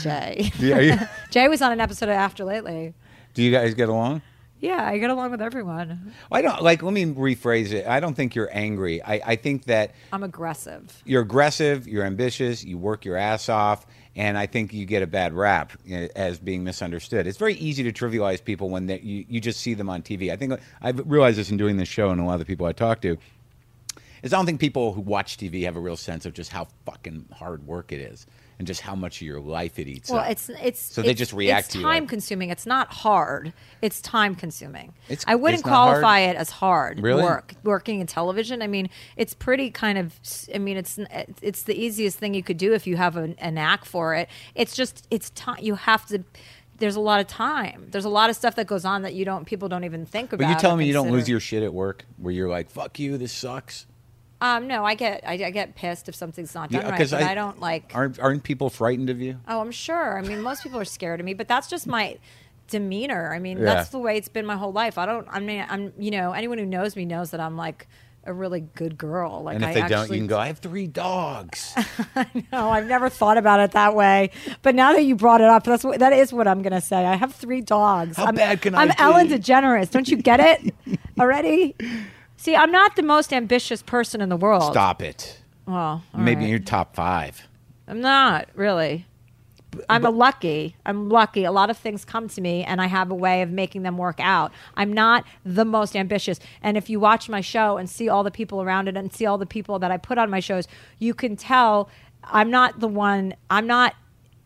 [SPEAKER 6] Jay.
[SPEAKER 3] Yeah, you-
[SPEAKER 6] Jay was on an episode of After Lately.
[SPEAKER 3] do you guys get along?
[SPEAKER 6] Yeah, I get along with everyone.
[SPEAKER 3] I don't like. Let me rephrase it. I don't think you're angry. I, I think that
[SPEAKER 6] I'm aggressive.
[SPEAKER 3] you're aggressive, you're ambitious, you work your ass off, and I think you get a bad rap you know, as being misunderstood. It's very easy to trivialize people when they, you, you just see them on TV. I think I've realized this in doing this show and a lot of the people I talk to is I don't think people who watch TV have a real sense of just how fucking hard work it is and just how much of your life it eats
[SPEAKER 6] Well,
[SPEAKER 3] up.
[SPEAKER 6] it's it's
[SPEAKER 3] so they
[SPEAKER 6] it's-
[SPEAKER 3] just react
[SPEAKER 6] It's
[SPEAKER 3] to you
[SPEAKER 6] time
[SPEAKER 3] like-
[SPEAKER 6] consuming. It's not hard. It's time consuming.
[SPEAKER 3] It's-
[SPEAKER 6] I wouldn't
[SPEAKER 3] it's not hard?
[SPEAKER 6] qualify it as hard
[SPEAKER 3] Really?
[SPEAKER 6] work. Working in television, I mean, it's pretty kind of. I mean, it's it's the easiest thing you could do if you have a, a knack for it. It's just it's time. You have to. There's a lot of time. There's a lot of stuff that goes on that you don't. People don't even think about.
[SPEAKER 3] But you
[SPEAKER 6] or
[SPEAKER 3] telling me you don't lose
[SPEAKER 6] consider.
[SPEAKER 3] your shit at work where you're like, fuck you, this sucks?
[SPEAKER 6] Um, no, I get I, I get pissed if something's not done
[SPEAKER 3] Yeah,
[SPEAKER 6] right.
[SPEAKER 3] 'cause
[SPEAKER 6] But I, don't like.
[SPEAKER 3] Aren't, aren't people frightened of you?
[SPEAKER 6] Oh, I'm sure. I mean, most people are scared of me, but that's just my demeanor. I mean,
[SPEAKER 3] Yeah.
[SPEAKER 6] that's the way it's been my whole life. I don't. I mean, I'm. You know, anyone who knows me knows that I'm like a really good girl. Like,
[SPEAKER 3] And if
[SPEAKER 6] I
[SPEAKER 3] they
[SPEAKER 6] actually,
[SPEAKER 3] don't, you can go, I have three dogs.
[SPEAKER 6] No, I've never thought about it that way. But now that you brought it up, that's what that is what I'm gonna say. I have three dogs.
[SPEAKER 3] How
[SPEAKER 6] I'm,
[SPEAKER 3] bad can I
[SPEAKER 6] I'm Ellen
[SPEAKER 3] be?
[SPEAKER 6] DeGeneres. Don't you get it already? See, I'm not the most ambitious person in the world.
[SPEAKER 3] Stop it.
[SPEAKER 6] Well, all
[SPEAKER 3] Maybe
[SPEAKER 6] right.
[SPEAKER 3] in your top five.
[SPEAKER 6] I'm not really. I'm a lucky. I'm lucky. A lot of things come to me, and I have a way of making them work out. I'm not the most ambitious. And if you watch my show and see all the people around it and see all the people that I put on my shows, you can tell I'm not the one. I'm not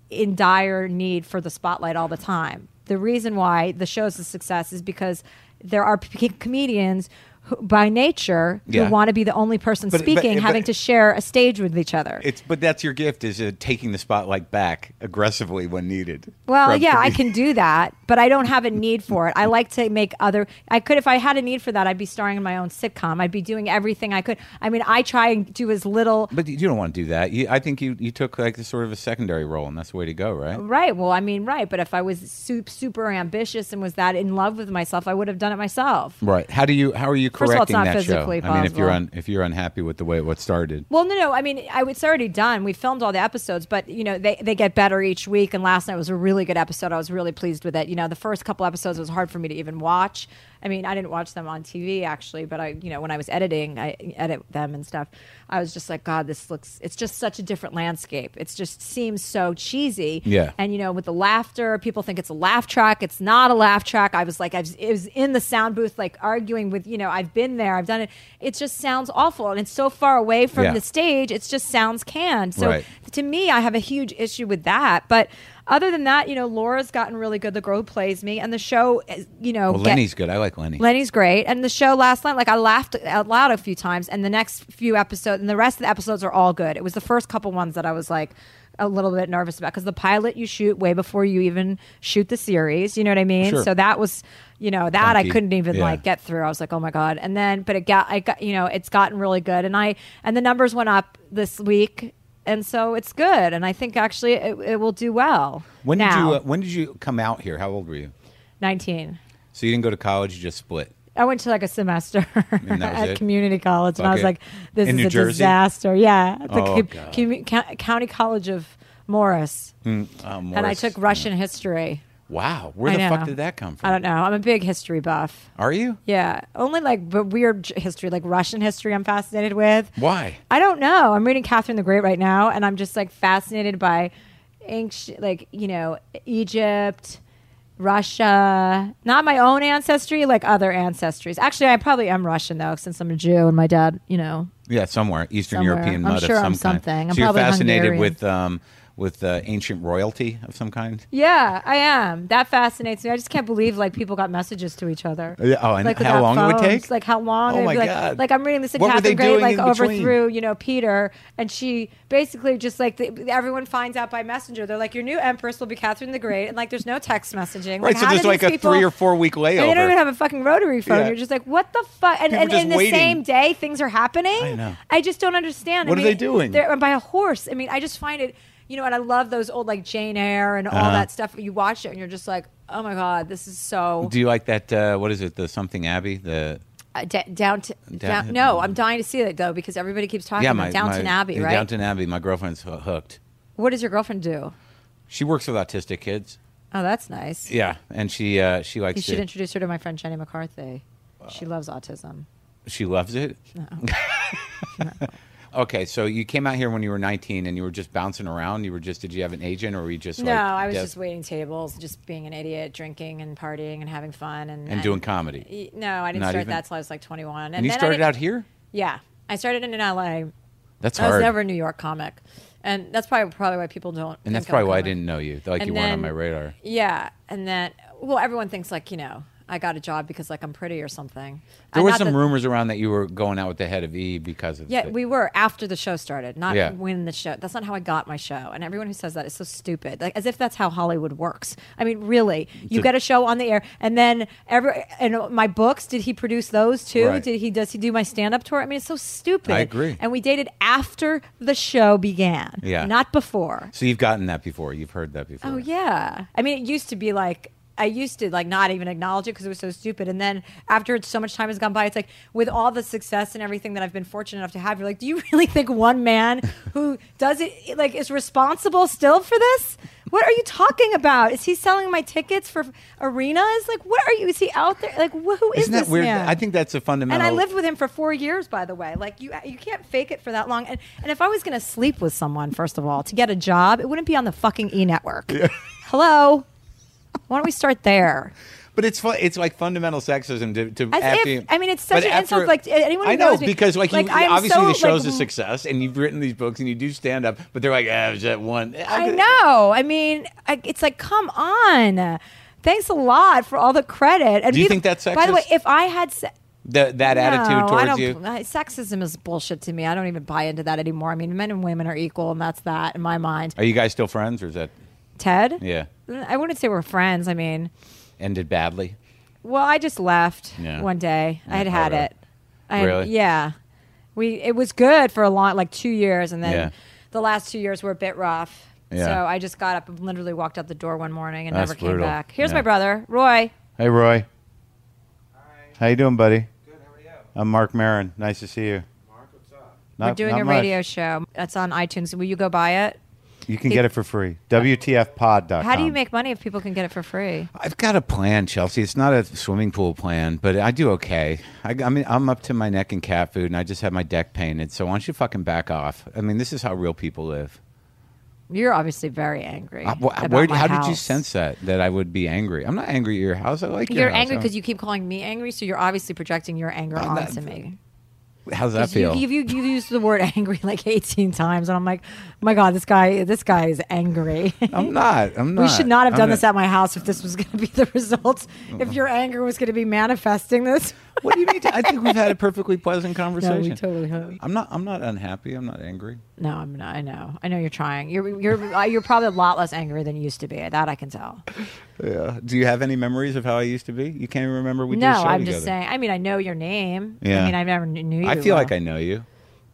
[SPEAKER 6] in dire need for the spotlight all the time. The reason why the show's a success is because there are p- comedians who, by nature,
[SPEAKER 3] Yeah.
[SPEAKER 6] who want to be the only person
[SPEAKER 3] But- but-
[SPEAKER 6] speaking,
[SPEAKER 3] but-
[SPEAKER 6] having to share a stage with each other.
[SPEAKER 3] It's but that's your gift is uh, taking the spotlight back aggressively when needed.
[SPEAKER 6] Well,
[SPEAKER 3] From-
[SPEAKER 6] yeah, I can do that, but I don't have a need for it. I like to make other. I could, if I had a need for that, I'd be starring in my own sitcom. I'd be doing everything I could. I mean, I try and do as little.
[SPEAKER 3] But you don't want to do that. You, I think you, you took like sort of a secondary role, and that's the way to go, right?
[SPEAKER 6] Right. Well, I mean, right. But if I was super, super ambitious and was that in love with myself, I would have done it myself.
[SPEAKER 3] Right. How do you? How are you
[SPEAKER 6] First of all, it's
[SPEAKER 3] correcting
[SPEAKER 6] not
[SPEAKER 3] that show.
[SPEAKER 6] physically
[SPEAKER 3] I mean, if you're
[SPEAKER 6] possible.
[SPEAKER 3] un, if you're unhappy with the way what started,
[SPEAKER 6] Well, no, no. I mean, I, it's already done. We filmed all the episodes, but you know, they, they get better each week. And last night was a really good episode. I was really pleased with it. You know, the first couple episodes was hard for me to even watch. I mean, I didn't watch them on TV actually, but I, you know, when I was editing, I edit them and stuff. I was just like, God, this looks. It's just such a different landscape. It just seems so cheesy.
[SPEAKER 3] Yeah.
[SPEAKER 6] And you know, with the laughter, people think it's a laugh track. It's not a laugh track. I was like, I was, it was in the sound booth, like arguing with, you know, I've been there, I've done it. It just sounds awful, and it's so far away from
[SPEAKER 3] Yeah.
[SPEAKER 6] the stage. It just sounds canned. So
[SPEAKER 3] Right.
[SPEAKER 6] to me, I have a huge issue with that. But other than that, you know, Laura's gotten really good. The girl who plays me, and the show, is, you know,
[SPEAKER 3] well,
[SPEAKER 6] get-
[SPEAKER 3] Lenny's good. I like Lenny.
[SPEAKER 6] Lenny's great. And the show last night, like I laughed out loud a few times. And the next few episodes, and the rest of the episodes are all good. It was the first couple ones that I was like a little bit nervous about because the pilot you shoot way before you even shoot the series. You know what I mean?
[SPEAKER 3] Sure.
[SPEAKER 6] So that was, you know, that
[SPEAKER 3] Funky.
[SPEAKER 6] I couldn't even
[SPEAKER 3] Yeah.
[SPEAKER 6] like get through. I was like, oh my god. And then, but it got, I got, you know, it's gotten really good. And I and the numbers went up this week. And so it's good, and I think actually it, it will do well.
[SPEAKER 3] when did
[SPEAKER 6] now.
[SPEAKER 3] you uh, when did you come out here? How old were you?
[SPEAKER 6] Nineteen.
[SPEAKER 3] So you didn't go to college. You just split.
[SPEAKER 6] I went to like a semester
[SPEAKER 3] And that was
[SPEAKER 6] at
[SPEAKER 3] it?
[SPEAKER 6] community college, and I was
[SPEAKER 3] Okay.
[SPEAKER 6] like, "This
[SPEAKER 3] In
[SPEAKER 6] is
[SPEAKER 3] New
[SPEAKER 6] a
[SPEAKER 3] Jersey?
[SPEAKER 6] disaster." Yeah, at the
[SPEAKER 3] Oh,
[SPEAKER 6] co-
[SPEAKER 3] God.
[SPEAKER 6] commu- co- county college of Morris,
[SPEAKER 3] Um,
[SPEAKER 6] and I took Russian history.
[SPEAKER 3] Wow, where
[SPEAKER 6] I
[SPEAKER 3] the
[SPEAKER 6] know.
[SPEAKER 3] fuck did that come from?
[SPEAKER 6] I don't know. I'm a big history buff.
[SPEAKER 3] Are you?
[SPEAKER 6] Yeah, only like but weird j- history, like Russian history. I'm fascinated with.
[SPEAKER 3] Why?
[SPEAKER 6] I don't know. I'm reading Catherine the Great right now, and I'm just like fascinated by ancient, like you know, Egypt, Russia. Not my own ancestry, like other ancestries. Actually, I probably am Russian though, since I'm a Jew and my dad, you know.
[SPEAKER 3] Yeah, somewhere Eastern
[SPEAKER 6] Somewhere.
[SPEAKER 3] European
[SPEAKER 6] I'm
[SPEAKER 3] mud
[SPEAKER 6] sure
[SPEAKER 3] of
[SPEAKER 6] I'm
[SPEAKER 3] some kind.
[SPEAKER 6] something. I'm
[SPEAKER 3] so you're
[SPEAKER 6] probably
[SPEAKER 3] fascinated
[SPEAKER 6] Hungarian.
[SPEAKER 3] with um, with uh, ancient royalty of some kind.
[SPEAKER 6] Yeah, I am. That fascinates me. I just can't believe like people got messages to each other.
[SPEAKER 3] Yeah, oh, and
[SPEAKER 6] like
[SPEAKER 3] how
[SPEAKER 6] without
[SPEAKER 3] long it would
[SPEAKER 6] phones.
[SPEAKER 3] take?
[SPEAKER 6] Like how long?
[SPEAKER 3] Oh,
[SPEAKER 6] it'd
[SPEAKER 3] my
[SPEAKER 6] be like,
[SPEAKER 3] God.
[SPEAKER 6] Like I'm reading this, and
[SPEAKER 3] What were
[SPEAKER 6] Catherine
[SPEAKER 3] they
[SPEAKER 6] Great
[SPEAKER 3] doing
[SPEAKER 6] like
[SPEAKER 3] in between?
[SPEAKER 6] overthrew you know Peter, and she basically just like the, everyone finds out by messenger. They're like, your new empress will be Catherine the Great, and like there's no text messaging.
[SPEAKER 3] Right, so
[SPEAKER 6] how do
[SPEAKER 3] there's like
[SPEAKER 6] these
[SPEAKER 3] a
[SPEAKER 6] people-
[SPEAKER 3] three or four week
[SPEAKER 6] And They don't
[SPEAKER 3] layover.
[SPEAKER 6] even have a fucking rotary phone.
[SPEAKER 3] Yeah.
[SPEAKER 6] You're just like, what the fuck? And,
[SPEAKER 3] People
[SPEAKER 6] and
[SPEAKER 3] just
[SPEAKER 6] in the
[SPEAKER 3] waiting.
[SPEAKER 6] same day, things are happening.
[SPEAKER 3] I know.
[SPEAKER 6] I just don't understand.
[SPEAKER 3] What
[SPEAKER 6] I
[SPEAKER 3] are
[SPEAKER 6] mean,
[SPEAKER 3] they doing?
[SPEAKER 6] They're uh, by a horse. I mean, I just find it, you know, and I love those old like Jane Eyre and all
[SPEAKER 3] Uh-huh.
[SPEAKER 6] that stuff. You watch it and you're just like, oh my god, this is so
[SPEAKER 3] Do you like that? Uh, what is it? The something Abbey? The
[SPEAKER 6] uh, da- down to
[SPEAKER 3] Down-
[SPEAKER 6] down- No, I'm dying to see it though because everybody keeps talking
[SPEAKER 3] yeah,
[SPEAKER 6] about
[SPEAKER 3] my
[SPEAKER 6] Downton
[SPEAKER 3] my-
[SPEAKER 6] Abbey,
[SPEAKER 3] yeah,
[SPEAKER 6] right?
[SPEAKER 3] Downton Abbey. My girlfriend's hoo- hooked.
[SPEAKER 6] what does your girlfriend do?
[SPEAKER 3] She works with autistic kids.
[SPEAKER 6] Oh, that's nice.
[SPEAKER 3] Yeah, and she uh, she likes
[SPEAKER 6] You should
[SPEAKER 3] it.
[SPEAKER 6] introduce her to my friend Jenny McCarthy. She loves autism.
[SPEAKER 3] she loves it. okay, so you came out here when you were 19, and you were just bouncing around. You were just did you have an agent, or were you just
[SPEAKER 6] no,
[SPEAKER 3] like,
[SPEAKER 6] I was
[SPEAKER 3] dev-
[SPEAKER 6] just waiting tables, just being an idiot, drinking and partying and having fun and
[SPEAKER 3] and doing comedy.
[SPEAKER 6] y- No, I didn't
[SPEAKER 3] Not
[SPEAKER 6] start
[SPEAKER 3] even?
[SPEAKER 6] that till I was like 21. And,
[SPEAKER 3] And you
[SPEAKER 6] then I
[SPEAKER 3] started
[SPEAKER 6] didn't-
[SPEAKER 3] out here.
[SPEAKER 6] Yeah, I started in LA.
[SPEAKER 3] That's
[SPEAKER 6] I
[SPEAKER 3] hard.
[SPEAKER 6] was never a New York comic, and that's probably probably why people don't.
[SPEAKER 3] and that's
[SPEAKER 6] think I'm a
[SPEAKER 3] probably why I
[SPEAKER 6] comic.
[SPEAKER 3] didn't know you. Like
[SPEAKER 6] And
[SPEAKER 3] you weren't on
[SPEAKER 6] then-
[SPEAKER 3] my radar.
[SPEAKER 6] Yeah, and then well, everyone thinks like you know I got a job because like I'm pretty or something.
[SPEAKER 3] There
[SPEAKER 6] And
[SPEAKER 3] were
[SPEAKER 6] not
[SPEAKER 3] some
[SPEAKER 6] that-
[SPEAKER 3] rumors around that you were going out with the head of E because of
[SPEAKER 6] Yeah,
[SPEAKER 3] it.
[SPEAKER 6] we were after the show started, not
[SPEAKER 3] Yeah.
[SPEAKER 6] when the show. That's not how I got my show. And everyone who says that is so stupid. Like as if that's how Hollywood works. I mean, really, you
[SPEAKER 3] a-
[SPEAKER 6] get a show on the air, and then every and my books. Did he produce those too?
[SPEAKER 3] Right.
[SPEAKER 6] Did he does he do my stand up tour? I mean, it's so stupid.
[SPEAKER 3] I agree.
[SPEAKER 6] And we dated after the show began.
[SPEAKER 3] Yeah.
[SPEAKER 6] not before.
[SPEAKER 3] So you've gotten that before. You've heard that before.
[SPEAKER 6] Oh yeah. I mean, it used to be like I used to like not even acknowledge it because it was so stupid. And then after so much time has gone by, it's like with all the success and everything that I've been fortunate enough to have, you're like, do you really think one man who does it like is responsible still for this? What are you talking about? Is he selling my tickets for arenas? Like, what are you? Is he out there? Like, wh- who is
[SPEAKER 3] Isn't that
[SPEAKER 6] this
[SPEAKER 3] weird?
[SPEAKER 6] man?
[SPEAKER 3] I think that's a fundamental.
[SPEAKER 6] And I lived with him for four years, by the way. Like you, you can't fake it for that long. And and if I was going to sleep with someone, first of all, to get a job, it wouldn't be on the fucking E Network. Hello. Why don't we start there?
[SPEAKER 3] But it's fu- it's like fundamental sexism to. to
[SPEAKER 6] As
[SPEAKER 3] after
[SPEAKER 6] if-
[SPEAKER 3] you-
[SPEAKER 6] I mean, it's such
[SPEAKER 3] but
[SPEAKER 6] an insult, like, to anyone who
[SPEAKER 3] I know
[SPEAKER 6] knows me-
[SPEAKER 3] because like,
[SPEAKER 6] like,
[SPEAKER 3] you,
[SPEAKER 6] I'm
[SPEAKER 3] obviously
[SPEAKER 6] so,
[SPEAKER 3] the show's
[SPEAKER 6] like,
[SPEAKER 3] a success and you've written these books and you do stand up, but they're like, ah, it was that one. How
[SPEAKER 6] I
[SPEAKER 3] could-
[SPEAKER 6] know. I mean, I, it's like, come on. Thanks a lot for all the credit. And
[SPEAKER 3] Do you
[SPEAKER 6] be-
[SPEAKER 3] think that's
[SPEAKER 6] By the way,
[SPEAKER 3] sexist?
[SPEAKER 6] if I had. Se-
[SPEAKER 3] The, that
[SPEAKER 6] No,
[SPEAKER 3] attitude
[SPEAKER 6] I
[SPEAKER 3] towards
[SPEAKER 6] don't,
[SPEAKER 3] you.
[SPEAKER 6] I- Sexism is bullshit to me. I don't even buy into that anymore. I mean, men and women are equal, and that's that in my mind.
[SPEAKER 3] Are you guys still friends, or is that
[SPEAKER 6] Ted?
[SPEAKER 3] yeah
[SPEAKER 6] I wouldn't say we're friends. I mean,
[SPEAKER 3] ended badly?
[SPEAKER 6] well, I just left
[SPEAKER 3] Yeah.
[SPEAKER 6] one day. I had
[SPEAKER 3] Yeah,
[SPEAKER 6] had
[SPEAKER 3] right.
[SPEAKER 6] it. I had-
[SPEAKER 3] Really?
[SPEAKER 6] yeah. We it was good for a long like 2 years and then
[SPEAKER 3] Yeah.
[SPEAKER 6] the last 2 years were a bit rough.
[SPEAKER 3] Yeah.
[SPEAKER 6] So I just got up and literally walked out the door one morning and
[SPEAKER 3] That's
[SPEAKER 6] never came
[SPEAKER 3] brutal.
[SPEAKER 6] back. Here's
[SPEAKER 3] Yeah.
[SPEAKER 6] my brother, Roy.
[SPEAKER 7] Hey, Roy. How you doing, buddy? I'm Mark Marin. Nice to see you. Not-
[SPEAKER 6] We're doing
[SPEAKER 7] not
[SPEAKER 6] a
[SPEAKER 7] much.
[SPEAKER 6] radio show. That's on iTunes. Will you go buy it?
[SPEAKER 7] You can get it for free. WTFpod.com.
[SPEAKER 6] How do
[SPEAKER 3] Um,
[SPEAKER 6] you make money if people can get it for free?
[SPEAKER 3] I've got a plan, Chelsea. It's not a swimming pool plan, but I do okay. I, I mean, I'm up to my neck in cat food, and I just have my deck painted. So why don't you fucking back off? I mean, this is how real people live.
[SPEAKER 6] You're obviously very angry.
[SPEAKER 3] Uh, wh-
[SPEAKER 6] about
[SPEAKER 3] where-
[SPEAKER 6] my
[SPEAKER 3] how did you
[SPEAKER 6] house.
[SPEAKER 3] sense that that I would be angry? I'm not angry at your house. I like your
[SPEAKER 6] You're
[SPEAKER 3] house. Uh,
[SPEAKER 6] angry because you keep calling me angry, so you're obviously projecting your anger
[SPEAKER 3] not-
[SPEAKER 6] onto me.
[SPEAKER 3] How's that
[SPEAKER 6] 'Cause you-
[SPEAKER 3] feel?
[SPEAKER 6] You, you, you used the word angry like 18 times, and I'm like, "Oh my God, this guy, this guy is angry.
[SPEAKER 3] I'm not. I'm not.
[SPEAKER 6] We should not have
[SPEAKER 3] I'm
[SPEAKER 6] done this at my house if this was going to be the result. If your anger was going to be manifesting this,
[SPEAKER 3] What do you mean? I think we've had a perfectly pleasant conversation.
[SPEAKER 6] totally have.
[SPEAKER 3] I'm not. I'm not unhappy. I'm not angry.
[SPEAKER 6] no, I'm not. I know. I know you're trying. You're you're uh, you're probably a lot less angry than you used to be. That I can tell.
[SPEAKER 3] Yeah. Do you have any memories of how I used to be? You can't even remember we did a
[SPEAKER 6] no,
[SPEAKER 3] show
[SPEAKER 6] I'm
[SPEAKER 3] together.
[SPEAKER 6] just saying. I mean, I know your name.
[SPEAKER 3] Yeah.
[SPEAKER 6] I mean, I never kn- knew you.
[SPEAKER 3] I feel
[SPEAKER 6] well.
[SPEAKER 3] like I know you,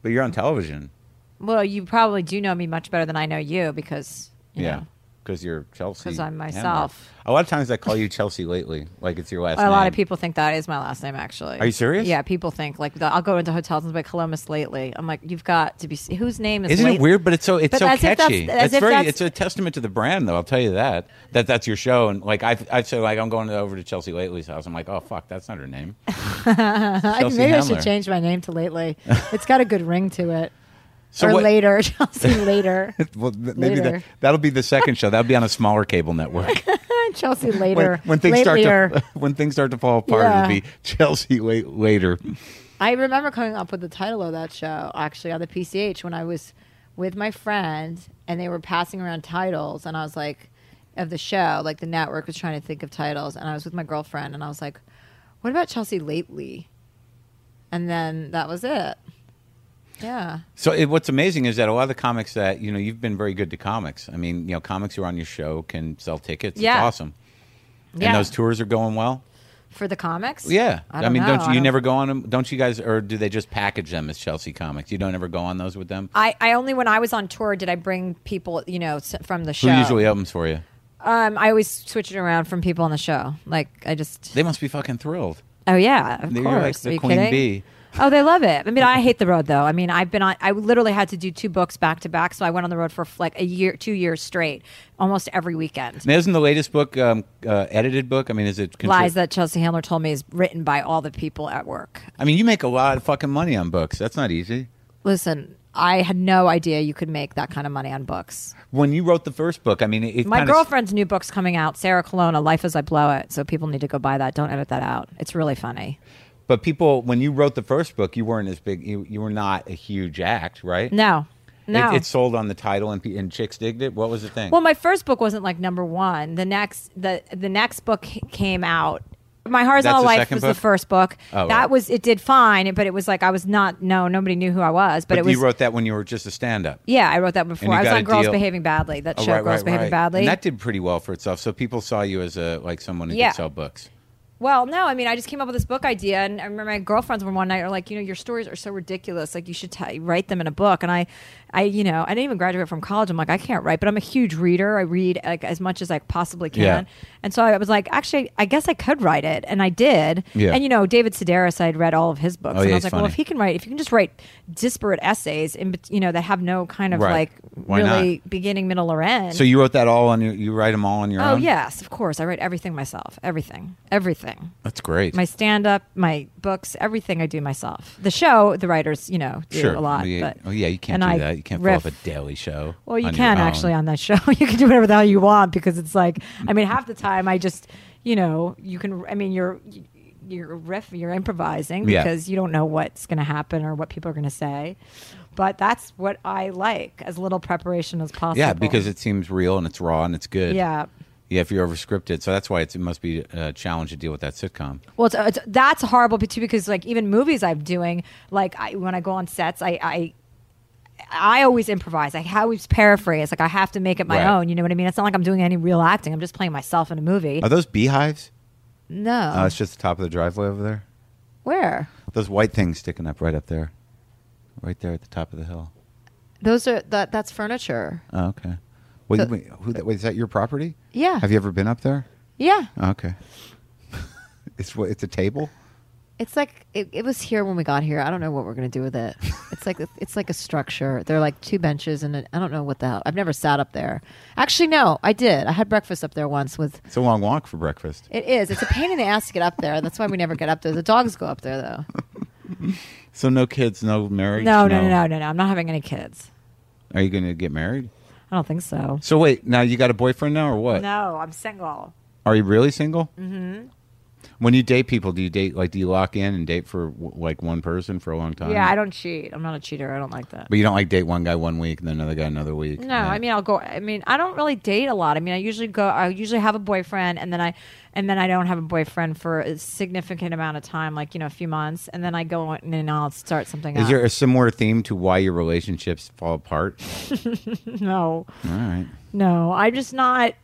[SPEAKER 3] but you're on television.
[SPEAKER 6] Well, you probably do know me much better than I know you because you
[SPEAKER 3] Yeah.
[SPEAKER 6] know,
[SPEAKER 3] Because you're Chelsea.
[SPEAKER 6] 'Cause I'm
[SPEAKER 3] Handler.
[SPEAKER 6] myself.
[SPEAKER 3] A lot of times I call you Chelsea lately, like it's your last name.
[SPEAKER 6] A lot of people think that is my last name, actually.
[SPEAKER 3] Are you serious?
[SPEAKER 6] Yeah, people think like the, I'll go into hotels and be like, "Hello, Miss Lately." I'm like, "You've got to be s- whose name is?"
[SPEAKER 3] Isn't it
[SPEAKER 6] Late-"
[SPEAKER 3] weird? But it's so it's
[SPEAKER 6] But
[SPEAKER 3] so
[SPEAKER 6] as if that's-
[SPEAKER 3] catchy.
[SPEAKER 6] as
[SPEAKER 3] It's
[SPEAKER 6] if
[SPEAKER 3] very
[SPEAKER 6] that's-
[SPEAKER 3] it's a testament to the brand, though. I'll tell you that that that's your show. And like I I said, like I'm going over to Chelsea Lately's house. I'm like, oh fuck, that's not her name.
[SPEAKER 6] I-
[SPEAKER 3] Chelsea
[SPEAKER 6] maybe I
[SPEAKER 3] Handler.
[SPEAKER 6] should change my name to Lately. it's got a good ring to it.
[SPEAKER 3] So
[SPEAKER 6] or
[SPEAKER 3] what-
[SPEAKER 6] later, Chelsea later,
[SPEAKER 3] Well, th- maybe that,
[SPEAKER 6] Later.
[SPEAKER 3] that'll be the second show. That'll be on a smaller cable network.
[SPEAKER 6] Chelsea
[SPEAKER 3] when,
[SPEAKER 6] later.
[SPEAKER 3] when things start
[SPEAKER 6] Latelier.
[SPEAKER 3] to when things start to fall apart, it'll
[SPEAKER 6] Yeah.
[SPEAKER 3] be Chelsea late, later.
[SPEAKER 6] I remember coming up with the title of that show actually on the PCH when I was with my friend and they were passing around titles and I was like of the show like the network was trying to think of titles and I was with my girlfriend and I was like what about Chelsea lately and then that was it yeah
[SPEAKER 3] So it, what's amazing is that a lot of the comics that you know you've been very good to comics. I mean, you know, comics who are on your show can sell tickets.
[SPEAKER 6] Yeah.
[SPEAKER 3] It's awesome.
[SPEAKER 6] Yeah.
[SPEAKER 3] And those tours are going well.
[SPEAKER 6] for the comics
[SPEAKER 3] Yeah,
[SPEAKER 6] I, don't
[SPEAKER 3] mean,
[SPEAKER 6] know.
[SPEAKER 3] don't you,
[SPEAKER 6] I
[SPEAKER 3] you never go on them? Don't you guys, or do they just package them as Chelsea comics? You don't ever go on those with them.
[SPEAKER 6] I, I only when I was on tour did I bring people you know s- from the show
[SPEAKER 3] Who usually opens for you?
[SPEAKER 6] um I always switch it around from people on the show like I just
[SPEAKER 3] They must be fucking thrilled.
[SPEAKER 6] Oh yeah, of
[SPEAKER 3] You're like
[SPEAKER 6] course.
[SPEAKER 3] the
[SPEAKER 6] Are you
[SPEAKER 3] queen
[SPEAKER 6] kidding?
[SPEAKER 3] bee.
[SPEAKER 6] Oh, they love it. I mean, I hate the road though. I mean, I've been on. I literally had to do two books back to back, so I went on the road for like a year, two years straight, almost every weekend.
[SPEAKER 3] Now, isn't the latest book um, uh, edited book? I mean, is it? contri-
[SPEAKER 6] Lies that Chelsea Handler told me is written by all the people at work.
[SPEAKER 3] I mean, you make a lot of fucking money on books. That's not easy.
[SPEAKER 6] Listen, I had no idea you could make that kind of money on books.
[SPEAKER 3] When you wrote the first book, I mean, it
[SPEAKER 6] My
[SPEAKER 3] kinda-
[SPEAKER 6] girlfriend's new book's coming out, Sarah Colonna, Life as I Blow It. So people need to go buy that. Don't edit that out. It's really funny.
[SPEAKER 3] But people, when you wrote the first book, you weren't as big. You, you were not a huge act, right?
[SPEAKER 6] No, no.
[SPEAKER 3] It, it sold on the title, and, pe- and chicks digged it. What was the thing?
[SPEAKER 6] Well, my first book wasn't like number one. The next the the next book c- came out. My
[SPEAKER 3] That's
[SPEAKER 6] horizontal
[SPEAKER 3] the
[SPEAKER 6] life
[SPEAKER 3] second
[SPEAKER 6] was
[SPEAKER 3] book?
[SPEAKER 6] the first book.
[SPEAKER 3] Oh,
[SPEAKER 6] that
[SPEAKER 3] right.
[SPEAKER 6] was it did fine, but it was like I was not no nobody knew who I was. But,
[SPEAKER 3] but
[SPEAKER 6] it was
[SPEAKER 3] you wrote that when you were just a stand-up.
[SPEAKER 6] yeah I wrote that before.
[SPEAKER 3] you
[SPEAKER 6] I was
[SPEAKER 3] got
[SPEAKER 6] on
[SPEAKER 3] a
[SPEAKER 6] Girls
[SPEAKER 3] deal.
[SPEAKER 6] Behaving Badly. That
[SPEAKER 3] Oh,
[SPEAKER 6] show
[SPEAKER 3] right,
[SPEAKER 6] Girls
[SPEAKER 3] right,
[SPEAKER 6] Behaving
[SPEAKER 3] right.
[SPEAKER 6] Badly.
[SPEAKER 3] And that did pretty well for itself. So people saw you as a like someone who
[SPEAKER 6] Yeah.
[SPEAKER 3] could sell books.
[SPEAKER 6] Well, no, I mean, I just came up with this book idea, and I remember my girlfriends were one night are like, you know, your stories are so ridiculous, like you should t- write them in a book. And I, I, you know, I didn't even graduate from college. I'm like, I can't write, but I'm a huge reader. I read like as much as I possibly can.
[SPEAKER 3] Yeah.
[SPEAKER 6] And so I was like, actually, I guess I could write it, and I did.
[SPEAKER 3] Yeah.
[SPEAKER 6] And you know, David Sedaris, I had read all of his books,
[SPEAKER 3] Oh,
[SPEAKER 6] and
[SPEAKER 3] yeah,
[SPEAKER 6] I was
[SPEAKER 3] he's
[SPEAKER 6] like, well,
[SPEAKER 3] funny.
[SPEAKER 6] if he can write, if you can just write disparate essays, in bet- you know, that have no kind of
[SPEAKER 3] Right.
[SPEAKER 6] like
[SPEAKER 3] Why
[SPEAKER 6] really
[SPEAKER 3] not?
[SPEAKER 6] beginning, middle, or end.
[SPEAKER 3] So you wrote that all on your. You write them all on your
[SPEAKER 6] Oh
[SPEAKER 3] own.
[SPEAKER 6] yes, of course. I write everything myself. Everything. Everything
[SPEAKER 3] that's great.
[SPEAKER 6] my stand up, my books, everything I do myself. The show, the writers, you know, do
[SPEAKER 3] sure,
[SPEAKER 6] a lot.
[SPEAKER 3] Yeah.
[SPEAKER 6] but,
[SPEAKER 3] oh yeah, you can't
[SPEAKER 6] and
[SPEAKER 3] do
[SPEAKER 6] I
[SPEAKER 3] that. You can't
[SPEAKER 6] riff.
[SPEAKER 3] pull up a daily show.
[SPEAKER 6] Well, you
[SPEAKER 3] on your
[SPEAKER 6] can
[SPEAKER 3] own.
[SPEAKER 6] actually on that show. you can do whatever the hell you want because it's like, I mean, half the time I just, you know, you can. I mean, you're you're riff, you're improvising
[SPEAKER 3] Yeah.
[SPEAKER 6] because you don't know what's going to happen or what people are going to say. But that's what I like, as little preparation as possible.
[SPEAKER 3] Yeah, because it seems real and it's raw and it's good.
[SPEAKER 6] yeah.
[SPEAKER 3] Yeah, if you're over scripted, so that's why it's, it must be a challenge to deal with that sitcom.
[SPEAKER 6] Well, it's, it's, that's horrible too because like even movies I'm doing, like I, when I go on sets, I. I I always improvise. I always paraphrase. Like I have to make it my
[SPEAKER 3] Right.
[SPEAKER 6] own. You know what I mean? It's not like I'm doing any real acting. I'm just playing myself in a movie.
[SPEAKER 3] Are those beehives?
[SPEAKER 6] no,
[SPEAKER 3] Oh, it's just the top of the driveway over there.
[SPEAKER 6] where
[SPEAKER 3] Those white things sticking up right up there, right there at the top of the hill.
[SPEAKER 6] those are that that's furniture.
[SPEAKER 3] Oh, okay. Wait,
[SPEAKER 6] So-
[SPEAKER 3] wait, who, wait, is that your property?
[SPEAKER 6] Yeah.
[SPEAKER 3] Have you ever been up there?
[SPEAKER 6] Yeah.
[SPEAKER 3] Okay. it's what? It's a table.
[SPEAKER 6] It's like it, it was here when we got here. I don't know what we're gonna do with it. It's like it's like a structure. There are like two benches, and I I don't know what the hell. I've never sat up there. Actually, no, I did. I had breakfast up there once with.
[SPEAKER 3] It's a long walk for breakfast.
[SPEAKER 6] It is. It's a pain in the ass to get up there. That's why we never get up there. The dogs go up there though.
[SPEAKER 3] So no kids, no marriage.
[SPEAKER 6] No, no, no, no, no, no. I'm not having any kids.
[SPEAKER 3] Are you going to get married?
[SPEAKER 6] I don't think so.
[SPEAKER 3] So wait, now you got a boyfriend now or what?
[SPEAKER 6] No, I'm single.
[SPEAKER 3] Are you really single? Mm-hmm. When you date people, do you date like do you lock in and date for w- like one person for a long time?
[SPEAKER 6] Yeah, I don't cheat. I'm not a cheater. I don't like that.
[SPEAKER 3] But you don't like date one guy one week and then another guy another week.
[SPEAKER 6] No, I mean I'll go. I mean I don't really date a lot. I mean I usually go. I usually have a boyfriend, and then I, and then I don't have a boyfriend for a significant amount of time, like you know a few months, and then I go on and then I'll start something.
[SPEAKER 3] Is
[SPEAKER 6] up.
[SPEAKER 3] there a similar theme to why your relationships fall apart?
[SPEAKER 6] no,
[SPEAKER 3] All right.
[SPEAKER 6] no. I'm just not.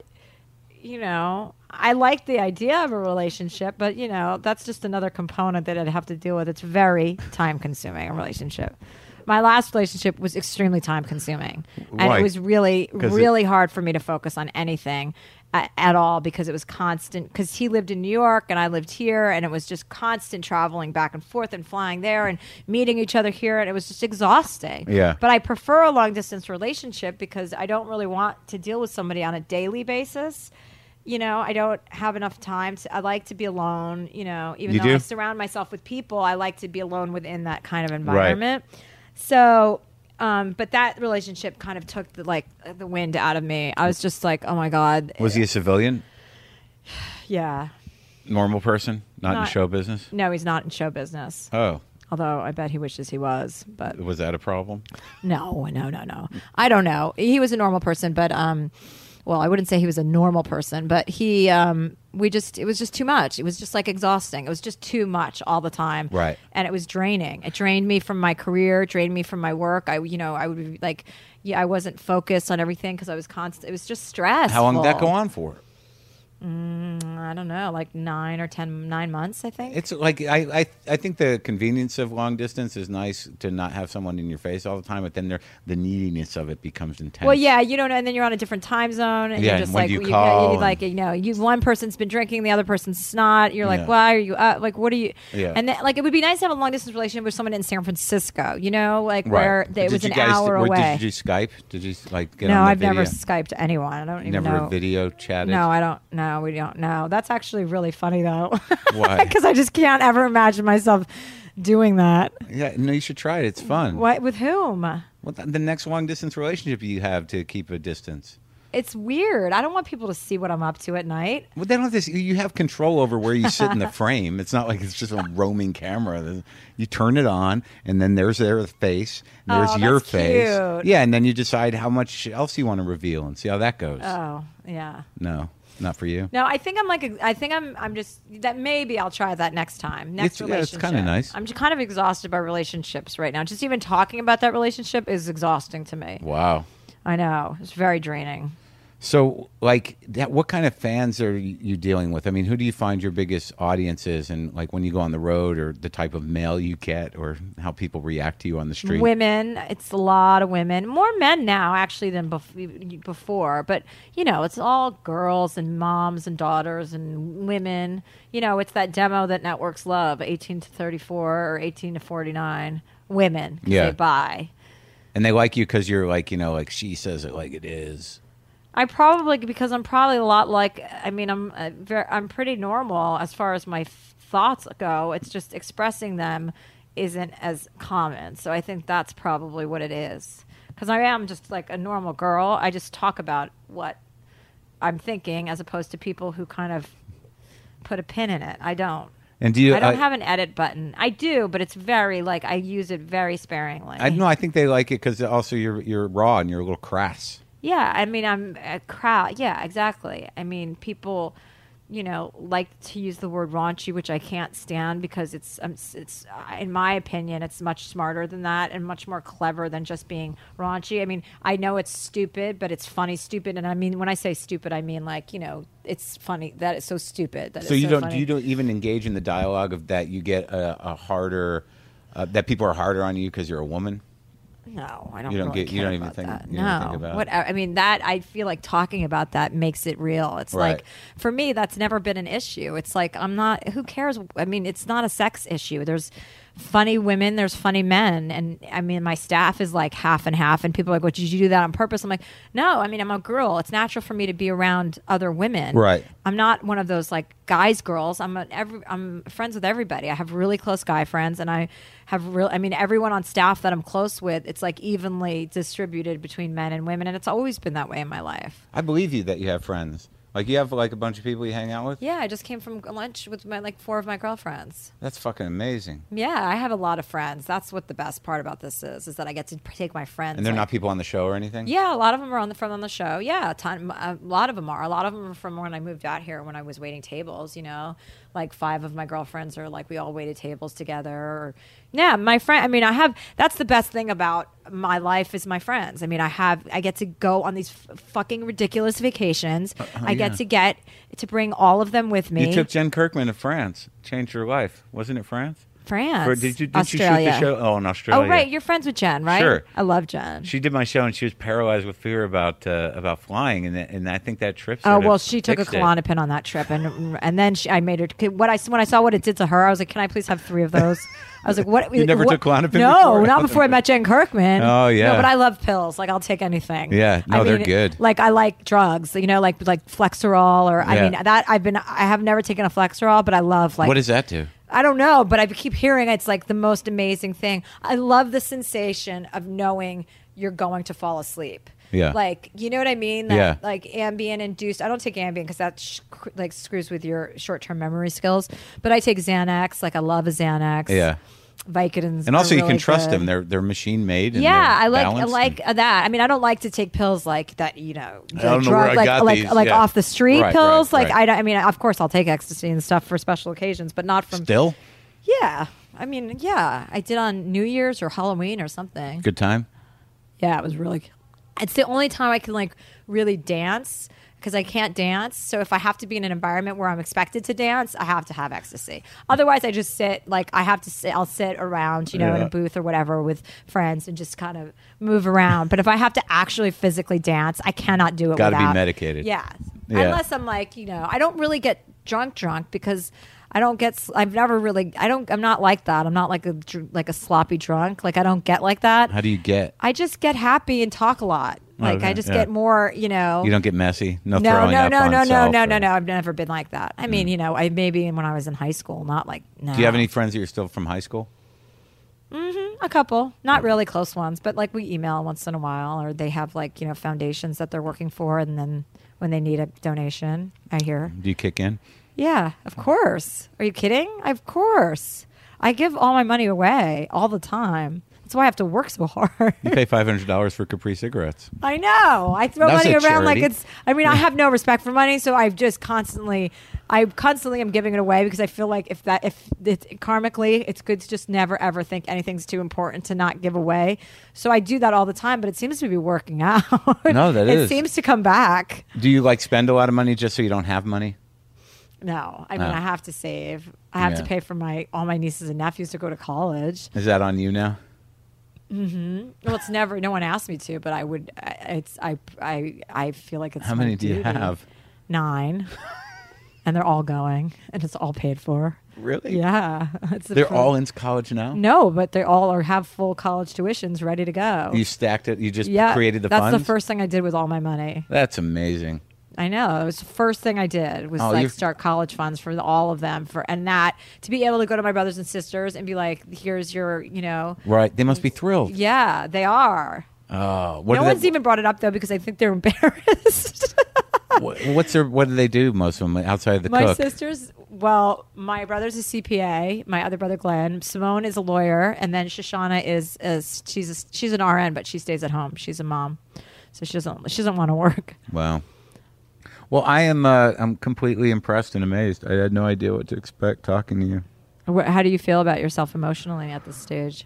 [SPEAKER 6] You know, I like the idea of a relationship, but you know that's just another component that I'd have to deal with. It's very time consuming a relationship. My last relationship was extremely time consuming, and
[SPEAKER 3] Why?
[SPEAKER 6] it was really
[SPEAKER 3] 'Cause it-
[SPEAKER 6] really hard for me to focus on anything at, at all because it was constant because he lived in new york and i lived here and it was just constant traveling back and forth and flying there and meeting each other here and it was just exhausting
[SPEAKER 3] Yeah.
[SPEAKER 6] but i prefer a long distance relationship because i don't really want to deal with somebody on a daily basis you know i don't have enough time to i like to be alone you know even
[SPEAKER 3] You
[SPEAKER 6] though i
[SPEAKER 3] do?
[SPEAKER 6] surround myself with people i like to be alone within that kind of environment so, um, but that relationship kind of took the, like the wind out of me. I was just like, oh my god,
[SPEAKER 3] Was he a civilian,
[SPEAKER 6] yeah.
[SPEAKER 3] normal person, not, in
[SPEAKER 6] Not-
[SPEAKER 3] show business?
[SPEAKER 6] No, he's not in show business.
[SPEAKER 3] Oh,
[SPEAKER 6] Although I bet he wishes he was, but
[SPEAKER 3] was that a problem?
[SPEAKER 6] no, no, no, no. I don't know. He was a normal person, but um, well, I wouldn't say he was a normal person, but he um, we just it was just too much. It was just like exhausting. It was just too much all the time,
[SPEAKER 3] Right.
[SPEAKER 6] And it was draining. It drained me from my career, drained me from my work. I you know I would be like, yeah, I wasn't focused on everything because I was constant. It was just stress.
[SPEAKER 3] How long did that go on for?
[SPEAKER 6] I don't know, like nine or ten, nine months, I think.
[SPEAKER 3] It's like I, I I think the convenience of long distance is nice to not have someone in your face all the time, but then there the neediness of it becomes intense.
[SPEAKER 6] Well, yeah, you don't know, and then you're on a different time zone, and
[SPEAKER 3] Yeah,
[SPEAKER 6] you're
[SPEAKER 3] and
[SPEAKER 6] just
[SPEAKER 3] when
[SPEAKER 6] like,
[SPEAKER 3] do you
[SPEAKER 6] you,
[SPEAKER 3] call
[SPEAKER 6] you,
[SPEAKER 3] and-
[SPEAKER 6] like, you know, you one person's been drinking, the other person's not. You're like,
[SPEAKER 3] Yeah.
[SPEAKER 6] why are you up? Like, what are you?
[SPEAKER 3] Yeah.
[SPEAKER 6] And then, like, it would be nice to have a long distance relationship with someone in San Francisco, you know, like
[SPEAKER 3] right.
[SPEAKER 6] where
[SPEAKER 3] But
[SPEAKER 6] they, it
[SPEAKER 3] did
[SPEAKER 6] was
[SPEAKER 3] you
[SPEAKER 6] an
[SPEAKER 3] guys-
[SPEAKER 6] hour
[SPEAKER 3] or
[SPEAKER 6] away.
[SPEAKER 3] Did you Skype? Did you like get
[SPEAKER 6] no,
[SPEAKER 3] on the
[SPEAKER 6] I've never
[SPEAKER 3] video?
[SPEAKER 6] skyped anyone. I don't even
[SPEAKER 3] never
[SPEAKER 6] know.
[SPEAKER 3] video chatted.
[SPEAKER 6] No, I don't. No, we don't. No, that's actually really funny though,
[SPEAKER 3] Why?
[SPEAKER 6] because I just can't ever imagine myself doing that.
[SPEAKER 3] yeah, no, you should try it. It's fun.
[SPEAKER 6] What with whom?
[SPEAKER 3] Well, th- the next long distance relationship you have to keep a distance.
[SPEAKER 6] It's weird. I don't want people to see what I'm up to at night.
[SPEAKER 3] Well, they don't have this. You have control over where you sit in the frame. It's not like it's just a roaming camera. You turn it on, and then there's their face, and there's
[SPEAKER 6] Oh,
[SPEAKER 3] your
[SPEAKER 6] that's
[SPEAKER 3] face.
[SPEAKER 6] cute.
[SPEAKER 3] Yeah, and then you decide how much else you want to reveal and see how that goes.
[SPEAKER 6] Oh, yeah.
[SPEAKER 3] no, not for you.
[SPEAKER 6] No, I think I'm like I think I'm I'm just that maybe I'll try that next time. Next
[SPEAKER 3] It's- yeah, it's
[SPEAKER 6] relationship.
[SPEAKER 3] kinda nice.
[SPEAKER 6] I'm just kind of exhausted by relationships right now. Just even talking about that relationship is exhausting to me.
[SPEAKER 3] Wow.
[SPEAKER 6] I know. It's very draining.
[SPEAKER 3] So, like, that, what kind of fans are y- you dealing with? I mean, who do you find your biggest audience is, and like when you go on the road, or the type of mail you get, or how people react to you on the street?
[SPEAKER 6] Women, it's a lot of women. More men now actually than bef- before, but you know, it's all girls and moms and daughters and women. You know, it's that demo that networks love, 18 to 34 or 18 to 49 women 'cause
[SPEAKER 3] Yeah.
[SPEAKER 6] they buy.
[SPEAKER 3] And they like you because you're like, you know, like she says it like it is.
[SPEAKER 6] I probably because I'm probably a lot like I mean I'm uh, ver I'm pretty normal as far as my f- thoughts go. It's just expressing them isn't as common. So I think that's probably what it is. Cuz I am just like a normal girl. I just talk about what I'm thinking as opposed to people who kind of put a pin in it. I don't.
[SPEAKER 3] And do you?
[SPEAKER 6] I don't
[SPEAKER 3] uh,
[SPEAKER 6] have an edit button. I do, but it's very like I use it very sparingly.
[SPEAKER 3] I no, I think they like it because also you're you're raw and you're a little crass.
[SPEAKER 6] Yeah, I mean, I'm a crowd. Yeah, exactly. I mean, people, you know, like to use the word raunchy, which I can't stand because it's um, s- it's uh, in my opinion, it's much smarter than that and much more clever than just being raunchy. I mean, I know it's stupid, but it's funny stupid, and I mean, when I say stupid, I mean like you know, it's funny that it's so stupid. That
[SPEAKER 3] So
[SPEAKER 6] it's
[SPEAKER 3] you don't
[SPEAKER 6] funny.
[SPEAKER 3] you don't even engage in the dialogue of that. You get a, a harder uh, that people are harder on you because you're a woman.
[SPEAKER 6] No, I don't.
[SPEAKER 3] You don't
[SPEAKER 6] really
[SPEAKER 3] get- you
[SPEAKER 6] care
[SPEAKER 3] don't even
[SPEAKER 6] about
[SPEAKER 3] think-
[SPEAKER 6] that.
[SPEAKER 3] you
[SPEAKER 6] no,
[SPEAKER 3] don't think about it.
[SPEAKER 6] what I mean that I feel like talking about that makes it real. It's
[SPEAKER 3] Right.
[SPEAKER 6] like for me, that's never been an issue. It's like I'm not. Who cares? I mean, it's not a sex issue. There's funny women. There's funny men, and I mean, my staff is like half and half. And people are like, "What did you do that on purpose?" I'm like, "No. I mean, I'm a girl. It's natural for me to be around other women.
[SPEAKER 3] Right.
[SPEAKER 6] I'm not one of those like guys girls. I'm a, every I'm friends with everybody. I have really close guy friends, and I have real. I mean, everyone on staff that I'm close with, it's like evenly distributed between men and women, and it's always been that way in my life.
[SPEAKER 3] I believe you that you have friends. Like you have like a bunch of people you hang out with.
[SPEAKER 6] Yeah, I just came from lunch with my like four of my girlfriends.
[SPEAKER 3] That's fucking amazing.
[SPEAKER 6] Yeah, I have a lot of friends. That's what the best part about this is, is that I get to p- take my friends.
[SPEAKER 3] And they're
[SPEAKER 6] like-
[SPEAKER 3] not people on the show or anything.
[SPEAKER 6] Yeah, a lot of them are on the from on the show. Yeah, a ton. A lot of them are. A lot of them are from when I moved out here when I was waiting tables. You know, like five of my girlfriends are like we all waited tables together. Or, yeah, my friend. I mean, I have. That's the best thing about my life is my friends. I mean, I have. I get to go on these f- fucking ridiculous vacations. I get
[SPEAKER 3] Uh, yeah.
[SPEAKER 6] to get to bring all of them with me.
[SPEAKER 3] You took Jen Kirkman to France. Changed her life, wasn't it? France.
[SPEAKER 6] France.
[SPEAKER 3] Or did you did
[SPEAKER 6] Australia.
[SPEAKER 3] you shoot the show? Oh, in Australia.
[SPEAKER 6] Oh right, you're friends with Jen, right?
[SPEAKER 3] Sure.
[SPEAKER 6] I love Jen.
[SPEAKER 3] She did my show and she was paralyzed with fear about uh, about flying and that, and I think that trip.
[SPEAKER 6] Oh
[SPEAKER 3] sort of
[SPEAKER 6] well, she took a
[SPEAKER 3] fixed it.
[SPEAKER 6] Klonopin on that trip, and and then she, I made her. 'cause What I when I saw what it did to her, I was like, "Can I please have three of those?" I was like, "What?"
[SPEAKER 3] You never
[SPEAKER 6] what-
[SPEAKER 3] took Klonopin
[SPEAKER 6] No,
[SPEAKER 3] before?
[SPEAKER 6] not before I met Jen Kirkman.
[SPEAKER 3] Oh, yeah.
[SPEAKER 6] No, but I love pills. Like I'll take anything.
[SPEAKER 3] Yeah.
[SPEAKER 6] I
[SPEAKER 3] No, they're
[SPEAKER 6] mean,
[SPEAKER 3] good.
[SPEAKER 6] Like I like drugs. You know, like like Flexerol, or I
[SPEAKER 3] Yeah.
[SPEAKER 6] mean that I've been I have never taken a Flexerol, but I love like
[SPEAKER 3] What does that do?
[SPEAKER 6] I don't know, but I keep hearing it's like the most amazing thing. I love the sensation of knowing you're going to fall asleep.
[SPEAKER 3] Yeah.
[SPEAKER 6] Like, you know what I mean? That,
[SPEAKER 3] Yeah.
[SPEAKER 6] Like Ambien induced. I don't take Ambien because that sh- cr- like screws with your short term memory skills. But I take Xanax. Like, I love a Xanax.
[SPEAKER 3] Yeah.
[SPEAKER 6] Vicodins.
[SPEAKER 3] And
[SPEAKER 6] are
[SPEAKER 3] also, you
[SPEAKER 6] really
[SPEAKER 3] can trust
[SPEAKER 6] good.
[SPEAKER 3] them. They're they're machine made. And
[SPEAKER 6] Yeah,
[SPEAKER 3] they're
[SPEAKER 6] I like I
[SPEAKER 3] balanced
[SPEAKER 6] like that. I mean, I don't like to take pills like that. You know, the
[SPEAKER 3] don't know where I
[SPEAKER 6] like
[SPEAKER 3] got
[SPEAKER 6] like
[SPEAKER 3] these,
[SPEAKER 6] like
[SPEAKER 3] yeah.
[SPEAKER 6] off the street
[SPEAKER 3] Right,
[SPEAKER 6] pills.
[SPEAKER 3] right,
[SPEAKER 6] like
[SPEAKER 3] right.
[SPEAKER 6] I don't. I mean, of course, I'll take ecstasy and stuff for special occasions, but not
[SPEAKER 3] and
[SPEAKER 6] from
[SPEAKER 3] still
[SPEAKER 6] yeah. I mean, yeah. I did on New Year's or Halloween or something.
[SPEAKER 3] good time.
[SPEAKER 6] Yeah, it was really It's the only time I can like really dance because I can't dance. So if I have to be in an environment where I'm expected to dance, I have to have ecstasy. Otherwise, I just sit like I have to sit I'll sit around, you know, in
[SPEAKER 3] Yeah.
[SPEAKER 6] a booth or whatever with friends and just kind of move around. but if I have to actually physically dance, I cannot do it
[SPEAKER 3] Gotta be
[SPEAKER 6] without-
[SPEAKER 3] medicated.
[SPEAKER 6] Yeah.
[SPEAKER 3] Yeah.
[SPEAKER 6] Unless I'm like, you know, I don't really get drunk drunk because I don't get s- I've never really I don't I'm not like that. I'm not like a dr- like a sloppy drunk. Like I don't get like that.
[SPEAKER 3] How do you get?
[SPEAKER 6] I just get happy and talk a lot. Like
[SPEAKER 3] Okay,
[SPEAKER 6] I just
[SPEAKER 3] yeah.
[SPEAKER 6] get more, you know.
[SPEAKER 3] You don't get messy. No,
[SPEAKER 6] no,
[SPEAKER 3] throwing
[SPEAKER 6] no,
[SPEAKER 3] up
[SPEAKER 6] no,
[SPEAKER 3] on
[SPEAKER 6] no, no,
[SPEAKER 3] self
[SPEAKER 6] no,
[SPEAKER 3] or- Mm.
[SPEAKER 6] no, no. I've never been like that. I mean, you know, I maybe when I was in high school, not like. No.
[SPEAKER 3] Do you have any friends that you're still from high school?
[SPEAKER 6] A couple, not really close ones, but like we email once in a while, or they have like you know foundations that they're working for, and then when they need a donation, I hear.
[SPEAKER 3] Do you kick in?
[SPEAKER 6] Yeah, of course. Are you kidding? Of course. I give all my money away all the time. That's why I have to work so hard.
[SPEAKER 3] You pay five hundred dollars for Capri cigarettes.
[SPEAKER 6] I know. I throw
[SPEAKER 3] That's
[SPEAKER 6] money
[SPEAKER 3] a
[SPEAKER 6] around like
[SPEAKER 3] charity.
[SPEAKER 6] it's. I mean, I have no respect for money, so I've just constantly, I constantly am giving it away because I feel like if that, if it's karmically, it's good to just never ever think anything's too important to not give away. So I do that all the time, but it seems to be working out.
[SPEAKER 3] No, that
[SPEAKER 6] it
[SPEAKER 3] is.
[SPEAKER 6] seems to come back.
[SPEAKER 3] Do you like spend a lot of money just so you don't have money?
[SPEAKER 6] No, I mean,
[SPEAKER 3] Oh.
[SPEAKER 6] I have to save. I have to
[SPEAKER 3] Yeah.
[SPEAKER 6] pay for my all my nieces and nephews to go to college.
[SPEAKER 3] Is that on you now?
[SPEAKER 6] Well, it's never. No one asked me to, but I would. I- It's. I. I. I feel like it's.
[SPEAKER 3] How
[SPEAKER 6] my
[SPEAKER 3] many do you
[SPEAKER 6] duty.
[SPEAKER 3] have?
[SPEAKER 6] Nine, and they're all going, and it's all paid for.
[SPEAKER 3] Really?
[SPEAKER 6] Yeah, it's a
[SPEAKER 3] They're
[SPEAKER 6] full-
[SPEAKER 3] all in college now.
[SPEAKER 6] No, but they all are have full college tuitions ready to go.
[SPEAKER 3] You stacked it. You just
[SPEAKER 6] yeah,
[SPEAKER 3] created the
[SPEAKER 6] that's
[SPEAKER 3] funds.
[SPEAKER 6] the first thing I did with all my money.
[SPEAKER 3] That's amazing.
[SPEAKER 6] I know it was the first thing I did was
[SPEAKER 3] Oh, you're-
[SPEAKER 6] like start college funds for the- all of them for and that to be able to go to my brothers and sisters and be like, here's your, you know,
[SPEAKER 3] Right? They must be thrilled.
[SPEAKER 6] yeah, they are.
[SPEAKER 3] Oh, what
[SPEAKER 6] no
[SPEAKER 3] do they-
[SPEAKER 6] one's even brought it up though because I think they're embarrassed.
[SPEAKER 3] wh- What's their? What do they do? Most of them outside of the
[SPEAKER 6] my
[SPEAKER 3] cook.
[SPEAKER 6] sisters, well, my brother's a CPA. My other brother Glenn, Simone is a lawyer, and then Shoshana is is she's a, she's an RN, but she stays at home. She's a mom, so she doesn't she doesn't want to work.
[SPEAKER 3] Wow. Well, I am. Uh, I'm completely impressed and amazed. I had no idea what to expect talking to you.
[SPEAKER 6] Wh- How do you feel about yourself emotionally at this stage?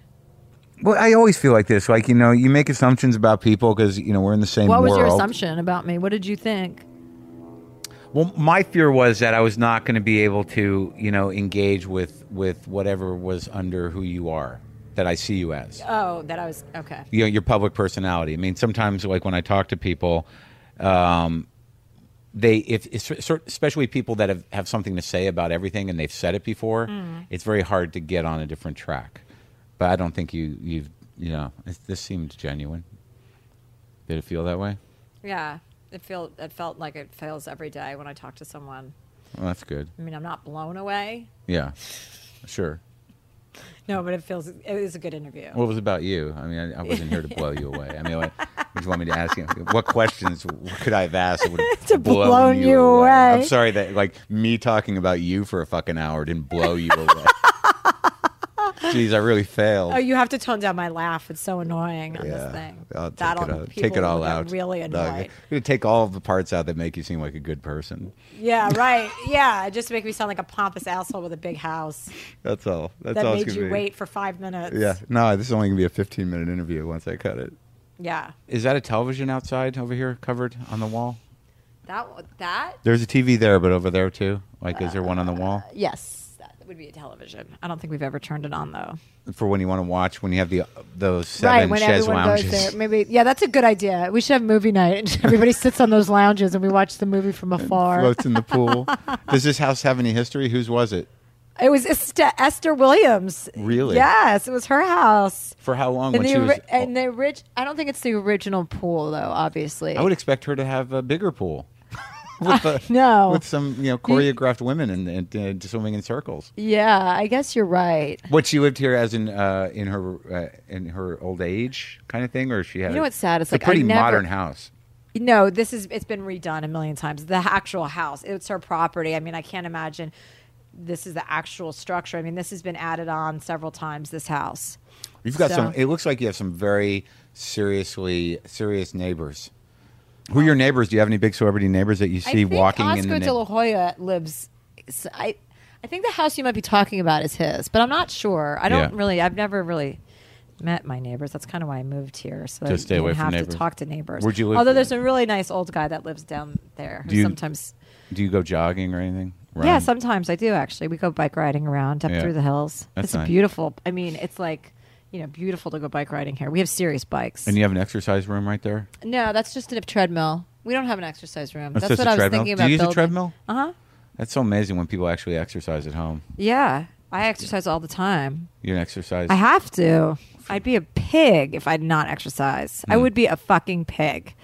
[SPEAKER 3] Well, I always feel like this. Like you know, you make assumptions about people because you know we're in the same
[SPEAKER 6] What was
[SPEAKER 3] world.
[SPEAKER 6] your assumption about me? What did you think?
[SPEAKER 3] Well, my fear was that I was not going to be able to, you know, engage with with whatever was under who you are. that I see you as.
[SPEAKER 6] Oh, that I was okay.
[SPEAKER 3] You know, your public personality. I mean, sometimes like when I talk to people, um, they if it's- especially people that have, have something to say about everything and they've said it before, it's very hard to get on a different track. But I don't think you you've you know it's, this seemed genuine. Did it feel that way?
[SPEAKER 6] Yeah, it feel it felt like it fails every day when I talk to someone.
[SPEAKER 3] Well, that's good.
[SPEAKER 6] I mean, I'm not blown away.
[SPEAKER 3] Yeah, sure.
[SPEAKER 6] No, but it feels it was a good interview.
[SPEAKER 3] What was it about you? I mean, I, I wasn't here to blow you away. I mean, what, would you want me to ask you? What questions could I have asked that would have
[SPEAKER 6] To
[SPEAKER 3] blown,
[SPEAKER 6] blown you away.
[SPEAKER 3] I'm sorry that like me talking about you for a fucking hour didn't blow you away. Jeez, I really failed.
[SPEAKER 6] Oh, you have to tone down my laugh. It's so annoying on
[SPEAKER 3] yeah,
[SPEAKER 6] this thing.
[SPEAKER 3] I'll take
[SPEAKER 6] That'll-
[SPEAKER 3] it out.
[SPEAKER 6] people
[SPEAKER 3] Take it all
[SPEAKER 6] will get
[SPEAKER 3] out.
[SPEAKER 6] Really
[SPEAKER 3] Dog,
[SPEAKER 6] annoyed.
[SPEAKER 3] I'm gonna take all the parts out that make you seem like a good person.
[SPEAKER 6] Yeah, right. Yeah, it just make me sound like a pompous asshole with a big house
[SPEAKER 3] That's all. That's
[SPEAKER 6] that
[SPEAKER 3] all. it's
[SPEAKER 6] made
[SPEAKER 3] gonna
[SPEAKER 6] you
[SPEAKER 3] be.
[SPEAKER 6] wait for five minutes.
[SPEAKER 3] Yeah. No, this is only gonna be a 15 minute interview once I cut it.
[SPEAKER 6] yeah.
[SPEAKER 3] Is that a television outside over here covered on the wall?
[SPEAKER 6] That that
[SPEAKER 3] There's a TV there, but over there too. Like, is there one on the wall
[SPEAKER 6] yes, that would be a television. I don't think we've ever turned it on though.
[SPEAKER 3] for when you want to watch when you have the those seven chaise lounges?
[SPEAKER 6] Maybe yeah, that's a good idea. We should have movie night and everybody sits on those lounges and we watch the movie from afar.
[SPEAKER 3] Floats in the pool. Does this house have any history? Whose was it?
[SPEAKER 6] It was Est- Esther Williams.
[SPEAKER 3] Really?
[SPEAKER 6] Yes, it was her house.
[SPEAKER 3] For how long?
[SPEAKER 6] And
[SPEAKER 3] When
[SPEAKER 6] the,
[SPEAKER 3] she was,
[SPEAKER 6] ori- and the rich, I don't think it's the original pool though. Obviously,
[SPEAKER 3] Oh, I would expect her to have a bigger pool. with the-
[SPEAKER 6] know.
[SPEAKER 3] with some you know choreographed women and, and uh, swimming in circles.
[SPEAKER 6] yeah, I guess you're right.
[SPEAKER 3] What she lived here as in uh, in her uh, in her old age kind of thing, or she had
[SPEAKER 6] You know what's sad? It's
[SPEAKER 3] a
[SPEAKER 6] like I
[SPEAKER 3] pretty
[SPEAKER 6] never-
[SPEAKER 3] modern house.
[SPEAKER 6] No, this is it's been redone a million times. The actual house, it's her property. I mean, I can't imagine this is the actual structure. I mean, this has been added on several times. This house.
[SPEAKER 3] You've got
[SPEAKER 6] So-
[SPEAKER 3] some. It looks like you have some very seriously serious neighbors. Who are your neighbors? Do you have any big celebrity neighbors that you see walking
[SPEAKER 6] Oh. Oscar
[SPEAKER 3] in the?
[SPEAKER 6] de la
[SPEAKER 3] neigh-
[SPEAKER 6] Hoya lives. s- I I think the house you might be talking about is his, but I'm not sure. I don't
[SPEAKER 3] Yeah.
[SPEAKER 6] really. I've never really met my neighbors. That's kind of why I moved here, so
[SPEAKER 3] Just
[SPEAKER 6] I
[SPEAKER 3] stay
[SPEAKER 6] didn't
[SPEAKER 3] away from
[SPEAKER 6] have
[SPEAKER 3] neighbors.
[SPEAKER 6] to talk to neighbors.
[SPEAKER 3] Where'd you live
[SPEAKER 6] Although
[SPEAKER 3] then?
[SPEAKER 6] there's a really nice old guy that lives down there.
[SPEAKER 3] Do
[SPEAKER 6] Who
[SPEAKER 3] you-
[SPEAKER 6] sometimes,
[SPEAKER 3] Do you go jogging or anything? Run?
[SPEAKER 6] yeah, sometimes I do actually. We go bike riding around up
[SPEAKER 3] Yeah.
[SPEAKER 6] through the hills.
[SPEAKER 3] That's
[SPEAKER 6] it's
[SPEAKER 3] nice.
[SPEAKER 6] beautiful. I mean, it's like. You know, beautiful to go bike riding here. We have serious bikes.
[SPEAKER 3] and you have an exercise room right there.
[SPEAKER 6] no, that's just a treadmill. We don't have an exercise room. That's,
[SPEAKER 3] just
[SPEAKER 6] what
[SPEAKER 3] a
[SPEAKER 6] I was
[SPEAKER 3] treadmill?
[SPEAKER 6] thinking
[SPEAKER 3] Do
[SPEAKER 6] about.
[SPEAKER 3] you use a
[SPEAKER 6] building.
[SPEAKER 3] treadmill?
[SPEAKER 6] Uh huh.
[SPEAKER 3] That's so amazing when people actually exercise at home.
[SPEAKER 6] Yeah, I exercise all the time.
[SPEAKER 3] You're an exercise.
[SPEAKER 6] I have to. I'd be a pig if I'd not exercise. I would be a fucking pig.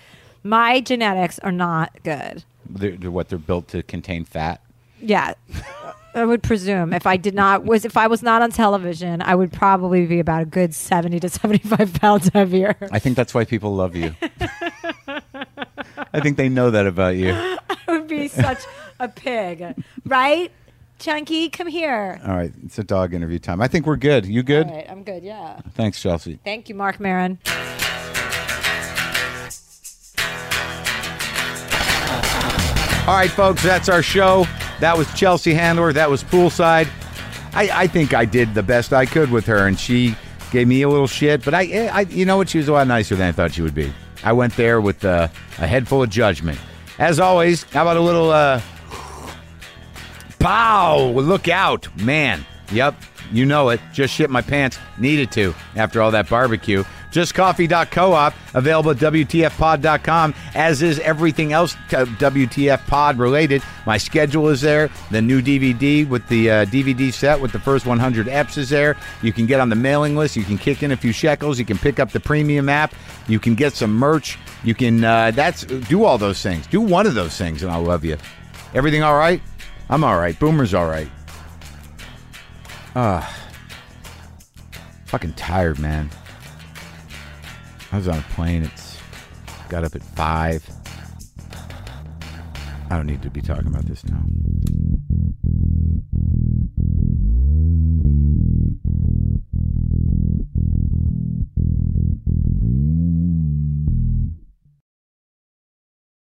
[SPEAKER 6] My genetics are not good.
[SPEAKER 3] they're, they're what they're built to contain fat.
[SPEAKER 6] Yeah. I would presume if I did not was if I was not on television, I would probably be about a good 70 to 75 pounds heavier.
[SPEAKER 3] I think that's why people love you. I think they know that about you.
[SPEAKER 6] I would be such a pig. Right? Chunky, come here.
[SPEAKER 3] All right, it's a dog interview time. I think we're good. You good?
[SPEAKER 6] All right, I'm good. Yeah.
[SPEAKER 3] Thanks, Chelsea.
[SPEAKER 6] Thank you, Mark Marin.
[SPEAKER 3] All right, folks, that's our show. That was Chelsea Handler. That was Poolside. I, I think I did the best I could with her, and she gave me a little shit. But I, eh, I you know what? She was a lot nicer than I thought she would be. I went there with uh, a head full of judgment. As always, how about a little uh, pow? Look out, man. Yep, you know it. Just shit my pants. Needed to after all that barbecue. JustCoffee.coop, available at WTFpod.com, as is everything else uh, t- WTF pod related. My schedule is there. The new DVD with the uh, DVD set with the first 100 EPs is there. You can get on the mailing list. You can kick in a few shekels. You can pick up the premium app. You can get some merch. You can, uh, that's, do all those things. Do one of those things, and I'll love you. Everything all right? I'm all right. Boomer's all right. Ah. Fucking tired, man. I was on a plane. It's got up at five. I don't need to be talking about this now.